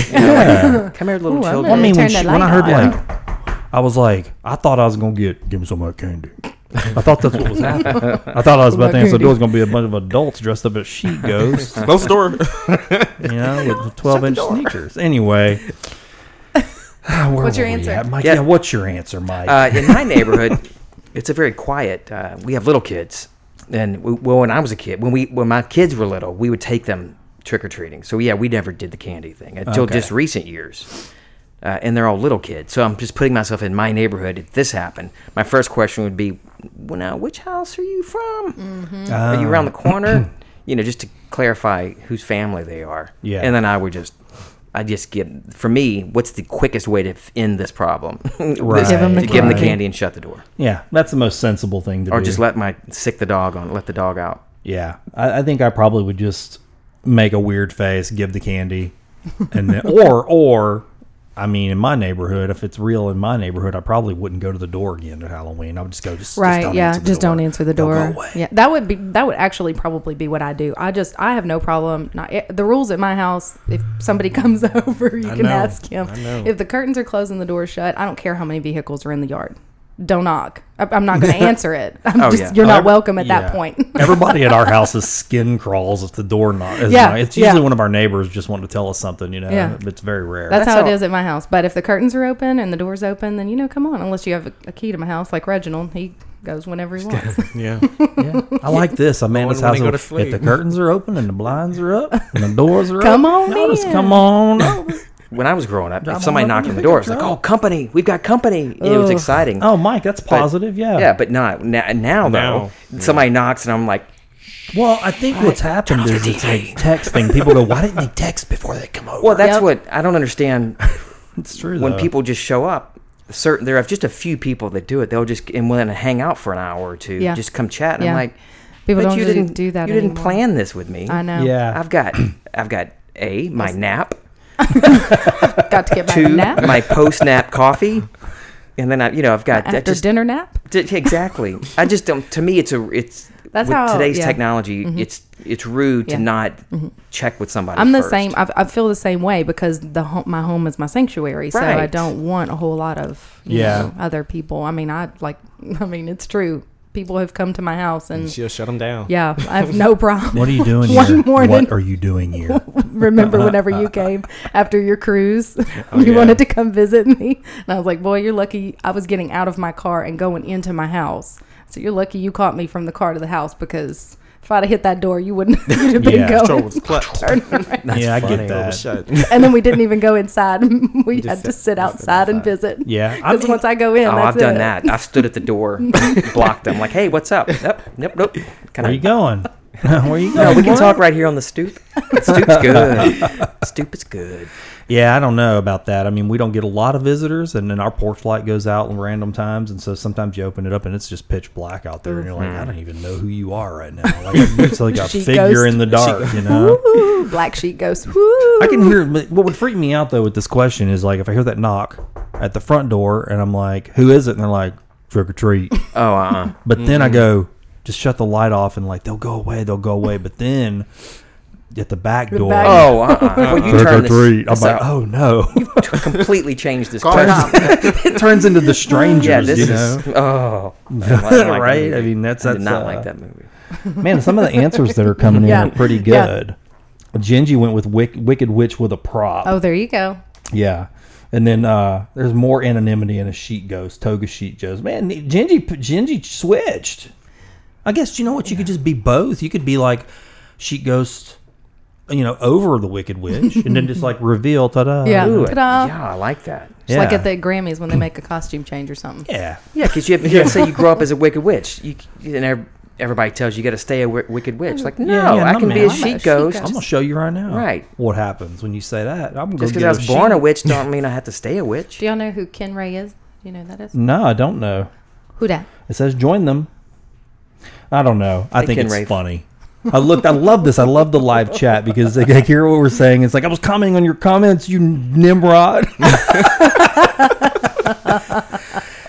Speaker 3: here, little children.
Speaker 5: I'm gonna
Speaker 2: I mean, when,
Speaker 5: turn
Speaker 2: she,
Speaker 5: that
Speaker 2: when I
Speaker 5: light
Speaker 2: heard
Speaker 5: on.
Speaker 2: like, I was like, I thought I was gonna get.
Speaker 7: Give me some of that candy.
Speaker 2: I thought that's what was happening. I thought I was about to answer the
Speaker 5: Goody.
Speaker 2: door was gonna be a bunch of adults dressed up as sheet ghosts,
Speaker 6: Close the door.
Speaker 2: you know, with twelve inch sneakers. Anyway, where
Speaker 5: What's your
Speaker 2: were we
Speaker 5: answer?
Speaker 2: at, Mike?
Speaker 3: Yeah.
Speaker 2: Yeah. what's your answer, Mike?
Speaker 3: Uh, in my neighborhood, it's a very quiet. Uh, we have little kids, and we, well, when I was a kid, when we when my kids were little, we would take them trick or treating. So yeah, we never did the candy thing until just recent years, uh, and they're all little kids. So I'm just putting myself in my neighborhood. If this happened, my first question would be, well, now which house are you from? Are you around the corner? you know, just to clarify whose family they are.
Speaker 2: Yeah.
Speaker 3: and then I would just. I just get for me. What's the quickest way to f- end this problem?
Speaker 2: Right.
Speaker 3: Give him the candy.
Speaker 2: Right.
Speaker 3: and shut the door,
Speaker 2: yeah, that's the most sensible thing to
Speaker 3: or
Speaker 2: do.
Speaker 3: just let my sick the dog on, let the dog out.
Speaker 2: yeah, I, I think I probably would just make a weird face, give the candy, and then or or. I mean, in my neighborhood, if it's real in my neighborhood, I probably wouldn't go to the door again at Halloween. I would just go just
Speaker 5: Right.
Speaker 2: Just don't
Speaker 5: yeah.
Speaker 2: answer the
Speaker 5: Just
Speaker 2: door.
Speaker 5: don't answer the
Speaker 2: Don't
Speaker 5: door.
Speaker 2: go away.
Speaker 5: Yeah. That would be. That would actually probably be what I do. I just. I have no problem. Not eh, the rules at my house. If somebody comes over, you can
Speaker 6: know.
Speaker 5: ask him.
Speaker 6: I know.
Speaker 5: If the curtains are closed and the door shut, I don't care how many vehicles are in the yard. Don't knock. I, I'm not going to answer it. I'm
Speaker 3: Oh,
Speaker 5: just.
Speaker 3: yeah.
Speaker 5: You're
Speaker 2: Oh,
Speaker 5: not
Speaker 2: every-
Speaker 5: welcome at
Speaker 2: yeah.
Speaker 5: that point.
Speaker 2: Everybody at our house's skin crawls if the door knocks.
Speaker 5: Yeah,
Speaker 2: It's usually
Speaker 5: yeah.
Speaker 2: one of our neighbors just wanting to tell us something, you know.
Speaker 5: Yeah.
Speaker 2: but It's very rare.
Speaker 5: That's,
Speaker 3: That's
Speaker 5: how it
Speaker 3: all.
Speaker 5: is at my house. But if the curtains are open and the door's open, then you know, come on. Unless you have a, a key to my house, like Reginald, he goes whenever he wants.
Speaker 6: yeah.
Speaker 2: yeah. I like this. I'm in
Speaker 6: Only
Speaker 2: this
Speaker 6: when
Speaker 2: house.
Speaker 6: they go to
Speaker 2: If if the
Speaker 6: sleep.
Speaker 2: curtains are open and the blinds are up and the doors are
Speaker 5: Come
Speaker 2: up,
Speaker 5: on
Speaker 2: y'all just
Speaker 5: in.
Speaker 2: come on over.
Speaker 3: When I was growing up,
Speaker 2: Drop
Speaker 3: if somebody
Speaker 2: them up
Speaker 3: knocked
Speaker 2: and
Speaker 3: on the
Speaker 2: pick
Speaker 3: door,
Speaker 2: us
Speaker 3: it's like,
Speaker 2: up.
Speaker 3: "Oh, company, we've got company." You know, it was
Speaker 2: Ugh.
Speaker 3: exciting.
Speaker 2: Oh, Mike, that's positive. yeah.
Speaker 3: yeah, but not now. Now, though,
Speaker 6: Now.
Speaker 3: somebody knocks and I'm like,
Speaker 2: Well, I think what's happened is it's like texting. People go, "Why didn't they text before they come over?"
Speaker 3: "Well, that's
Speaker 5: Yep.
Speaker 3: what I don't understand."
Speaker 2: it's true.
Speaker 3: When
Speaker 2: though.
Speaker 3: people just show up, certain there are just a few people that do it. They'll just and willing to hang out for an hour or two,
Speaker 5: Yeah.
Speaker 3: just come chat. And
Speaker 5: Yeah.
Speaker 3: I'm like,
Speaker 5: People
Speaker 3: "But
Speaker 5: don't
Speaker 3: you
Speaker 5: really
Speaker 3: didn't
Speaker 5: do that
Speaker 3: You didn't
Speaker 5: anymore."
Speaker 3: plan this with me.
Speaker 5: I know.
Speaker 2: yeah,
Speaker 3: I've got, I've got a my nap."
Speaker 5: Got to get my
Speaker 3: two,
Speaker 5: nap.
Speaker 3: my post nap coffee, and then I, you know, I've got I
Speaker 5: after
Speaker 3: just,
Speaker 5: dinner nap.
Speaker 3: di- exactly. I just don't. To me, it's a it's.
Speaker 5: That's
Speaker 3: with
Speaker 5: how-
Speaker 3: today's
Speaker 5: yeah. Mm-hmm.
Speaker 3: technology. It's it's rude
Speaker 5: Yeah. Mm-hmm.
Speaker 3: to not check with somebody.
Speaker 5: I'm the
Speaker 3: first.
Speaker 5: same. I, I feel the same way because the ho- my home is my sanctuary, so I
Speaker 3: Right.
Speaker 5: don't want a whole lot of you
Speaker 2: Yeah.
Speaker 5: know, other people. I mean, I like. I mean, it's true. People have come to my house, and
Speaker 6: She'll shut them down.
Speaker 5: yeah, I have no problem.
Speaker 2: what are you doing
Speaker 5: One
Speaker 2: here?
Speaker 5: morning.
Speaker 2: What are you doing here?
Speaker 5: remember whenever you came after your cruise you
Speaker 6: yeah.
Speaker 5: wanted to come visit me and i was like boy you're lucky i was getting out of my car and going into my house so you're lucky you caught me from the car to the house because if i'd have hit that door you wouldn't you'd have been
Speaker 2: Yeah.
Speaker 6: Door
Speaker 5: going
Speaker 6: was clutched.
Speaker 5: Turn around.
Speaker 2: yeah, I
Speaker 6: Funny,
Speaker 2: get
Speaker 6: door
Speaker 2: that.
Speaker 6: was shut.
Speaker 5: and then we didn't even go inside we had
Speaker 6: just
Speaker 5: to sit
Speaker 6: sat- just sat
Speaker 5: outside and visit
Speaker 2: Yeah, I
Speaker 5: because
Speaker 2: mean-
Speaker 5: once i go in
Speaker 3: Oh,
Speaker 5: that's
Speaker 3: I've done
Speaker 5: it.
Speaker 3: that. I've stood at the door, blocked them. Like, hey, what's up? Nope, nope, nope. Kind
Speaker 2: Where you going? Where you going?
Speaker 3: No, we can talk right here on the stoop. Stoop's good. stoop is good.
Speaker 2: Yeah, I don't know about that. I mean, we don't get a lot of visitors, and then our porch light goes out in random times, and so sometimes you open it up and it's just pitch black out there, and you're
Speaker 3: Mm-hmm.
Speaker 2: like, I don't even know who you are right now. Like it's like a
Speaker 5: She
Speaker 2: figure
Speaker 5: ghost.
Speaker 2: in the dark, you know.
Speaker 5: Ooh, black sheet ghost Woo.
Speaker 2: I can hear. but What would freak me out though with this question is like if I hear that knock at the front door, and I'm like, "Who is it?" and they're like, "Trick or treat."
Speaker 3: Oh, uh-uh.
Speaker 2: But then I go, "Just shut the light off," and like they'll go away, they'll go away. But then at the back door,
Speaker 5: back-
Speaker 3: Oh, uh-uh. Well, you
Speaker 7: Trick or
Speaker 3: turn this,
Speaker 7: treat. I'm
Speaker 3: this
Speaker 2: like,
Speaker 3: out-
Speaker 2: "Oh no."
Speaker 3: completely changed this
Speaker 5: Stop.
Speaker 2: it turns into the strangers.
Speaker 3: Yeah, this
Speaker 2: you
Speaker 3: is
Speaker 2: know?
Speaker 3: oh, I don't like
Speaker 2: Right?
Speaker 3: that movie.
Speaker 2: I mean, that's-
Speaker 3: I did
Speaker 2: that's,
Speaker 3: not
Speaker 2: uh,
Speaker 3: like that movie.
Speaker 2: Man, some of the answers that are coming
Speaker 5: Yeah.
Speaker 2: in are pretty
Speaker 5: Yeah.
Speaker 2: good. Genji went with Wick, Wicked Witch with a prop.
Speaker 5: oh there you go
Speaker 2: Yeah. And then uh, there's more anonymity in a sheet ghost, toga sheet ghost. Man, Genji, Genji switched. I guess, you know what? You could just be both. You could be like, Sheet Ghost, you know, over the Wicked Witch, and then just like reveal, ta da.
Speaker 5: Yeah.
Speaker 3: Ooh,
Speaker 5: Ta-da.
Speaker 3: yeah, I like that.
Speaker 5: It's like
Speaker 2: Yeah.
Speaker 5: at the Grammys when they make a costume change or something.
Speaker 2: Yeah.
Speaker 3: Yeah, because you have, you say you grow up as a wicked witch, you, and ev- everybody tells you you got to stay a wi- wicked witch. Like, no,
Speaker 2: yeah,
Speaker 3: I
Speaker 2: no,
Speaker 3: can be
Speaker 2: man.
Speaker 3: a
Speaker 2: I'm a
Speaker 3: sheep
Speaker 5: sheep
Speaker 3: ghost.
Speaker 5: ghost.
Speaker 2: I'm gonna show you right now.
Speaker 3: Right.
Speaker 2: What happens when you say that? I'm gonna
Speaker 3: Just
Speaker 2: get
Speaker 3: because I was
Speaker 2: a
Speaker 3: born
Speaker 2: sheet.
Speaker 3: a witch, don't mean I have to stay a witch.
Speaker 5: Do y'all know who Ken Ray is? Do you know who that is?
Speaker 2: No, I don't know.
Speaker 5: Who that?
Speaker 2: It says join them. I don't know. I
Speaker 3: Hey,
Speaker 2: think
Speaker 3: Ken
Speaker 2: it's
Speaker 3: Rafe.
Speaker 2: funny. I looked. I love this. I love the live chat because they, they hear what we're saying. It's like I was commenting on your comments, you Nimrod.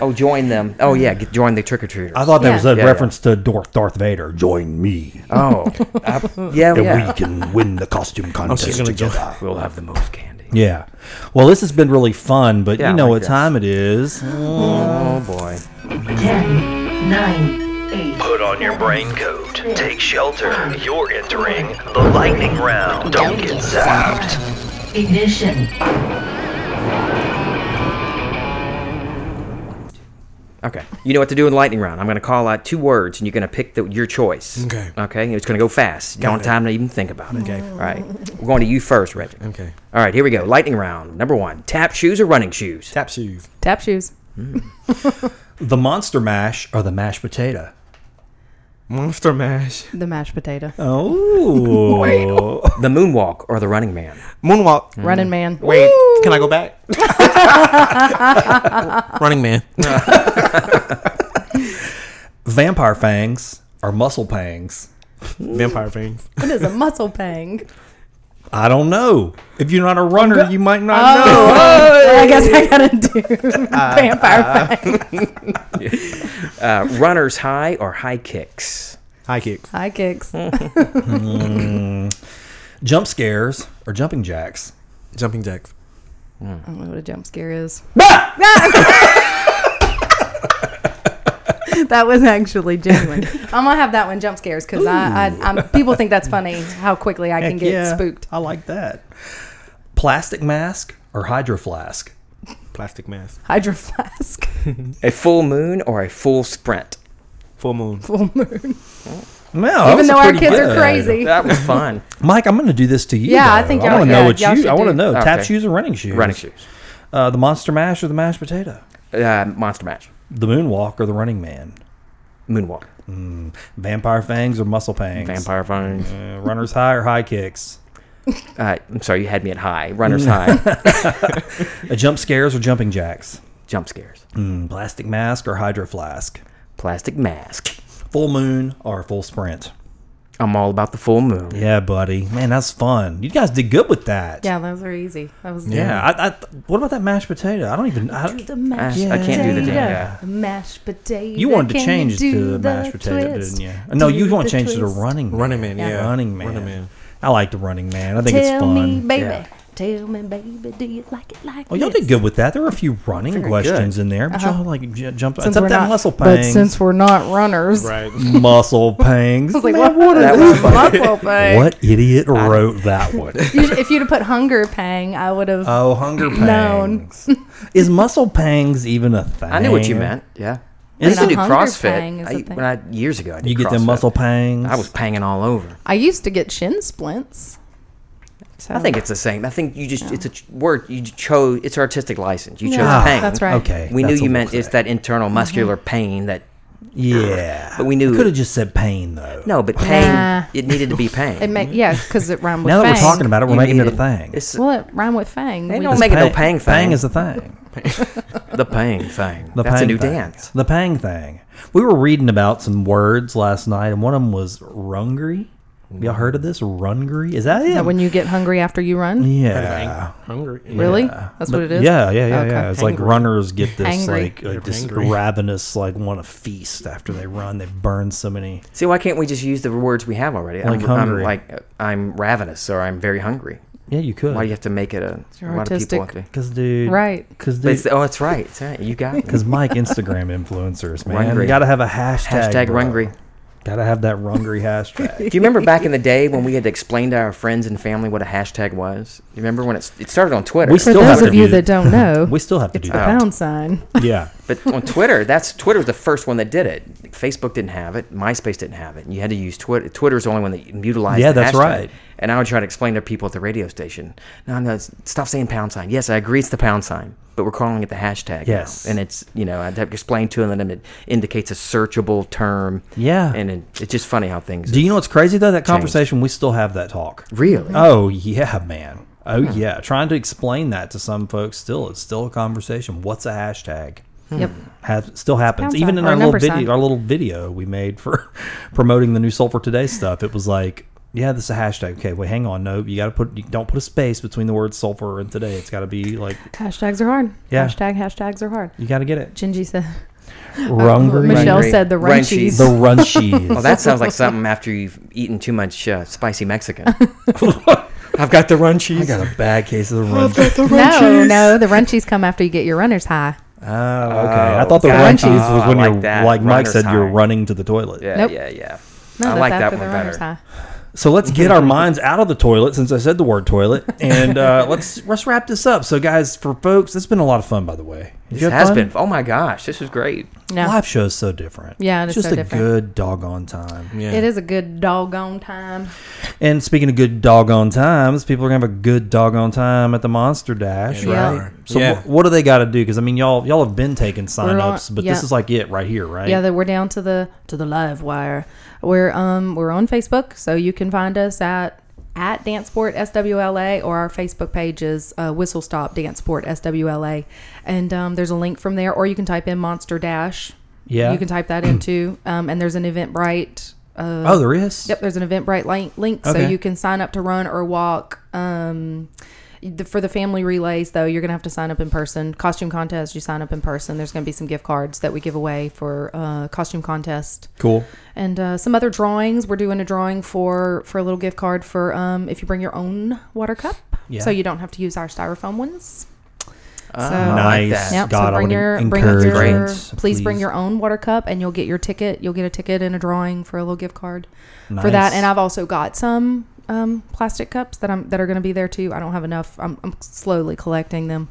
Speaker 3: Oh, join them. Oh yeah, get, join the trick or treaters.
Speaker 2: I thought that was
Speaker 5: Yeah.
Speaker 2: a
Speaker 3: Yeah,
Speaker 2: reference to Darth, Darth Vader. Join me,
Speaker 3: Oh, I- yeah,
Speaker 7: and
Speaker 3: yeah.
Speaker 7: we can win the costume contest
Speaker 6: gonna go-
Speaker 7: together.
Speaker 3: We'll have the most candy.
Speaker 2: Yeah. Well, this has been really fun, but
Speaker 3: Yeah,
Speaker 2: you know
Speaker 3: I
Speaker 2: what
Speaker 3: guess.
Speaker 2: time it is.
Speaker 3: Oh boy.
Speaker 8: 10, 9, 8.
Speaker 1: Put on your brain coat. Take shelter. You're entering the lightning round. Don't get zapped.
Speaker 8: Ignition.
Speaker 3: Okay. You know what to do in lightning round. I'm going to call out two words, and you're going to pick the, your choice.
Speaker 6: Okay.
Speaker 3: Okay. It's going to go fast. You don't have time to even think about it.
Speaker 6: Okay.
Speaker 3: All right. We're going to you first, Reggie.
Speaker 6: Okay.
Speaker 3: All right. Here we go. Lightning round. Number one: tap shoes or running shoes.
Speaker 6: Tap shoes.
Speaker 5: Tap shoes.
Speaker 2: The Monster Mash or the mashed potato?
Speaker 6: Monster mash.
Speaker 5: The mashed potato.
Speaker 2: Oh.
Speaker 3: The moonwalk or the running man.
Speaker 6: Moonwalk.
Speaker 5: Running man.
Speaker 6: Wait. Can I go back? Running man.
Speaker 2: Vampire fangs or muscle pangs?
Speaker 6: Vampire fangs.
Speaker 5: What is a muscle pang?
Speaker 2: I don't know. If you're not a runner, you might not
Speaker 5: Oh.
Speaker 2: know.
Speaker 5: I guess I gotta do vampire pang.
Speaker 3: Uh, runners high or high kicks.
Speaker 6: High kicks.
Speaker 5: High kicks.
Speaker 2: Jump scares or jumping jacks?
Speaker 6: Jumping jacks.
Speaker 5: I don't know what a jump scare is. that was actually genuine. I'm gonna have that one jump scares because I, I I'm, people think that's funny how quickly I can
Speaker 2: Heck
Speaker 5: get
Speaker 2: yeah.
Speaker 5: spooked.
Speaker 2: I like that. Plastic mask or hydro flask?
Speaker 6: Plastic mask.
Speaker 5: Hydro flask,
Speaker 3: A full moon or a full sprint.
Speaker 6: Full moon.
Speaker 5: full moon.
Speaker 2: No, that
Speaker 5: Even
Speaker 2: was
Speaker 5: though our
Speaker 2: pretty
Speaker 5: kids are
Speaker 2: good.
Speaker 5: crazy,
Speaker 3: That was fun.
Speaker 2: Mike, I'm going to do this to you.
Speaker 5: Yeah, I
Speaker 2: though.
Speaker 5: think
Speaker 2: I
Speaker 5: y'all
Speaker 2: want to know
Speaker 5: should.
Speaker 2: what
Speaker 5: Y'all
Speaker 2: you.
Speaker 5: should
Speaker 2: I want to
Speaker 5: do-
Speaker 2: know tap
Speaker 3: Okay.
Speaker 2: shoes or running shoes.
Speaker 3: running shoes.
Speaker 2: Uh, the monster mash or the mashed potato.
Speaker 3: Uh, monster match.
Speaker 2: The moonwalk or the running man.
Speaker 3: Moonwalk.
Speaker 2: Vampire fangs or muscle pangs.
Speaker 3: Vampire vines.
Speaker 2: Uh, runners high or high kicks.
Speaker 3: Uh, I'm sorry, you had me at high. Runners high.
Speaker 2: Uh, jump scares or jumping jacks.
Speaker 3: Jump scares.
Speaker 2: Mm, plastic mask or hydro flask.
Speaker 3: Plastic mask.
Speaker 2: Full moon or full sprint.
Speaker 3: I'm all about the full moon.
Speaker 2: Yeah, buddy. Man, that's fun. You guys did good with that.
Speaker 5: yeah, those are easy. That was
Speaker 2: Yeah. I, I, what about that mashed potato? I don't even. I,
Speaker 5: The mashed
Speaker 3: I can't do the
Speaker 5: potato.
Speaker 3: damn
Speaker 5: The mashed potato.
Speaker 2: uh, you wanted to
Speaker 5: Can
Speaker 2: change it
Speaker 5: you
Speaker 2: to
Speaker 5: do
Speaker 2: the mashed potato,
Speaker 5: twist?
Speaker 2: didn't you? Uh, No,
Speaker 5: Do
Speaker 2: you want
Speaker 5: the
Speaker 2: to change it to
Speaker 5: twist.
Speaker 2: running man.
Speaker 6: Running man.
Speaker 5: Yeah.
Speaker 6: Yeah.
Speaker 2: Running man.
Speaker 6: Running man.
Speaker 2: I like the running man. I think
Speaker 5: Tell
Speaker 2: it's fun.
Speaker 5: me, baby.
Speaker 3: Yeah.
Speaker 5: Tell me, baby. Do you like it like
Speaker 2: Well, Oh, y'all
Speaker 5: this? Uh-huh.
Speaker 2: did good with that. There were a few running
Speaker 3: Very
Speaker 2: questions in there, but y'all like j- jumped.
Speaker 5: Since
Speaker 2: except
Speaker 5: we're
Speaker 2: that
Speaker 5: not-
Speaker 2: muscle
Speaker 5: But
Speaker 2: pangs.
Speaker 5: since we're not runners,
Speaker 6: Right.
Speaker 2: muscle pangs.
Speaker 5: I was like,
Speaker 2: Man,
Speaker 5: what, what
Speaker 3: That
Speaker 5: is
Speaker 3: was
Speaker 5: this muscle pang?
Speaker 2: what idiot wrote that one?
Speaker 5: You sh- if you'd have put hunger pang, I would have.
Speaker 2: Oh, hunger
Speaker 5: Known.
Speaker 2: pangs. Is muscle pangs even a thing?
Speaker 3: I knew what you meant. Yeah. I
Speaker 5: Like
Speaker 3: used to
Speaker 5: a
Speaker 3: do
Speaker 5: hunger pang
Speaker 3: CrossFit.
Speaker 5: is
Speaker 3: I,
Speaker 5: a thing.
Speaker 3: when I, years ago, I did
Speaker 2: You get
Speaker 3: CrossFit.
Speaker 2: them muscle pangs.
Speaker 3: I was panging all over.
Speaker 5: I used to get shin splints. So-
Speaker 3: I think it's the same. I think you just, it's a ch- word you j- chose, it's artistic license. You chose
Speaker 5: Yeah,
Speaker 3: pain.
Speaker 5: that's right.
Speaker 2: Ah,
Speaker 5: Mm-hmm.
Speaker 2: okay.
Speaker 3: We knew
Speaker 2: that's
Speaker 3: you
Speaker 2: what
Speaker 3: meant
Speaker 2: we'll
Speaker 3: it's
Speaker 2: say.
Speaker 3: that internal muscular pain that,
Speaker 2: Yeah,
Speaker 3: But we knew-
Speaker 2: Could have just said pain though.
Speaker 3: no, but pain,
Speaker 5: Nah.
Speaker 3: it needed to be pain.
Speaker 5: It make yeah, because it rhymed with.
Speaker 2: Now that
Speaker 5: fang.
Speaker 2: we're talking about it, we're
Speaker 3: You
Speaker 2: making it a
Speaker 3: needed-
Speaker 2: thing.
Speaker 3: It's
Speaker 5: Well, it rhymed with fang.
Speaker 3: They
Speaker 5: We
Speaker 3: don't
Speaker 5: just-
Speaker 3: make it no pang
Speaker 2: Pang
Speaker 3: thing.
Speaker 2: is a thing.
Speaker 3: the pain thing.
Speaker 2: The
Speaker 3: That's
Speaker 2: pang
Speaker 3: a new
Speaker 2: thing.
Speaker 3: dance.
Speaker 2: The pang thing. We were reading about some words last night, and one of them was rungry.
Speaker 3: Mm.
Speaker 2: Y'all heard of this? Rungry? Is that it?
Speaker 5: Is that when you get hungry after you run?
Speaker 2: yeah.
Speaker 6: Hungry.
Speaker 5: Really? That's what it is.
Speaker 2: Yeah, yeah, yeah,
Speaker 5: Okay.
Speaker 2: yeah. It's like runners get this
Speaker 5: Hangry.
Speaker 2: like, like this
Speaker 6: hangry.
Speaker 2: ravenous like want to feast after they run. They've burned so many.
Speaker 3: See, why can't we just use the words we have already?
Speaker 2: Like
Speaker 3: I'm,
Speaker 2: hungry.
Speaker 3: I'm like, uh, I'm ravenous or I'm very hungry.
Speaker 2: Yeah, you could.
Speaker 3: Why do you have to make it a, a
Speaker 5: your
Speaker 3: lot of people want
Speaker 5: artistic-
Speaker 3: to?
Speaker 2: Cause dude,
Speaker 5: Right.
Speaker 2: Cause
Speaker 3: But
Speaker 2: dude,
Speaker 3: it's, oh, that's right. That's right. You got me.
Speaker 2: cause Mike Instagram influencers man, you
Speaker 3: Rungry.
Speaker 2: gotta have a hashtag.
Speaker 3: Hashtag
Speaker 2: bro.
Speaker 3: Rungry.
Speaker 2: Gotta have that Rungry hashtag.
Speaker 3: Do you remember back in the day when we had to explain to our friends and family what a hashtag was? You remember when it, s- it started on Twitter?
Speaker 2: We
Speaker 5: For
Speaker 2: still have
Speaker 5: those
Speaker 2: to
Speaker 5: of you
Speaker 2: do-
Speaker 5: that don't know,
Speaker 2: we still have to
Speaker 5: it's
Speaker 2: do
Speaker 5: the
Speaker 2: that.
Speaker 5: pound sign.
Speaker 2: yeah.
Speaker 3: But on Twitter, that's Twitter was the first one that did it. Facebook didn't have it. MySpace didn't have it. And you had to use Twitter. Twitter was the only one that utilized.
Speaker 2: Yeah,
Speaker 3: the
Speaker 2: that's
Speaker 3: hashtag.
Speaker 2: right.
Speaker 3: And I would try to explain to people at the radio station, no, no, it's- stop saying pound sign. Yes, I agree, it's the pound sign, but we're calling it the hashtag. now."
Speaker 2: Yes.
Speaker 3: and it's you know I'd have to explain to them that it indicates a searchable term.
Speaker 2: Yeah.
Speaker 3: and it, it's just funny how things.
Speaker 2: Do you know what's crazy though? That conversation, we still have that talk.
Speaker 3: really?
Speaker 2: Oh yeah, man. Oh yeah. Trying to explain that to some folks still, it's still a conversation. What's a hashtag?
Speaker 5: Yep.
Speaker 2: Have still happens.
Speaker 5: Pound
Speaker 2: Even
Speaker 5: sign
Speaker 2: in
Speaker 5: or
Speaker 2: our little
Speaker 5: number
Speaker 2: video,
Speaker 5: sign.
Speaker 2: our little video we made for promoting the new Soul for Today stuff, it was like. Yeah, this is a hashtag. Okay, wait, hang on. No, you gotta put. You don't put a space between the word sulfur and today. It's gotta be like
Speaker 5: Hashtags are hard.
Speaker 2: Yeah.
Speaker 5: Hashtag hashtags are hard.
Speaker 2: you gotta get it.
Speaker 5: Gingy said. uh,
Speaker 2: Rungry,
Speaker 5: Oh, Michelle
Speaker 3: Rungry.
Speaker 5: said the
Speaker 3: Runchies.
Speaker 5: runchies.
Speaker 2: the runchies.
Speaker 3: Well, that sounds like something after you've eaten too much uh, spicy Mexican. I've got the run cheese.
Speaker 2: I got a bad case of Oh, the runchies.
Speaker 5: no, no, the runchies come after you get your runner's high.
Speaker 2: Oh, okay. Ah, I thought the
Speaker 5: gotcha.
Speaker 2: runchies was
Speaker 3: Oh, I
Speaker 2: when
Speaker 3: like
Speaker 2: you're
Speaker 3: that.
Speaker 2: like Mike
Speaker 3: Runner's
Speaker 2: said, you're
Speaker 3: high.
Speaker 2: running to the toilet.
Speaker 3: Yeah,
Speaker 5: Nope.
Speaker 3: yeah, yeah.
Speaker 5: No,
Speaker 3: I
Speaker 5: that's
Speaker 3: like that
Speaker 5: after
Speaker 3: one
Speaker 5: the
Speaker 3: better.
Speaker 5: runner's high.
Speaker 2: So let's get our minds out of the toilet since I said the word toilet, and uh, let's let's wrap this up. So, guys, for folks, it's been a lot of fun, by the way. Did you
Speaker 3: This
Speaker 2: have
Speaker 3: has
Speaker 2: fun?
Speaker 3: been. Oh my gosh, this is great.
Speaker 5: No,
Speaker 2: Live show's so different.
Speaker 5: Yeah, it is
Speaker 2: just
Speaker 5: so
Speaker 2: a
Speaker 5: different.
Speaker 2: good doggone time.
Speaker 6: Yeah.
Speaker 5: it is a good doggone time.
Speaker 2: And speaking of good doggone times, people are gonna have a good doggone time at the Monster Dash,
Speaker 5: Yeah.
Speaker 2: right?
Speaker 5: Right.
Speaker 2: So,
Speaker 6: Yeah.
Speaker 2: wh- what do they got to do? Because I mean, y'all y'all have been taking
Speaker 5: on-
Speaker 2: signups, but this
Speaker 5: yeah.
Speaker 2: is like it right here, right?
Speaker 5: Yeah, that we're down to the to the live wire. We're um we're on Facebook, so you can find us at at Danceport SWLA or our Facebook page is uh, Whistle Stop Danceport SWLA, and um, there's a link from there, or you can type in Monster Dash.
Speaker 2: Yeah.
Speaker 5: you can type that into, um, and there's an Eventbrite. Uh,
Speaker 2: oh, there is.
Speaker 5: Yep, there's an Eventbrite link, link so
Speaker 2: Okay.
Speaker 5: you can sign up to run or walk. Um, the, for the family relays, though, you're gonna have to sign up in person. Costume contest, you sign up in person. There's gonna be some gift cards that we give away for uh, costume contest
Speaker 2: Cool.
Speaker 5: and uh, some other drawings. We're doing a drawing for for a little gift card for um, if you bring your own water cup,
Speaker 2: Yeah.
Speaker 5: so you don't have to use our styrofoam ones.
Speaker 3: Ah,
Speaker 5: So-
Speaker 3: I like
Speaker 2: Nice.
Speaker 3: that.
Speaker 5: Yep.
Speaker 2: God, I
Speaker 5: so bring
Speaker 2: would
Speaker 5: your, bring
Speaker 2: encourage
Speaker 5: your,
Speaker 2: friends,
Speaker 5: please, bring
Speaker 2: please.
Speaker 5: your own water cup, and you'll get your ticket. You'll get a ticket and a drawing for a little gift card for
Speaker 2: Nice.
Speaker 5: that. And I've also got some um, plastic cups that I'm that are going to be there too. I don't have enough. I'm, I'm slowly collecting them.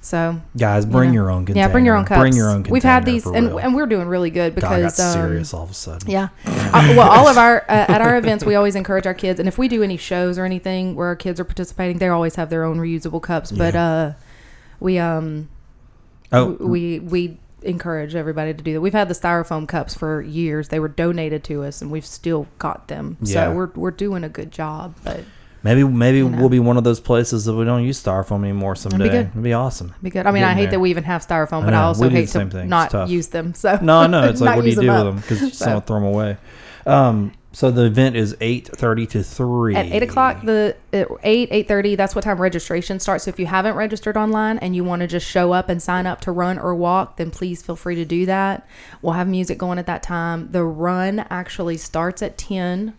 Speaker 5: So
Speaker 2: Guys,
Speaker 5: you
Speaker 2: bring
Speaker 5: know.
Speaker 2: your own container.
Speaker 5: Yeah, bring your own cups.
Speaker 2: Bring your own container.
Speaker 5: We've had these,
Speaker 2: for
Speaker 5: and
Speaker 2: real.
Speaker 5: and we're doing really good
Speaker 2: God, I got
Speaker 5: because um,
Speaker 2: serious all of a sudden.
Speaker 5: yeah. Uh, well, all of our uh, at our events, we always encourage our kids, and if we do any shows or anything where our kids are participating, they always have their own reusable cups. But uh, we um
Speaker 2: Oh.
Speaker 5: w- we we encourage everybody to do that. We've had the styrofoam cups for years; they were donated to us, and we've still got them.
Speaker 2: Yeah.
Speaker 5: So we're we're doing a good job. But
Speaker 2: Maybe maybe
Speaker 5: know.
Speaker 2: we'll be one of those places that we don't use styrofoam anymore someday.
Speaker 5: good.
Speaker 2: It'd be awesome.
Speaker 5: be good. I mean, I
Speaker 2: Getting
Speaker 5: hate
Speaker 2: there.
Speaker 5: that we even have styrofoam,
Speaker 2: I
Speaker 5: but I
Speaker 2: know. We
Speaker 5: also
Speaker 2: do the
Speaker 5: hate
Speaker 2: same
Speaker 5: to
Speaker 2: thing. It's
Speaker 5: not
Speaker 2: tough.
Speaker 5: use them. So
Speaker 2: No, I know. It's like
Speaker 5: not
Speaker 2: what do you
Speaker 5: use
Speaker 2: do with
Speaker 5: up.
Speaker 2: them? Because
Speaker 5: So,
Speaker 2: someone throw them away. Um, so the event is eight thirty to three
Speaker 5: at eight o'clock the uh, eight eight thirty that's what time registration starts so if you haven't registered online and you want to just show up and sign up to run or walk then please feel free to do that we'll have music going at that time the run actually starts at 10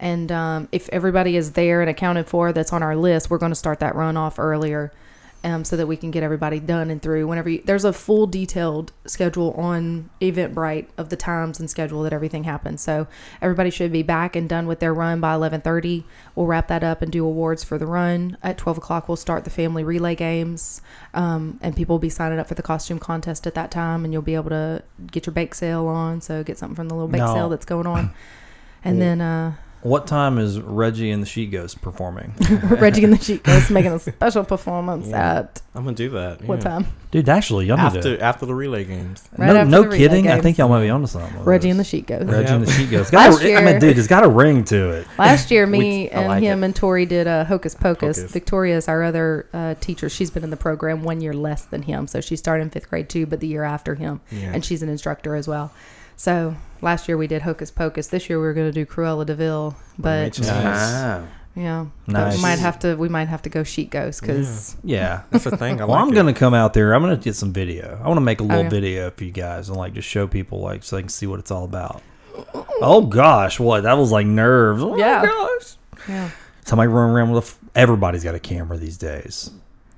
Speaker 5: and um, if everybody is there and accounted for that's on our list we're going to start that run off earlier um, so that we can get everybody done and through whenever you, there's a full detailed schedule on eventbrite of the times and schedule that everything happens so everybody should be back and done with their run by 11.30 we'll wrap that up and do awards for the run at 12 o'clock we'll start the family relay games um, and people will be signing up for the costume contest at that time and you'll be able to get your bake sale on so get something from the little bake
Speaker 2: No.
Speaker 5: sale that's going on and then uh,
Speaker 2: What time is Reggie and the She Ghost performing?
Speaker 5: reggie and the sheet goes making a special performance at
Speaker 6: I'm gonna do that.
Speaker 5: what
Speaker 6: yeah.
Speaker 5: time
Speaker 2: Dude, actually, y'all need
Speaker 6: After
Speaker 2: to.
Speaker 6: after the relay games.
Speaker 5: Right
Speaker 2: no,
Speaker 5: after
Speaker 2: no
Speaker 5: the relay
Speaker 2: kidding. I
Speaker 5: games.
Speaker 2: think y'all might be onto something. with
Speaker 5: reggie and the
Speaker 2: this.
Speaker 5: sheet goes
Speaker 2: Reggie and the She Ghost.
Speaker 5: Last
Speaker 2: Got a, I mean,
Speaker 5: year-
Speaker 2: dude, it's got a ring to it.
Speaker 5: Last year, me
Speaker 3: We- I
Speaker 5: and
Speaker 3: like
Speaker 5: him
Speaker 3: it.
Speaker 5: and Tori did a Hocus Pocus.
Speaker 6: Hocus.
Speaker 5: Victoria is our other uh, teacher. She's been in the program one year less than him, so she started in fifth grade too, but the year after him, and she's an instructor as well. So last year we did Hocus Pocus. This year we were going to do Cruella Deville, but
Speaker 6: Nice.
Speaker 3: Ah,
Speaker 5: yeah, but
Speaker 2: Nice.
Speaker 5: we might have to we might have to go Sheet Ghost because
Speaker 2: Yeah.
Speaker 6: That's the thing. I
Speaker 2: Well,
Speaker 6: like
Speaker 2: I'm
Speaker 6: it.
Speaker 2: gonna come out there. I'm gonna get some video. I want to make a little
Speaker 5: Oh, yeah.
Speaker 2: video for you guys and like just show people like so they can see what it's all about. Oh gosh, what that was like nerves. Oh,
Speaker 5: Yeah.
Speaker 2: gosh.
Speaker 5: yeah.
Speaker 2: Somebody running around with a f- everybody's got a camera these days.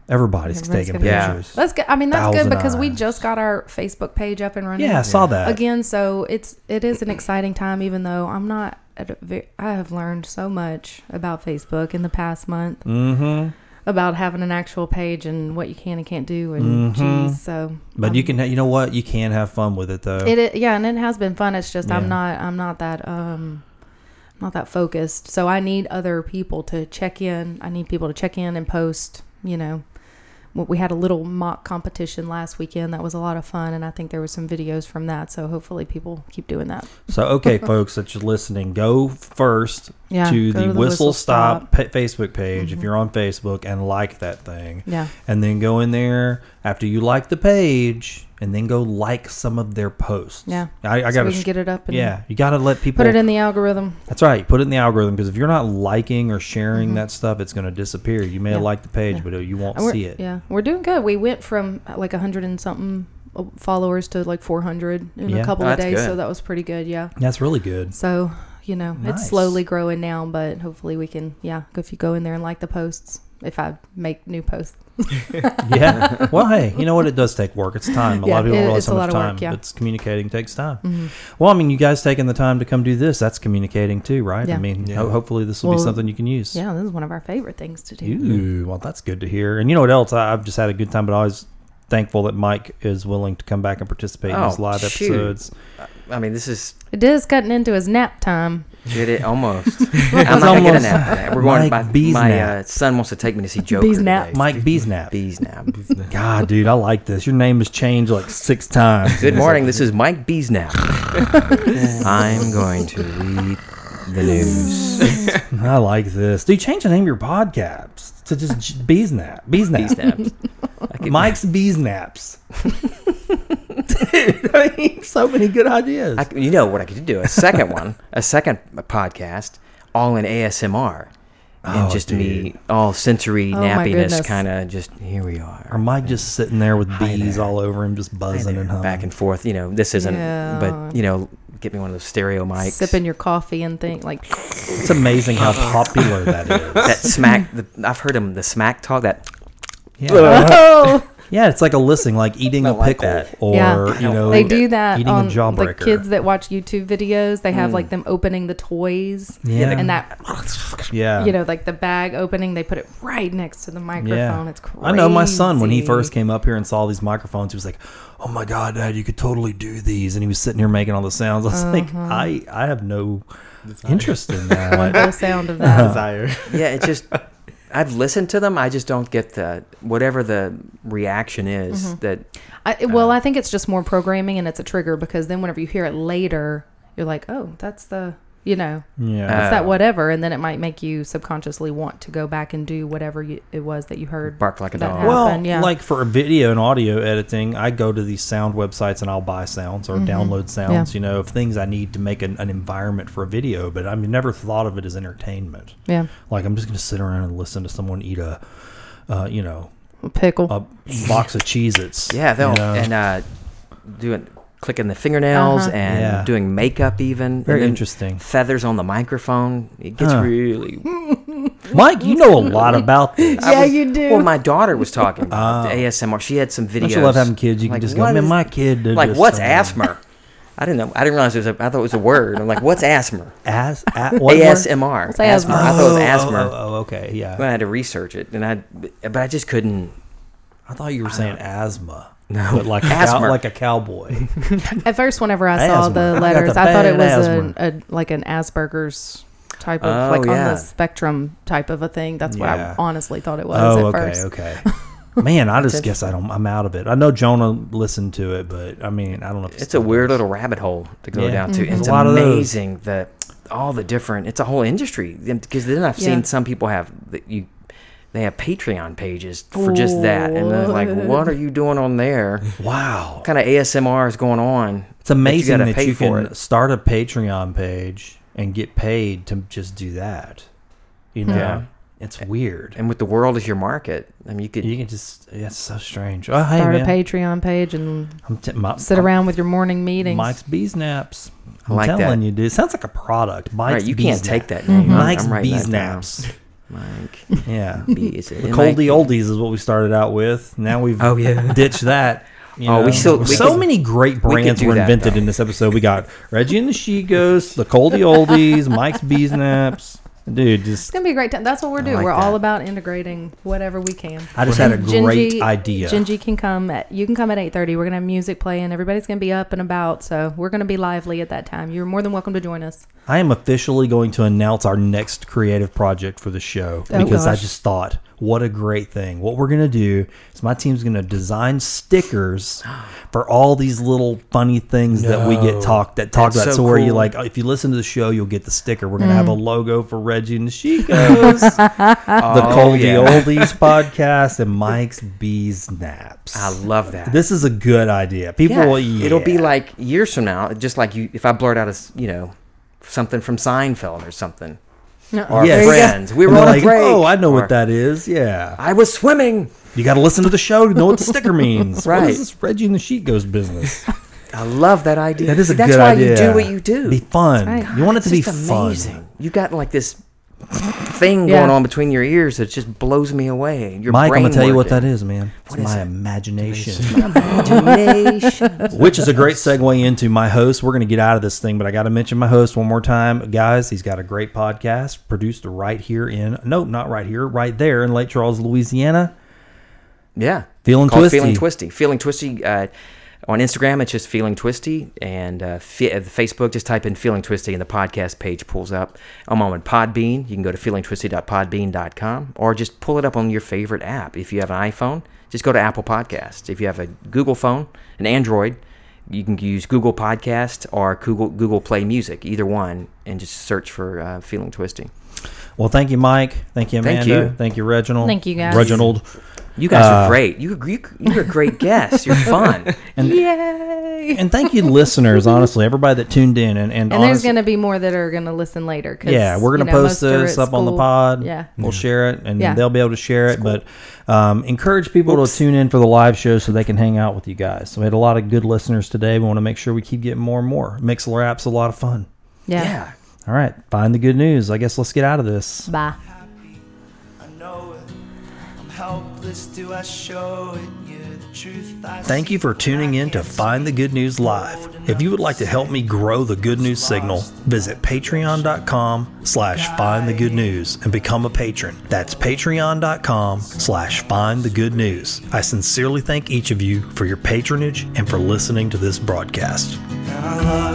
Speaker 2: Everybody's taking
Speaker 5: gonna
Speaker 3: be-
Speaker 2: pictures.
Speaker 5: Let's go. I mean, that's good
Speaker 2: Thousand
Speaker 5: because we
Speaker 2: eyes.
Speaker 5: just got our Facebook page up and running.
Speaker 2: Yeah, I saw that.
Speaker 5: Again, so it's it is an exciting time, even though I'm not. At a ve- I have learned so much about Facebook in the past month. Mm-hmm. About having an actual page and what you can and can't do, and geez, so.
Speaker 2: Mm-hmm. But you can, you know what? You can have fun with it though.
Speaker 5: um, It i- yeah, and it has been fun. It's just
Speaker 2: Yeah.
Speaker 5: I'm not I'm not that um not that focused. So I need other people to check in. I need people to check in and post, you know. What we had a little mock competition last weekend that was a lot of fun and I think there was some videos from that. So hopefully people keep doing that.
Speaker 2: So, okay, folks that you're listening, go first
Speaker 5: Yeah,
Speaker 2: to
Speaker 5: go
Speaker 2: the,
Speaker 5: to
Speaker 2: Whistle, Stop, pa- Facebook page if you're on Facebook and like that thing.
Speaker 5: Mm-hmm. Yeah.
Speaker 2: And then go in there after you like the page and then go like some of their posts.
Speaker 5: Yeah.
Speaker 2: I, I
Speaker 5: So
Speaker 2: got
Speaker 5: we can get it up and
Speaker 2: Yeah. You got to let people
Speaker 5: Put it in the algorithm.
Speaker 2: That's right. Put it in the algorithm because if you're not liking or sharing that stuff, it's going to disappear. You may
Speaker 5: Mm-hmm. Yeah.
Speaker 2: like the page, but you won't
Speaker 5: And we're-
Speaker 2: see it.
Speaker 5: Yeah. We're doing good. We went from uh, like 100 and something uh, followers to like 400 in
Speaker 2: Yeah.
Speaker 5: a couple
Speaker 3: Oh,
Speaker 5: of
Speaker 3: that's
Speaker 5: days,
Speaker 3: good.
Speaker 5: so that was pretty good, yeah.
Speaker 2: That's really good.
Speaker 5: So, you know,
Speaker 2: Nice.
Speaker 5: it's slowly growing now, but hopefully we can, yeah, if you go in there and like the posts, if I make new posts.
Speaker 2: yeah. Well, hey, you know what? It does take work. It's time. A
Speaker 5: Yeah,
Speaker 2: lot of people
Speaker 5: it-
Speaker 2: don't realize
Speaker 5: it's
Speaker 2: how
Speaker 5: a
Speaker 2: much
Speaker 5: lot of
Speaker 2: time.
Speaker 5: work, yeah. Mm-hmm.
Speaker 2: It's communicating takes time. Well, I mean, you guys taking the time to come do this, that's communicating too, right? I
Speaker 5: Yeah.
Speaker 2: mean, ho- hopefully this will be
Speaker 5: Well,
Speaker 2: something you can use.
Speaker 5: Yeah, this is one of our favorite things to do.
Speaker 2: Ooh, well, that's good to hear. And you know what else? I, I've just had a good time, but I was thankful that Mike is willing to come back and participate in these
Speaker 3: Oh,
Speaker 2: live
Speaker 3: shoot.
Speaker 2: episodes.
Speaker 3: I mean, this is
Speaker 5: It is cutting into his nap time.
Speaker 3: did it almost. I'm not gonna get a nap for that. We're going.
Speaker 2: Mike
Speaker 3: my
Speaker 2: Bee's
Speaker 3: my
Speaker 2: nap.
Speaker 3: uh, son wants to take me to see Joker.
Speaker 5: Bee's nap.
Speaker 3: today.
Speaker 2: Mike Beesnap.
Speaker 3: Bee's nap.
Speaker 2: God, dude, I like this. Your name has changed like six times.
Speaker 3: Good morning. This is Mike Bee's nap. I'm going to read the news.
Speaker 2: I like this. Dude, change the name of your podcast to just J- Beesnap. Beesnap.
Speaker 3: Snaps.
Speaker 2: Mike's bees naps. Dude, I mean, so many good ideas.
Speaker 3: I c- you know what I could do? A second one, a second podcast, all in ASMR, and
Speaker 2: Oh,
Speaker 3: just me
Speaker 2: dude.
Speaker 3: all sensory
Speaker 5: Oh, my
Speaker 3: nappiness,
Speaker 5: goodness.
Speaker 3: kind of just here we
Speaker 2: or
Speaker 3: are,
Speaker 2: Mike just sitting there with bees
Speaker 3: there.
Speaker 2: all over him, just buzzing and humming.
Speaker 3: back and forth. You know, this isn't,
Speaker 5: Yeah.
Speaker 3: but you know, get me one of those stereo mics.
Speaker 5: Sipping your coffee and think like,
Speaker 2: it's amazing how popular that is.
Speaker 3: Uh-huh. that smack. The, I've heard him the smack talk. That
Speaker 2: Yeah,
Speaker 5: oh,
Speaker 2: yeah it's like a listening, like eating a
Speaker 3: Don't like
Speaker 2: pickle,
Speaker 3: that.
Speaker 2: or
Speaker 5: Yeah.
Speaker 2: you know,
Speaker 5: they do that
Speaker 2: eating
Speaker 5: on
Speaker 2: a
Speaker 5: the
Speaker 2: jawbreaker.
Speaker 5: kids that watch YouTube videos. They have like them opening the toys
Speaker 2: Yeah.
Speaker 5: and that,
Speaker 2: yeah,
Speaker 5: you know, like the bag opening. They put it right next to the microphone. It's crazy.
Speaker 2: I know my son when he first came up here and saw these microphones, he was like, "Oh my god, Dad, you could totally do these!" And he was sitting here making all the sounds. I was like,
Speaker 5: Uh-huh.
Speaker 2: "I, I have no interest in that."
Speaker 5: The sound of that.
Speaker 6: Desire.
Speaker 3: yeah, it just. I've listened to them. I just don't get the whatever the reaction is
Speaker 5: Mm-hmm.
Speaker 3: that
Speaker 5: I, well, I think it's just more programming and it's a trigger because then whenever you hear it later, you're like, oh, that's the, you know,
Speaker 2: yeah,
Speaker 5: that's that whatever. And then it might make you subconsciously want to go back and do whatever you, it was that you heard.
Speaker 3: bark like a
Speaker 5: That
Speaker 3: dog.
Speaker 5: happened.
Speaker 2: Well,
Speaker 5: yeah.
Speaker 2: like for video and audio editing, I go to these sound websites and I'll buy sounds
Speaker 5: Mm-hmm.
Speaker 2: or download sounds, you know, of things I need to make an, an environment for a video, but I've never thought of it as entertainment.
Speaker 5: Yeah.
Speaker 2: Like I'm just going to sit around and listen to someone eat a, uh, you know,
Speaker 5: Pickle.
Speaker 2: a box of Cheez-Its.
Speaker 3: Yeah,
Speaker 2: you
Speaker 3: though,
Speaker 2: know?
Speaker 3: and uh, doing clicking the fingernails
Speaker 5: Uh-huh.
Speaker 3: and
Speaker 2: Yeah.
Speaker 3: doing makeup, even
Speaker 2: Very
Speaker 3: and then
Speaker 2: interesting.
Speaker 3: Feathers on the microphone. It gets
Speaker 2: Huh.
Speaker 3: really.
Speaker 2: Mike, you know a lot about this.
Speaker 5: yeah, you do.
Speaker 3: Well, my daughter was talking about the ASMR. She had some videos.
Speaker 2: Oh. Don't you love having kids? You can just go,
Speaker 3: what
Speaker 2: "Man,
Speaker 3: is-
Speaker 2: my kid did
Speaker 3: Like
Speaker 2: this
Speaker 3: what's
Speaker 2: thing."
Speaker 3: asthma? I didn't know. I didn't realize it was. A, I thought it was a word. I'm like, what's asthma?
Speaker 2: As, a- what word?
Speaker 3: ASMR.
Speaker 5: What's asthma?
Speaker 3: I thought it was
Speaker 2: Oh,
Speaker 3: asthma.
Speaker 2: oh, okay, yeah.
Speaker 3: Then I had to research it, and I, but I just couldn't.
Speaker 2: I thought you were saying asthma. No, but like a
Speaker 3: Asthma.
Speaker 2: cow, like a cowboy.
Speaker 5: At first, whenever I saw
Speaker 2: Asthma. I
Speaker 5: the
Speaker 2: got
Speaker 5: letters,
Speaker 2: the
Speaker 5: I thought it
Speaker 2: bad
Speaker 5: was
Speaker 2: asthma.
Speaker 5: an, a, like an Asperger's type of,
Speaker 3: Oh,
Speaker 5: like on
Speaker 3: yeah.
Speaker 5: the spectrum type of a thing. That's what
Speaker 2: Yeah.
Speaker 5: I honestly thought it was
Speaker 2: Oh,
Speaker 5: at
Speaker 2: okay,
Speaker 5: first.
Speaker 2: okay. Man, I just guess I don't. I'm out of it. I know Jonah listened to it, but I mean, I don't know. If he
Speaker 3: It's a
Speaker 2: still
Speaker 3: weird
Speaker 2: does.
Speaker 3: little rabbit hole to go
Speaker 2: Yeah.
Speaker 3: down to.
Speaker 2: Mhm. There's
Speaker 3: It's
Speaker 2: a lot of those.
Speaker 3: amazing the all the different. It's a whole industry because then I've
Speaker 5: Yeah.
Speaker 3: seen some people have that you they have Patreon pages for just that, and they're like, "What are you doing on there? What
Speaker 2: Wow,
Speaker 3: kind of ASMR is going on?"
Speaker 2: it's amazing
Speaker 3: gotta
Speaker 2: that you,
Speaker 3: pay for
Speaker 2: can
Speaker 3: it.
Speaker 2: start a Patreon page and get paid to just do that. You know,
Speaker 3: Yeah.
Speaker 2: it's weird.
Speaker 3: And with the world as your market, I mean, you could.
Speaker 2: You can just. Yeah, it's so strange. Oh, hey
Speaker 5: Start
Speaker 2: man, Oh.
Speaker 5: a Patreon page and
Speaker 2: I'm t- my,
Speaker 5: sit around with your morning meetings.
Speaker 2: Mike's Bees Naps. I'm
Speaker 3: like that.
Speaker 2: telling you, dude. It sounds like a product. Mike's
Speaker 3: right, you
Speaker 2: Bees
Speaker 3: can't take
Speaker 2: Naps.
Speaker 3: that name. I'm-
Speaker 2: Mike's
Speaker 3: I'm writing
Speaker 2: Bees
Speaker 3: that down.
Speaker 2: Naps.
Speaker 3: Mike.
Speaker 2: Yeah.
Speaker 3: B is it?
Speaker 2: The coldy oldies is what we started out with. Now we've
Speaker 3: Oh, yeah.
Speaker 2: ditched that. you
Speaker 3: Oh, we still- we
Speaker 2: so
Speaker 3: could-
Speaker 2: many great brands
Speaker 3: do
Speaker 2: were
Speaker 3: that,
Speaker 2: invented
Speaker 3: though.
Speaker 2: in this episode. We got Reggie and the She Ghosts, the Coldy Oldies, Mike's Bees Naps. Dude, just
Speaker 5: It's gonna be a great time. That's what we're doing.
Speaker 3: like
Speaker 5: we're
Speaker 3: that.
Speaker 5: all about integrating whatever we can.
Speaker 2: I just had a great
Speaker 5: Gingy-
Speaker 2: idea.
Speaker 5: Gingy can come. At, you can come at eight thirty. We're gonna have music playing. Everybody's gonna be up and about. So we're gonna be lively at that time. You're more than welcome to join us.
Speaker 2: I am officially going to announce our next creative project for the show
Speaker 5: Oh,
Speaker 2: because I
Speaker 5: gosh.
Speaker 2: just thought, what a great thing. What we're going to do is my team's going to design stickers for all these little funny things that we get talked that talked
Speaker 3: That's
Speaker 2: about. So,
Speaker 3: so
Speaker 2: where you
Speaker 3: cool.
Speaker 2: like,
Speaker 3: Mm.
Speaker 2: if you listen to the show, you'll get the sticker. We're going to have a logo for Reggie and the Chicos, the Coldy
Speaker 3: Oh, yeah.
Speaker 2: Oldies podcast, and Mike's Bees Naps.
Speaker 3: I love that.
Speaker 2: This is a good idea. People,
Speaker 3: Yeah,
Speaker 2: will
Speaker 3: It'll be
Speaker 2: yeah.
Speaker 3: like years from now, just like you. If I blurt out a, s- you know, something from Seinfeld or something. Our
Speaker 2: Yes.
Speaker 3: friends. We
Speaker 2: And
Speaker 3: were
Speaker 2: they're
Speaker 3: on
Speaker 2: like,
Speaker 3: a break.
Speaker 2: oh, I know
Speaker 3: Or,
Speaker 2: what that is. Yeah.
Speaker 3: I was swimming.
Speaker 2: You got to listen to the show to know what the sticker means. What
Speaker 3: Right.
Speaker 2: is this Reggie and the Sheet Goes business?
Speaker 3: I love that idea.
Speaker 2: That is a
Speaker 3: That's
Speaker 2: good
Speaker 3: why
Speaker 2: idea.
Speaker 3: you do what you do.
Speaker 2: Be fun.
Speaker 5: That's right.
Speaker 2: You want it to be
Speaker 3: It's just
Speaker 2: fun.
Speaker 3: amazing. You got like this thing
Speaker 5: Yeah.
Speaker 3: going on between your ears that just blows me away. Your
Speaker 2: Mike, I'm
Speaker 3: brain
Speaker 2: gonna tell you what that
Speaker 3: working.
Speaker 2: is, man. It's
Speaker 3: is
Speaker 2: my
Speaker 3: it?
Speaker 2: imagination,
Speaker 3: Imagination.
Speaker 2: which is a great segue into my host. We're gonna get out of this thing, but I gotta mention my host one more time, guys. He's got a great podcast produced right here in nope, not right here, right there in Lake Charles, Louisiana.
Speaker 3: yeah.
Speaker 2: Feeling
Speaker 3: Called
Speaker 2: twisty.
Speaker 3: Feeling twisty. Feeling twisty. Uh, on Instagram, it's just feeling twisty, and uh, fe- uh, Facebook, just type in feeling twisty, and the podcast page pulls up. I'm on Podbean. You can go to feelingtwisty.podbean.com, or just pull it up on your favorite app. If you have an iPhone, just go to Apple Podcasts. If you have a Google phone, an Android, you can use Google Podcast or Google Google Play Music, either one, and just search for uh, feeling twisty.
Speaker 2: Well, thank you, Mike. Thank you, Amanda.
Speaker 3: Thank
Speaker 2: Thank you,
Speaker 3: you.
Speaker 2: Reginald.
Speaker 5: Thank you, guys.
Speaker 2: Reginald.
Speaker 3: You guys
Speaker 2: Uh,
Speaker 3: are great. You, you you're a great guest. You're fun.
Speaker 5: Yay!
Speaker 2: And thank you, listeners. Honestly, everybody that tuned in, and and,
Speaker 5: And there's
Speaker 2: honestly-
Speaker 5: gonna be more that are gonna listen later. 'cause,
Speaker 2: Yeah, we're
Speaker 5: you
Speaker 2: gonna
Speaker 5: know,
Speaker 2: post
Speaker 5: most are
Speaker 2: this
Speaker 5: at
Speaker 2: up on the
Speaker 5: school.
Speaker 2: pod.
Speaker 5: Yeah.
Speaker 2: we'll share it, and
Speaker 5: Yeah.
Speaker 2: they'll be able to share it. But um, encourage people to tune in for the live show so they can hang out with you guys. So we had a lot of good listeners today. We want to make sure we keep getting more and more. Mixler app's a lot of fun.
Speaker 5: Yeah.
Speaker 3: Yeah.
Speaker 2: All right, find the good news. I guess let's get out of this.
Speaker 5: Bye.
Speaker 4: I know it. I'm helpless. Do I show it? You're the truth. I
Speaker 2: Thank you for tuning in to Find the Good News Live. If you would like to help me grow the good news signal, visit patreon.com slash find the good news and become a patron. That's patreon.com slash find the good news. I sincerely thank each of you for your patronage and for listening to this broadcast.
Speaker 4: And I love